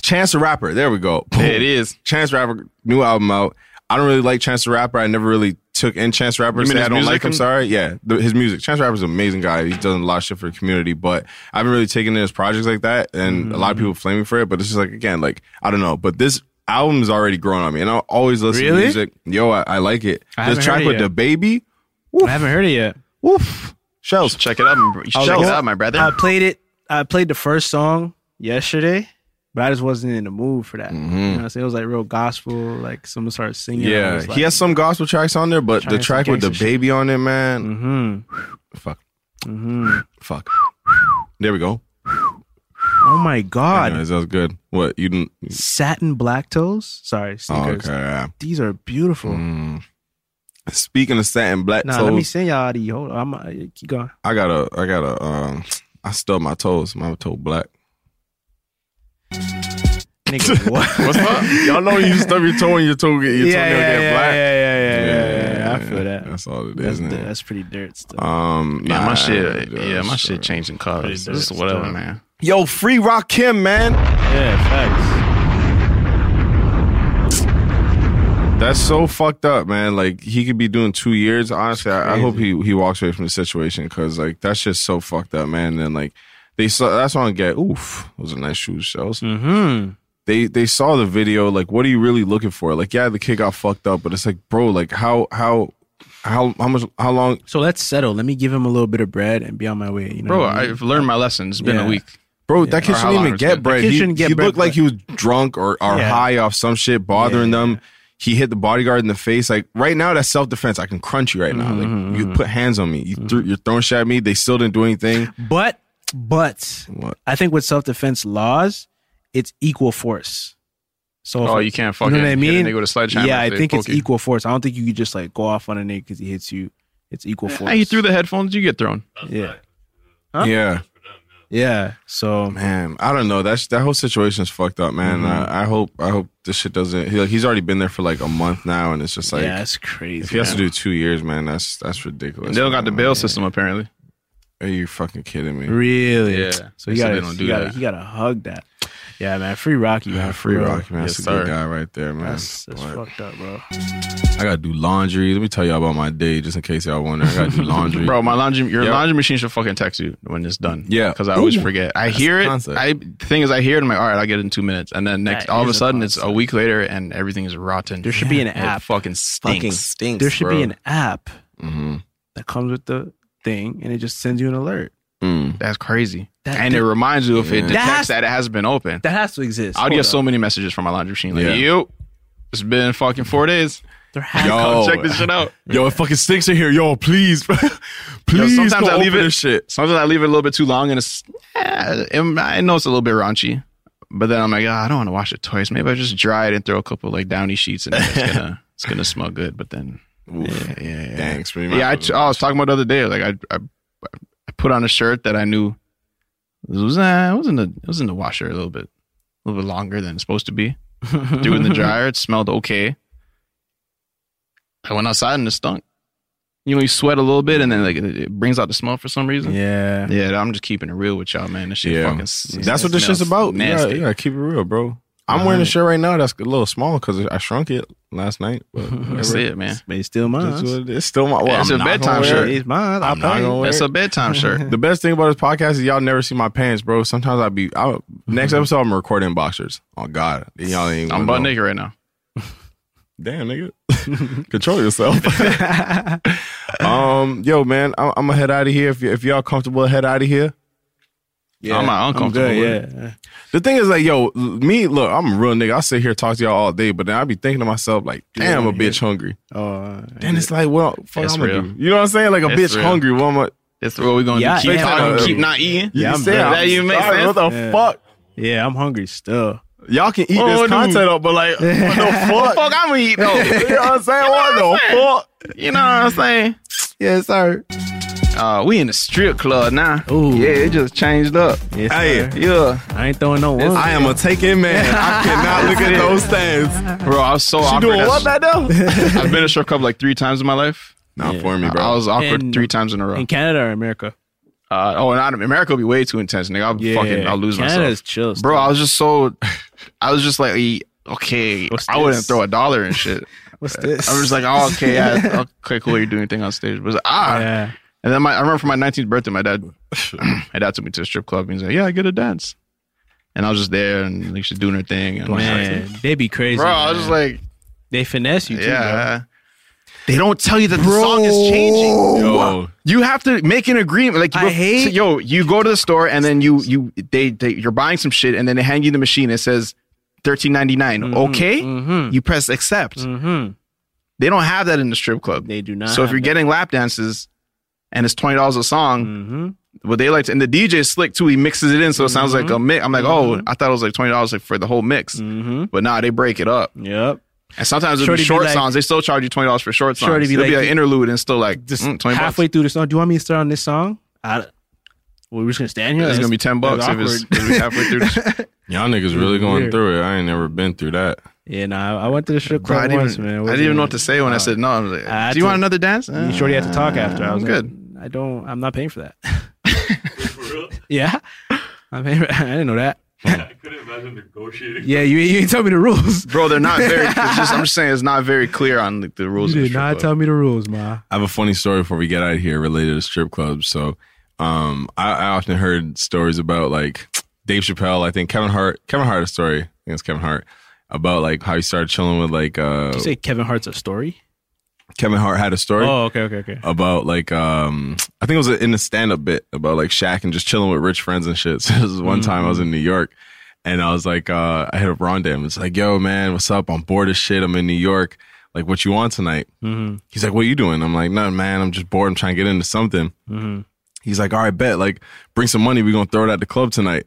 [SPEAKER 4] Chance the Rapper, there we go.
[SPEAKER 3] It is.
[SPEAKER 4] Chance the Rapper, new album out. I don't really like Chance the Rapper. I never really took in Chance the Rapper.
[SPEAKER 3] You mean
[SPEAKER 4] Say
[SPEAKER 3] his
[SPEAKER 4] I don't
[SPEAKER 3] music
[SPEAKER 4] like him,
[SPEAKER 3] and-
[SPEAKER 4] sorry. Yeah, the, his music. Chance the Rapper's an amazing guy. He's done a lot of shit for the community, but I haven't really taken in his projects like that. And a lot of people flame me for it, but it's just like, again, like, I don't know. But this album's already grown on me. And I always listen to
[SPEAKER 5] Really?
[SPEAKER 4] music. Yo, I, I like it.
[SPEAKER 5] I haven't
[SPEAKER 4] this track
[SPEAKER 5] heard it
[SPEAKER 4] with
[SPEAKER 5] yet.
[SPEAKER 4] the baby.
[SPEAKER 5] I haven't heard it yet.
[SPEAKER 4] Woof. Shells.
[SPEAKER 3] Check it out. m- You should check it out, my brother.
[SPEAKER 5] I played it. I played the first song yesterday, but I just wasn't in the mood for that. You know what I'm saying? It was like real gospel. Like someone started singing.
[SPEAKER 4] Mm-hmm.
[SPEAKER 5] I
[SPEAKER 4] Yeah,
[SPEAKER 5] was like-
[SPEAKER 4] he has some gospel tracks on there, but the
[SPEAKER 5] Trying some
[SPEAKER 4] track with the
[SPEAKER 5] gangsta shit.
[SPEAKER 4] baby on it, man. Mm-hmm. Fuck.
[SPEAKER 5] Mhm.
[SPEAKER 4] Fuck. There we go.
[SPEAKER 5] Oh my god.
[SPEAKER 4] Anyways, that was good. What you didn't?
[SPEAKER 5] Satin black toes. Sorry,
[SPEAKER 4] Oh,
[SPEAKER 5] sneakers.
[SPEAKER 4] okay. Mm-hmm. yeah.
[SPEAKER 5] These are beautiful.
[SPEAKER 4] Speaking of satin black
[SPEAKER 5] Nah,
[SPEAKER 4] toes,
[SPEAKER 5] let me send y'all the hold on. I'm uh, keep going.
[SPEAKER 4] I got a, I got a, um, I stubbed my toes. My toe black.
[SPEAKER 5] Nigga, what?
[SPEAKER 4] What's up? Y'all know you stub your toe and your toe get your
[SPEAKER 5] Yeah,
[SPEAKER 4] toenail
[SPEAKER 5] yeah,
[SPEAKER 4] get
[SPEAKER 5] yeah,
[SPEAKER 4] black.
[SPEAKER 5] yeah, yeah, yeah, yeah, yeah. I feel that.
[SPEAKER 4] That's all it
[SPEAKER 5] That's,
[SPEAKER 4] is. man.
[SPEAKER 5] that's pretty dirt stuff.
[SPEAKER 4] Um,
[SPEAKER 3] Yeah,
[SPEAKER 4] nah,
[SPEAKER 3] my shit. Yeah, my
[SPEAKER 4] just-
[SPEAKER 3] shit changing colors. This is whatever, man.
[SPEAKER 4] Yo, free Rock Kim, man.
[SPEAKER 5] Yeah, facts.
[SPEAKER 4] That's so fucked up, man. Like he could be doing two years. Honestly, I, I hope he he walks away from the situation because like that's just so fucked up, man. And then like they saw that's why I get. Oof, those are nice shoes, shells.
[SPEAKER 5] Mm-hmm.
[SPEAKER 4] They they saw the video. Like, what are you really looking for? Like, yeah, the kid got fucked up, but it's like, bro, like how how how how much how long?
[SPEAKER 5] So let's settle. Let me give him a little bit of bread and be on my way. You know,
[SPEAKER 3] Bro,
[SPEAKER 5] what I mean?
[SPEAKER 3] I've learned my lesson. It's been
[SPEAKER 5] Mm-hmm. Yeah.
[SPEAKER 3] a week.
[SPEAKER 4] Bro, that
[SPEAKER 3] Or
[SPEAKER 4] kid
[SPEAKER 3] how
[SPEAKER 4] shouldn't
[SPEAKER 3] long
[SPEAKER 4] even
[SPEAKER 3] it's
[SPEAKER 4] get
[SPEAKER 3] been-
[SPEAKER 4] bread.
[SPEAKER 5] kid
[SPEAKER 4] He,
[SPEAKER 5] shouldn't get
[SPEAKER 4] he
[SPEAKER 5] bread,
[SPEAKER 4] looked like
[SPEAKER 5] but-
[SPEAKER 4] he was drunk or, or
[SPEAKER 5] Yeah.
[SPEAKER 4] high off some shit, bothering them. He hit the bodyguard in the face. Like right now, that's self defense. I can crunch you right now. Like you put hands on me. You threw, you're throwing shit at me. They still didn't do anything.
[SPEAKER 5] But but
[SPEAKER 4] What?
[SPEAKER 5] I think with self defense laws, it's equal force. So if-
[SPEAKER 3] Oh, you can't
[SPEAKER 5] you
[SPEAKER 3] fucking
[SPEAKER 5] know what I
[SPEAKER 3] hit
[SPEAKER 5] mean?
[SPEAKER 3] a nigga with a sledgehammer.
[SPEAKER 5] yeah, I
[SPEAKER 3] if they
[SPEAKER 5] think it's
[SPEAKER 3] poke you.
[SPEAKER 5] equal force. I don't think you could just like go off on a nigga because he hits you. It's equal force.
[SPEAKER 3] Hey, you threw the headphones. You get thrown.
[SPEAKER 5] yeah, Huh?
[SPEAKER 4] Yeah,
[SPEAKER 5] yeah. So
[SPEAKER 4] man. I don't know. That's that whole situation's fucked up, man. I, I hope I hope this shit doesn't. He, like he's already been there for like a month now, and it's just like
[SPEAKER 5] yeah, it's crazy.
[SPEAKER 4] if he has to
[SPEAKER 5] man.
[SPEAKER 4] do two years, man, that's that's ridiculous.
[SPEAKER 3] And they don't got the
[SPEAKER 4] man.
[SPEAKER 3] bail system apparently.
[SPEAKER 4] Are you fucking kidding me?
[SPEAKER 5] Really?
[SPEAKER 3] Yeah.
[SPEAKER 5] So
[SPEAKER 3] They said
[SPEAKER 5] you gotta,
[SPEAKER 3] they don't do
[SPEAKER 5] you gotta,
[SPEAKER 3] that.
[SPEAKER 5] you gotta hug that. Yeah, man. Free Rocky.
[SPEAKER 4] Yeah,
[SPEAKER 5] man,
[SPEAKER 4] free
[SPEAKER 5] for real.
[SPEAKER 4] rock, man. That's
[SPEAKER 3] Yes,
[SPEAKER 4] a good
[SPEAKER 3] sir.
[SPEAKER 4] guy right there, man.
[SPEAKER 5] That's, that's
[SPEAKER 4] Boy.
[SPEAKER 5] fucked up, bro.
[SPEAKER 4] I gotta do laundry. Let me tell y'all about my day, just in case y'all wonder. I gotta do laundry,
[SPEAKER 3] Bro, my laundry, your
[SPEAKER 4] Yep.
[SPEAKER 3] laundry machine should fucking text you when it's done.
[SPEAKER 4] Yeah.
[SPEAKER 3] because I always
[SPEAKER 4] Ooh.
[SPEAKER 3] forget. I
[SPEAKER 4] That's
[SPEAKER 3] hear
[SPEAKER 4] the
[SPEAKER 3] it.
[SPEAKER 4] concept.
[SPEAKER 3] I the thing is, I hear it. I'm like, all right, I'll get it in two minutes, and then next,
[SPEAKER 5] That
[SPEAKER 3] all of a
[SPEAKER 5] is a
[SPEAKER 3] sudden, it's a
[SPEAKER 5] concept.
[SPEAKER 3] week later, and everything is rotten.
[SPEAKER 5] There should be an
[SPEAKER 3] It
[SPEAKER 5] app.
[SPEAKER 3] Fucking stinks.
[SPEAKER 4] stinks.
[SPEAKER 5] There should
[SPEAKER 4] bro.
[SPEAKER 5] be an app
[SPEAKER 4] Mhm.
[SPEAKER 5] that comes with the thing, and it just sends you an alert.
[SPEAKER 4] Mm.
[SPEAKER 3] That's crazy.
[SPEAKER 5] That-
[SPEAKER 3] and it reminds you if
[SPEAKER 4] Yeah.
[SPEAKER 3] it
[SPEAKER 4] That
[SPEAKER 3] detects that,
[SPEAKER 5] has-
[SPEAKER 3] it hasn't been open.
[SPEAKER 5] That has to exist.
[SPEAKER 3] I'll
[SPEAKER 5] Hold
[SPEAKER 3] get
[SPEAKER 5] up.
[SPEAKER 3] so many messages from my laundry machine. Like,
[SPEAKER 4] Yeah.
[SPEAKER 3] yo, it's been fucking four days.
[SPEAKER 5] There has
[SPEAKER 4] Yo.
[SPEAKER 3] Come
[SPEAKER 4] Oh.
[SPEAKER 3] check this shit out.
[SPEAKER 4] Yo, it fucking stinks in here. Yo, please, please.
[SPEAKER 3] sometimes
[SPEAKER 4] go
[SPEAKER 3] I leave
[SPEAKER 4] open
[SPEAKER 3] it-
[SPEAKER 4] This shit.
[SPEAKER 3] Sometimes I leave it a little bit too long, and it's eh, it- I know it's a little bit raunchy, but then I'm like, oh, I don't want to wash it twice. Maybe I just dry it and throw a couple like downy sheets, and it's gonna it's gonna smell good. But then
[SPEAKER 4] Oof.
[SPEAKER 3] yeah, yeah, yeah.
[SPEAKER 4] Thanks, pretty much.
[SPEAKER 3] yeah I, t- oh, I was talking about the other day. Like I, I, I put on a shirt that I knew it was uh, it was in the it was in the washer a little bit, a little bit longer than it's supposed to be. Threw it in the dryer. It smelled okay. I went outside and it stunk. You know, you sweat a little bit and then like it, it brings out the smell for some reason.
[SPEAKER 5] Yeah.
[SPEAKER 3] Yeah, I'm just keeping it real with y'all, man. This shit
[SPEAKER 4] Yeah.
[SPEAKER 3] fucking. s-
[SPEAKER 4] That's what this
[SPEAKER 3] smells
[SPEAKER 4] shit's about. Yeah,
[SPEAKER 3] Nasty.
[SPEAKER 4] yeah, keep it real, bro. I'm wearing a shirt right now that's a little small because I shrunk it last night. But
[SPEAKER 3] That's it, man.
[SPEAKER 5] But it's still mine.
[SPEAKER 4] That's what it is. It's still my. Well,
[SPEAKER 3] It's
[SPEAKER 4] I'm
[SPEAKER 3] a
[SPEAKER 4] not gonna
[SPEAKER 3] bedtime
[SPEAKER 4] wear
[SPEAKER 3] shirt.
[SPEAKER 4] it.
[SPEAKER 5] It's mine. I'll
[SPEAKER 4] I'm not
[SPEAKER 5] probably-
[SPEAKER 4] gonna wear
[SPEAKER 3] That's
[SPEAKER 4] it.
[SPEAKER 3] a bedtime shirt.
[SPEAKER 4] The best thing about this podcast is y'all never see my pants, bro. Sometimes I be I, next episode I'm recording buxers. Oh God, y'all ain't.
[SPEAKER 3] Mm-hmm. I'm
[SPEAKER 4] gonna
[SPEAKER 3] butt
[SPEAKER 4] know.
[SPEAKER 3] naked right now.
[SPEAKER 4] Damn, nigga, control yourself. um, yo, man, I'm, I'm gonna head out of here. If, y- if y'all comfortable, head out of here.
[SPEAKER 3] Yeah, I'm not
[SPEAKER 5] I'm
[SPEAKER 3] uncomfortable.
[SPEAKER 5] good.
[SPEAKER 3] with it.
[SPEAKER 5] Yeah.
[SPEAKER 4] The thing is, like, yo, l- me, look, I'm a real nigga. I sit here talk to y'all all day, but then I be thinking to myself, like, damn, a bitch hungry.
[SPEAKER 5] Oh, uh,
[SPEAKER 4] Then it's like, well, fuck,
[SPEAKER 3] It's
[SPEAKER 4] I'm gonna
[SPEAKER 3] real.
[SPEAKER 4] do. You know what I'm saying? Like a
[SPEAKER 3] It's
[SPEAKER 4] bitch
[SPEAKER 3] real.
[SPEAKER 4] hungry. What am I?
[SPEAKER 3] That's what we're gonna
[SPEAKER 5] Yeah,
[SPEAKER 3] do. Keep
[SPEAKER 5] yeah.
[SPEAKER 3] talking, keep not eating.
[SPEAKER 4] You
[SPEAKER 5] Yeah, I'm
[SPEAKER 4] understand?
[SPEAKER 5] good.
[SPEAKER 4] I'm
[SPEAKER 3] That even makes
[SPEAKER 4] starving.
[SPEAKER 3] sense.
[SPEAKER 4] What the
[SPEAKER 5] Yeah.
[SPEAKER 4] fuck?
[SPEAKER 5] yeah. I'm hungry still.
[SPEAKER 4] Y'all can eat
[SPEAKER 3] Oh,
[SPEAKER 4] this
[SPEAKER 3] dude.
[SPEAKER 4] content up, but like, what the fuck?
[SPEAKER 3] Fuck, I'm gonna eat though.
[SPEAKER 4] you know what I'm saying? What the fuck?
[SPEAKER 3] You know what I'm saying?
[SPEAKER 4] Yeah, sir.
[SPEAKER 3] Uh, we in the strip club now.
[SPEAKER 5] Ooh.
[SPEAKER 3] Yeah, it just changed up.
[SPEAKER 5] Yes,
[SPEAKER 4] Hey.
[SPEAKER 5] sir.
[SPEAKER 3] Yeah.
[SPEAKER 5] I ain't throwing no one.
[SPEAKER 4] I am a taken man. I cannot look at those things.
[SPEAKER 3] Bro, I was so
[SPEAKER 4] You
[SPEAKER 3] awkward.
[SPEAKER 4] doing what,
[SPEAKER 3] That's-
[SPEAKER 4] Madel?
[SPEAKER 3] I've been to strip club like three times in my life.
[SPEAKER 4] Not for me, bro.
[SPEAKER 3] I was awkward
[SPEAKER 4] And-
[SPEAKER 3] three times in a row.
[SPEAKER 4] in
[SPEAKER 5] Canada or America?
[SPEAKER 3] Uh, oh, not America would be way too intense, nigga. I'll
[SPEAKER 5] Yeah,
[SPEAKER 3] fucking, I'll lose
[SPEAKER 5] Canada's
[SPEAKER 3] myself.
[SPEAKER 5] chill,
[SPEAKER 3] bro. I was just so, I was just like, eh, okay, I wouldn't
[SPEAKER 5] this?
[SPEAKER 3] throw a dollar and shit.
[SPEAKER 5] What's this?
[SPEAKER 3] I was just like, oh, okay, yeah, okay, cool. You're doing your thing on stage. But I was like, ah. And then my, I remember for my 19th birthday, my dad, my dad took me to a strip club. And he's like, yeah, I get a dance. And I was just there and like she's doing her thing. And I was
[SPEAKER 5] Man,
[SPEAKER 3] like,
[SPEAKER 5] they be crazy.
[SPEAKER 3] Bro, I was
[SPEAKER 5] man.
[SPEAKER 3] just like,
[SPEAKER 5] they finesse you too.
[SPEAKER 3] Yeah.
[SPEAKER 5] Bro.
[SPEAKER 3] They don't tell you that the song is changing.
[SPEAKER 5] Yo.
[SPEAKER 3] You have to make an agreement. Like, you
[SPEAKER 5] I
[SPEAKER 3] go,
[SPEAKER 5] hate-
[SPEAKER 3] yo, you go to the store and then you you they, they you're buying some shit and then they hand you the machine. It says thirteen
[SPEAKER 5] Mm-hmm.
[SPEAKER 3] Okay, you press accept. They don't have that in the strip club. They do
[SPEAKER 5] not
[SPEAKER 3] So if
[SPEAKER 5] have
[SPEAKER 3] you're getting lap dances and it's twenty dollars a song,
[SPEAKER 5] Mm-hmm,
[SPEAKER 3] what they like to and the DJ is slick too. He mixes it in so it sounds like
[SPEAKER 5] Mm-hmm.
[SPEAKER 3] a mix. I'm like, oh, I thought it was like twenty dollars like for the whole mix,
[SPEAKER 5] mm-hmm.
[SPEAKER 3] but nah, they break it up.
[SPEAKER 5] Yep.
[SPEAKER 3] And sometimes it'll
[SPEAKER 5] Shorty
[SPEAKER 3] be
[SPEAKER 5] be
[SPEAKER 3] short
[SPEAKER 5] like-
[SPEAKER 3] songs. They still charge you twenty dollars for short songs.
[SPEAKER 5] Shorty be
[SPEAKER 3] It'll be
[SPEAKER 5] like-
[SPEAKER 3] an interlude and still like just Mm, twenty bucks.
[SPEAKER 5] Halfway through the song, do you want me to start on this song? I, we're just gonna stand here.
[SPEAKER 3] It's gonna be
[SPEAKER 5] That's-
[SPEAKER 3] 10 bucks if it's-
[SPEAKER 5] that's awkward.
[SPEAKER 3] if it's halfway through the-
[SPEAKER 4] Y'all niggas really going
[SPEAKER 5] Weird.
[SPEAKER 4] through it. I ain't never been through that.
[SPEAKER 5] Yeah, nah, I I went to the strip
[SPEAKER 3] Bro,
[SPEAKER 5] club
[SPEAKER 3] I didn't
[SPEAKER 5] once,
[SPEAKER 3] even-
[SPEAKER 5] man.
[SPEAKER 3] I
[SPEAKER 5] Wasn't
[SPEAKER 3] didn't even know
[SPEAKER 5] it-
[SPEAKER 3] what to say when I said no. I was like,
[SPEAKER 5] had
[SPEAKER 3] "Do you want another dance?"
[SPEAKER 5] You Shorty had to talk after. I was
[SPEAKER 3] I'm
[SPEAKER 5] good. I don't. I'm not paying for that. yeah, I mean, I didn't know that.
[SPEAKER 8] I couldn't imagine negotiating.
[SPEAKER 5] Yeah, you you ain't tell me the rules,
[SPEAKER 3] bro. They're not very. it's just, I'm just saying, it's not very clear on like, the rules.
[SPEAKER 5] You
[SPEAKER 3] of the
[SPEAKER 5] did
[SPEAKER 3] strip
[SPEAKER 5] not
[SPEAKER 3] club.
[SPEAKER 5] tell me the rules, ma.
[SPEAKER 4] I have a funny story before we get out of here related to strip clubs. So, um, I, I often heard stories about like Dave Chappelle. I think Kevin Hart. Kevin Hart had a story. I think it's Kevin Hart about like how he started chilling with like uh,
[SPEAKER 5] Did you say Kevin Hart's a story?
[SPEAKER 4] Kevin Hart had a story.
[SPEAKER 5] Oh, okay, okay,
[SPEAKER 3] Uh,
[SPEAKER 5] okay.
[SPEAKER 4] About like um, I think it was in a stand-up bit about like Shaq and just chilling with rich friends and shit. So this is one time I was in New York, and I was like, uh, I hit up Rondé. and It's like, yo, man, what's up? I'm bored as shit. I'm in New York. Like, what you on tonight?
[SPEAKER 5] Mm-hmm.
[SPEAKER 4] He's like, what you doing? I'm like, nothing, man. I'm just bored. I'm trying to get into something.
[SPEAKER 5] Mm-hmm.
[SPEAKER 4] He's like, all right, bet. Like, bring some money. We're going to throw it at the club tonight.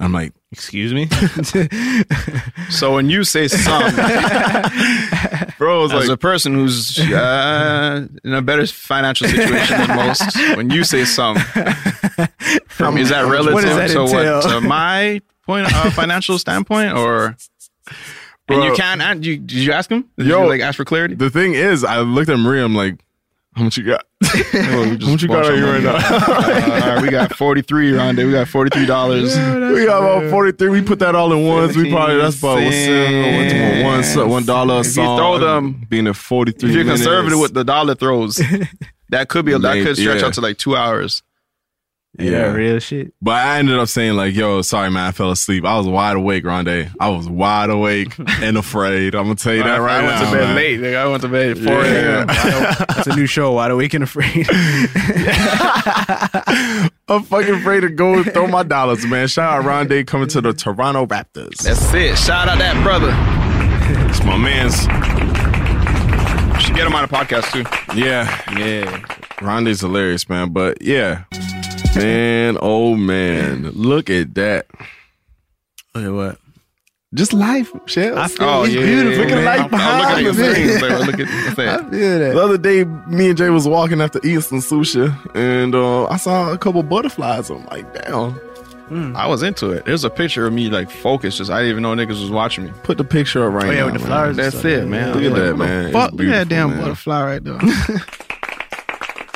[SPEAKER 4] I'm like,
[SPEAKER 5] excuse me?
[SPEAKER 3] So when you say some,
[SPEAKER 4] bro,
[SPEAKER 3] as a person who's uh, in a better financial situation than most, when you say some, from, is that relative
[SPEAKER 4] What does that
[SPEAKER 3] to
[SPEAKER 4] entail?
[SPEAKER 3] what to my point, uh, financial standpoint, or?
[SPEAKER 4] Bro.
[SPEAKER 3] and you can't. a- You, did you ask him? Did
[SPEAKER 4] Yo,
[SPEAKER 3] you like ask for clarity?
[SPEAKER 4] The thing is, I looked at Maria. I'm like, how much you got? how much you got on you right now?
[SPEAKER 3] all right, we got forty three, Rondé. We got forty three dollars.
[SPEAKER 4] we got about 43. We put that all in ones. We probably, that's about what's in, one, one, one dollar a
[SPEAKER 3] If you
[SPEAKER 4] song.
[SPEAKER 3] throw them,
[SPEAKER 4] being at 43
[SPEAKER 3] If you're
[SPEAKER 4] minutes.
[SPEAKER 3] conservative with the dollar throws, that could be that
[SPEAKER 4] Late,
[SPEAKER 3] could stretch
[SPEAKER 4] yeah.
[SPEAKER 3] out to like two hours.
[SPEAKER 5] real shit.
[SPEAKER 4] But I ended up saying like, "Yo, sorry, man, I fell asleep. I was wide awake, Rondé. I was wide awake and afraid. I'm gonna tell you that right
[SPEAKER 3] I went
[SPEAKER 4] now.
[SPEAKER 3] to bed
[SPEAKER 4] man.
[SPEAKER 3] late. Nigga. I went to bed at four a.m.
[SPEAKER 4] Yeah.
[SPEAKER 5] That's a new show. Wide awake and afraid.
[SPEAKER 4] I'm fucking afraid to go and throw my dollars, man. Shout out Rondé coming to the Toronto Raptors.
[SPEAKER 3] That's it. Shout out that brother.
[SPEAKER 4] It's my man's.
[SPEAKER 3] Should get him on a podcast too.
[SPEAKER 4] Yeah, yeah. Rondé's hilarious, man. But yeah, man, oh man, look at that.
[SPEAKER 5] Look at what?
[SPEAKER 4] Just life, shit.
[SPEAKER 5] I feel
[SPEAKER 4] it's
[SPEAKER 3] Oh, yeah,
[SPEAKER 4] beautiful.
[SPEAKER 3] yeah,
[SPEAKER 4] Look at
[SPEAKER 3] yeah.
[SPEAKER 4] life
[SPEAKER 3] I'm- I'm
[SPEAKER 4] behind
[SPEAKER 3] looking at your
[SPEAKER 4] the
[SPEAKER 3] things, like, look at- what's that?
[SPEAKER 4] The other day, me and Jay was walking after eating some sushi, and uh, I saw a couple butterflies. I'm like, damn.
[SPEAKER 3] I was into it. There's a picture of me like focused. Just I didn't even know niggas was watching me.
[SPEAKER 4] Put the picture up right
[SPEAKER 3] Oh, yeah,
[SPEAKER 4] now.
[SPEAKER 3] with the
[SPEAKER 4] man.
[SPEAKER 3] flowers and stuff.
[SPEAKER 4] Look
[SPEAKER 3] Yeah.
[SPEAKER 4] at that,
[SPEAKER 3] What the
[SPEAKER 4] man. It's
[SPEAKER 3] fuck? Look at that
[SPEAKER 4] beautiful,
[SPEAKER 3] damn
[SPEAKER 4] man.
[SPEAKER 3] butterfly right there.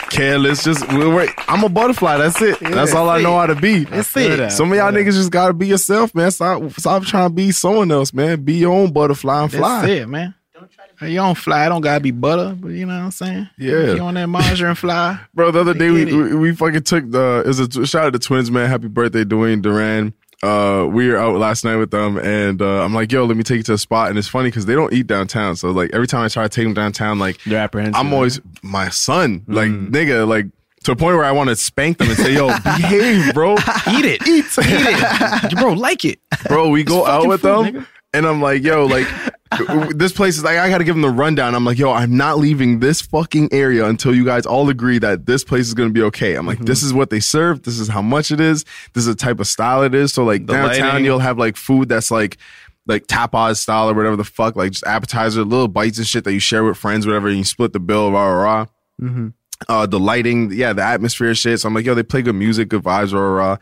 [SPEAKER 4] Careless, just we'll wait. I'm a butterfly. That's it. that's all I know how to be. That's
[SPEAKER 3] it.
[SPEAKER 4] Some of y'all niggas just gotta be yourself, man. Stop, stop trying to be someone else, man. Be your own butterfly and fly.
[SPEAKER 3] That's it, man. You don't fly. I don't gotta be butter, but you know what I'm saying.
[SPEAKER 4] Yeah.
[SPEAKER 3] you on that Marger and fly.
[SPEAKER 4] Bro, the other day we,
[SPEAKER 3] get it.
[SPEAKER 4] we we fucking took the is a tw- shout out to twins, man. Happy birthday, Dwayne Duran. Uh, we were out last night with them, and uh, I'm like, "Yo, let me take you to a spot." And it's funny because they don't eat downtown, so like every time I try to take them downtown, like
[SPEAKER 5] They're apprehensive.
[SPEAKER 4] I'm always my son, like nigga, like to a point where I want to spank them and say, "Yo, behave, bro,
[SPEAKER 3] Eat it.
[SPEAKER 4] eat,
[SPEAKER 3] Eat it. Bro, like it.
[SPEAKER 4] bro." We go out
[SPEAKER 3] fucking
[SPEAKER 4] with
[SPEAKER 3] food,
[SPEAKER 4] them, and I'm like, "Yo, like." This place is like I gotta give them the rundown. I'm like, yo, I'm not leaving this fucking area until you guys all agree that this place is gonna be okay. I'm like,
[SPEAKER 3] Mhm.
[SPEAKER 4] this is what they serve, this is how much it is, this is the type of style it is. So like
[SPEAKER 3] The
[SPEAKER 4] downtown,
[SPEAKER 3] lighting.
[SPEAKER 4] you'll have like food that's like like tapas style or whatever the fuck, like just appetizer, little bites and shit that you share with friends, whatever, and you split the bill, rah rah rah
[SPEAKER 3] Mm-hmm.
[SPEAKER 4] uh the lighting, yeah, the atmosphere and shit. So I'm like, yo, they play good music, good vibes, rah, rah, rah.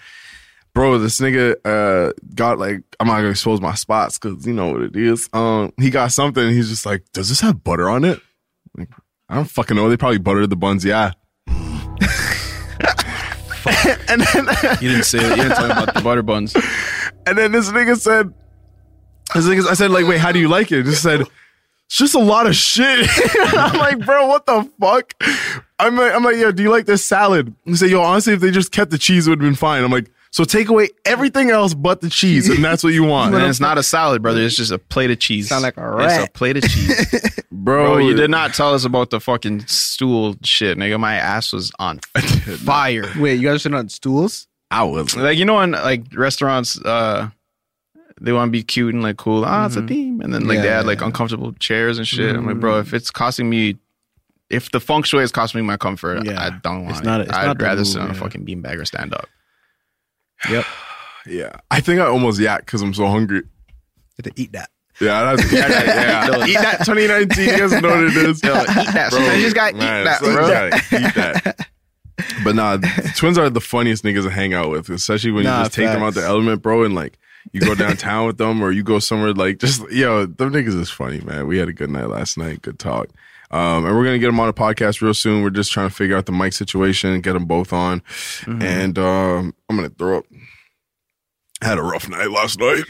[SPEAKER 4] Bro, this nigga uh got like I'm not gonna expose my spots because you know what it is. Um he got something, he's just like, Does this have butter on it? Like, I don't fucking know. They probably buttered the buns. Yeah. and then
[SPEAKER 3] you didn't say that. You didn't talk about the butter buns.
[SPEAKER 4] And then this nigga said, this nigga, I said, like, wait, how do you like it? He said, it's just a lot of shit. I'm like, bro, what the fuck? I'm like, I'm like, yo, do you like this salad? He said, yo, honestly, if they just kept the cheese, it would have been fine. I'm like, so take away everything else but the cheese, and that's what you want.
[SPEAKER 3] And it's not a salad, brother. It's just a plate of cheese.
[SPEAKER 5] Sound like a rat.
[SPEAKER 3] It's a plate of cheese,
[SPEAKER 4] bro.
[SPEAKER 3] bro. You did not tell us about the fucking stool shit, nigga. My ass was on fire.
[SPEAKER 5] Wait, you guys are on stools?
[SPEAKER 4] I was
[SPEAKER 3] like, you know, in like restaurants, uh, they want to be cute and like cool. Ah, it's a theme, and then like they
[SPEAKER 5] Mm-hmm. Yeah, Mm-hmm.
[SPEAKER 3] add like uncomfortable chairs and shit. I'm like, bro, if it's costing me, if the feng shui is costing me my comfort,
[SPEAKER 5] Yeah.
[SPEAKER 3] I don't want
[SPEAKER 5] It's
[SPEAKER 3] it.
[SPEAKER 5] not- it's
[SPEAKER 3] I'd
[SPEAKER 5] not the
[SPEAKER 3] rather
[SPEAKER 5] move,
[SPEAKER 3] sit on a
[SPEAKER 5] yeah.
[SPEAKER 3] fucking beanbag or stand up.
[SPEAKER 5] Yep.
[SPEAKER 4] Yeah, I think I almost yak because I'm so hungry.
[SPEAKER 5] Had to eat that.
[SPEAKER 4] Yeah, that's yeah, yeah. yeah. eat that 2019. You guys know what it is.
[SPEAKER 3] Yo, eat that.
[SPEAKER 4] Bro,
[SPEAKER 3] I just gotta
[SPEAKER 4] man,
[SPEAKER 3] eat that,
[SPEAKER 4] so
[SPEAKER 3] bro.
[SPEAKER 4] you gotta eat that. But nah, the twins are the funniest niggas to hang out with, especially when
[SPEAKER 5] Nah,
[SPEAKER 4] you just take them out the
[SPEAKER 5] facts.
[SPEAKER 4] element, bro, and like you go downtown with them or you go somewhere like just yo, them niggas is funny, man. We had a good night last night, good talk. Um, and we're gonna get them on a podcast real soon. We're just trying to figure out the mic situation, get them both on,
[SPEAKER 5] Mm-hmm.
[SPEAKER 4] and um, I'm gonna throw up. I had a rough night last night.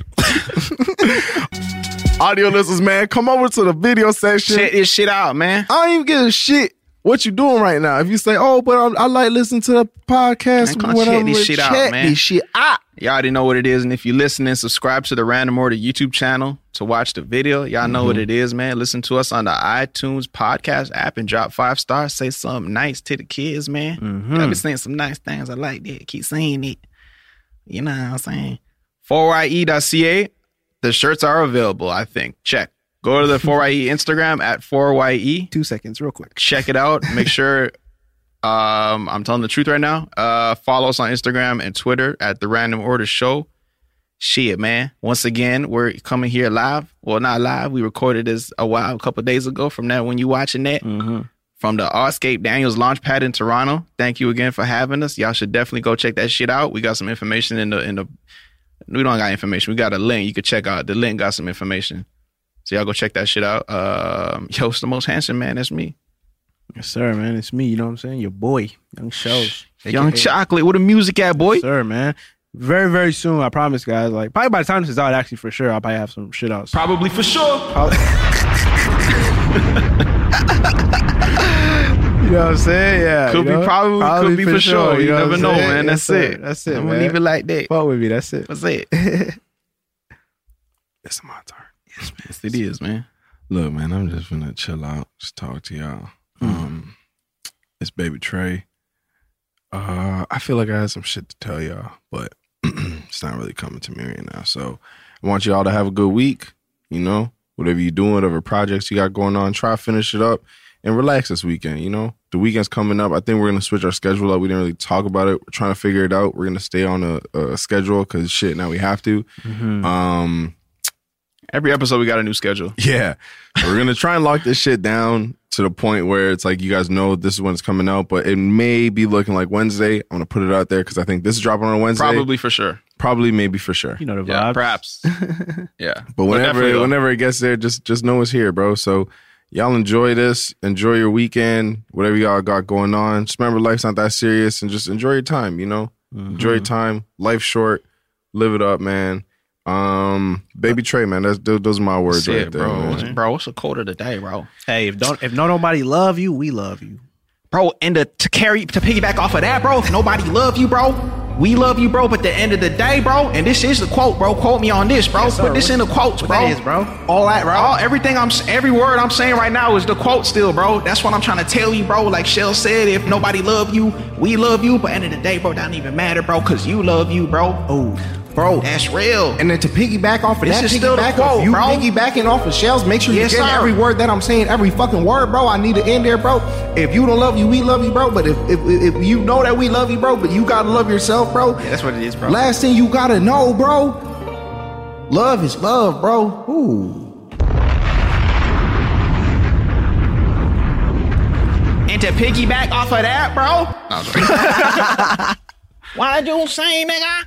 [SPEAKER 4] Audio listeners, man, come over to the video section.
[SPEAKER 3] Check this shit out, man.
[SPEAKER 4] I don't even give a shit what you doing right now. If you say, "Oh, but I'm, I like listening to the podcast,"
[SPEAKER 3] Man, come
[SPEAKER 4] whatever,
[SPEAKER 3] check this shit out, man.
[SPEAKER 4] this shit out.
[SPEAKER 3] Y'all already know what it is. And if you listening, subscribe to the Random Order YouTube channel to watch the video. Y'all know what it is, man. Listen to us on the iTunes podcast app and drop five stars. Say something nice to the kids, man. I've been saying some nice things. I like that. Keep saying it. You know what I'm saying? E 4ye.ca. The shirts are available, I think. Check. Go to the 4ye Instagram at E. 4ye
[SPEAKER 5] Two seconds, real quick.
[SPEAKER 3] check it out. Make sure um, I'm telling the truth right now. Uh, follow us on Instagram and Twitter at the Random Order Show. Shit, man. Once again, we're coming here live. Well, not live. We recorded this a while, a couple days ago. From that, when you watching that, from the Artscape Daniels Launchpad in Toronto. Thank you again for having us. Y'all should definitely go check that shit out. We got some information in the in the. We don't got information. We got a link. You could check out the link. Got some information. So y'all go check that shit out. Um, yo, it's the most handsome man. That's me.
[SPEAKER 5] Yes, sir, man. It's me. You know what I'm saying? Your boy, Young Shows.
[SPEAKER 3] Young Chocolate, what a music at, boy.
[SPEAKER 5] Sir, man. Very, very soon, I promise, guys. Like, probably by the time this is out, actually, for sure, I'll probably have some shit out. So,
[SPEAKER 7] Probably for sure.
[SPEAKER 5] you know what I'm saying? Yeah.
[SPEAKER 3] Could
[SPEAKER 5] you
[SPEAKER 3] be
[SPEAKER 5] know?
[SPEAKER 3] probably, could be for sure. You,
[SPEAKER 5] know what
[SPEAKER 3] never
[SPEAKER 5] I'm
[SPEAKER 3] know,
[SPEAKER 5] saying?
[SPEAKER 3] man.
[SPEAKER 5] Yes,
[SPEAKER 3] That's
[SPEAKER 5] sir.
[SPEAKER 3] it.
[SPEAKER 5] That's it,
[SPEAKER 3] I'm
[SPEAKER 5] man.
[SPEAKER 3] gonna leave it like that.
[SPEAKER 5] Fuck with me. That's it.
[SPEAKER 3] That's it.
[SPEAKER 4] It's my turn.
[SPEAKER 3] yes, it is, man.
[SPEAKER 4] Look, man, I'm just gonna chill out, just talk to y'all. Um, it's baby Trey. Uh, I feel like I had some shit to tell y'all, but it's not really coming to me right now. So I want y'all to have a good week. You know, whatever you doing, whatever projects you got going on, try to finish it up and relax this weekend. You know, the weekend's coming up. I think we're gonna switch our schedule up. We didn't really talk about it. We're trying to figure it out. We're gonna stay on a, a schedule because shit, now we have to. Um.
[SPEAKER 3] Every episode we got a new schedule.
[SPEAKER 4] Yeah. We're going to try and lock this shit down to the point where it's like you guys know this is when it's coming out, but it may be looking like Wednesday. I'm going to put it out there because I think this is dropping on Wednesday.
[SPEAKER 3] Probably for sure.
[SPEAKER 4] Probably, maybe for sure.
[SPEAKER 5] You know the vibes.
[SPEAKER 3] Yeah, perhaps. yeah.
[SPEAKER 4] But whenever
[SPEAKER 3] definitely, though.
[SPEAKER 4] whenever it gets there, just just know it's here, bro. So y'all enjoy this. Enjoy your weekend, whatever y'all got going on. Just remember life's not that serious and just enjoy your time, you know? Enjoy
[SPEAKER 3] Mm-hmm.
[SPEAKER 4] your time. Life's short. Live it up, man. Um, baby Trey, man, that's those those are my words
[SPEAKER 3] Say
[SPEAKER 4] right
[SPEAKER 3] it,
[SPEAKER 4] there.
[SPEAKER 3] bro.
[SPEAKER 4] man.
[SPEAKER 3] What's, bro, what's the quote of the day, bro?
[SPEAKER 5] Hey, if don't if no nobody love you, we love you.
[SPEAKER 7] bro. And to, to carry to piggyback off of that, bro. If nobody love you, bro, we love you, bro. But at the end of the day, bro, and this is the quote, bro. Quote me on this, bro.
[SPEAKER 5] Yes, sir.
[SPEAKER 7] Put this in the quotes,
[SPEAKER 5] What
[SPEAKER 7] bro.
[SPEAKER 5] that is, bro?
[SPEAKER 7] All that, bro. All, everything I'm s- every word I'm saying right now is the quote still, bro. That's what I'm trying to tell you, bro. Like Shell said, if nobody love you, we love you. But end of the day, bro, that don't even matter, bro, cause you love you, bro.
[SPEAKER 5] Oh,
[SPEAKER 7] Bro, that's real.
[SPEAKER 14] And then to piggyback off of
[SPEAKER 7] This
[SPEAKER 14] that,
[SPEAKER 7] is still the
[SPEAKER 14] piggyback
[SPEAKER 7] quote,
[SPEAKER 14] off you
[SPEAKER 7] bro.
[SPEAKER 14] piggybacking off of shells. Make sure you
[SPEAKER 7] Yes,
[SPEAKER 14] get
[SPEAKER 7] sir.
[SPEAKER 14] every word that I'm saying, every fucking word, bro. I need to end there, bro. If you don't love you, we love you, bro. But if if, if you know that we love you, bro, but you gotta love yourself, bro.
[SPEAKER 7] that's what it is, bro.
[SPEAKER 14] Last thing you gotta know, bro. Love is love, bro. Ooh.
[SPEAKER 7] And to piggyback off of that, bro. Why you saying, nigga?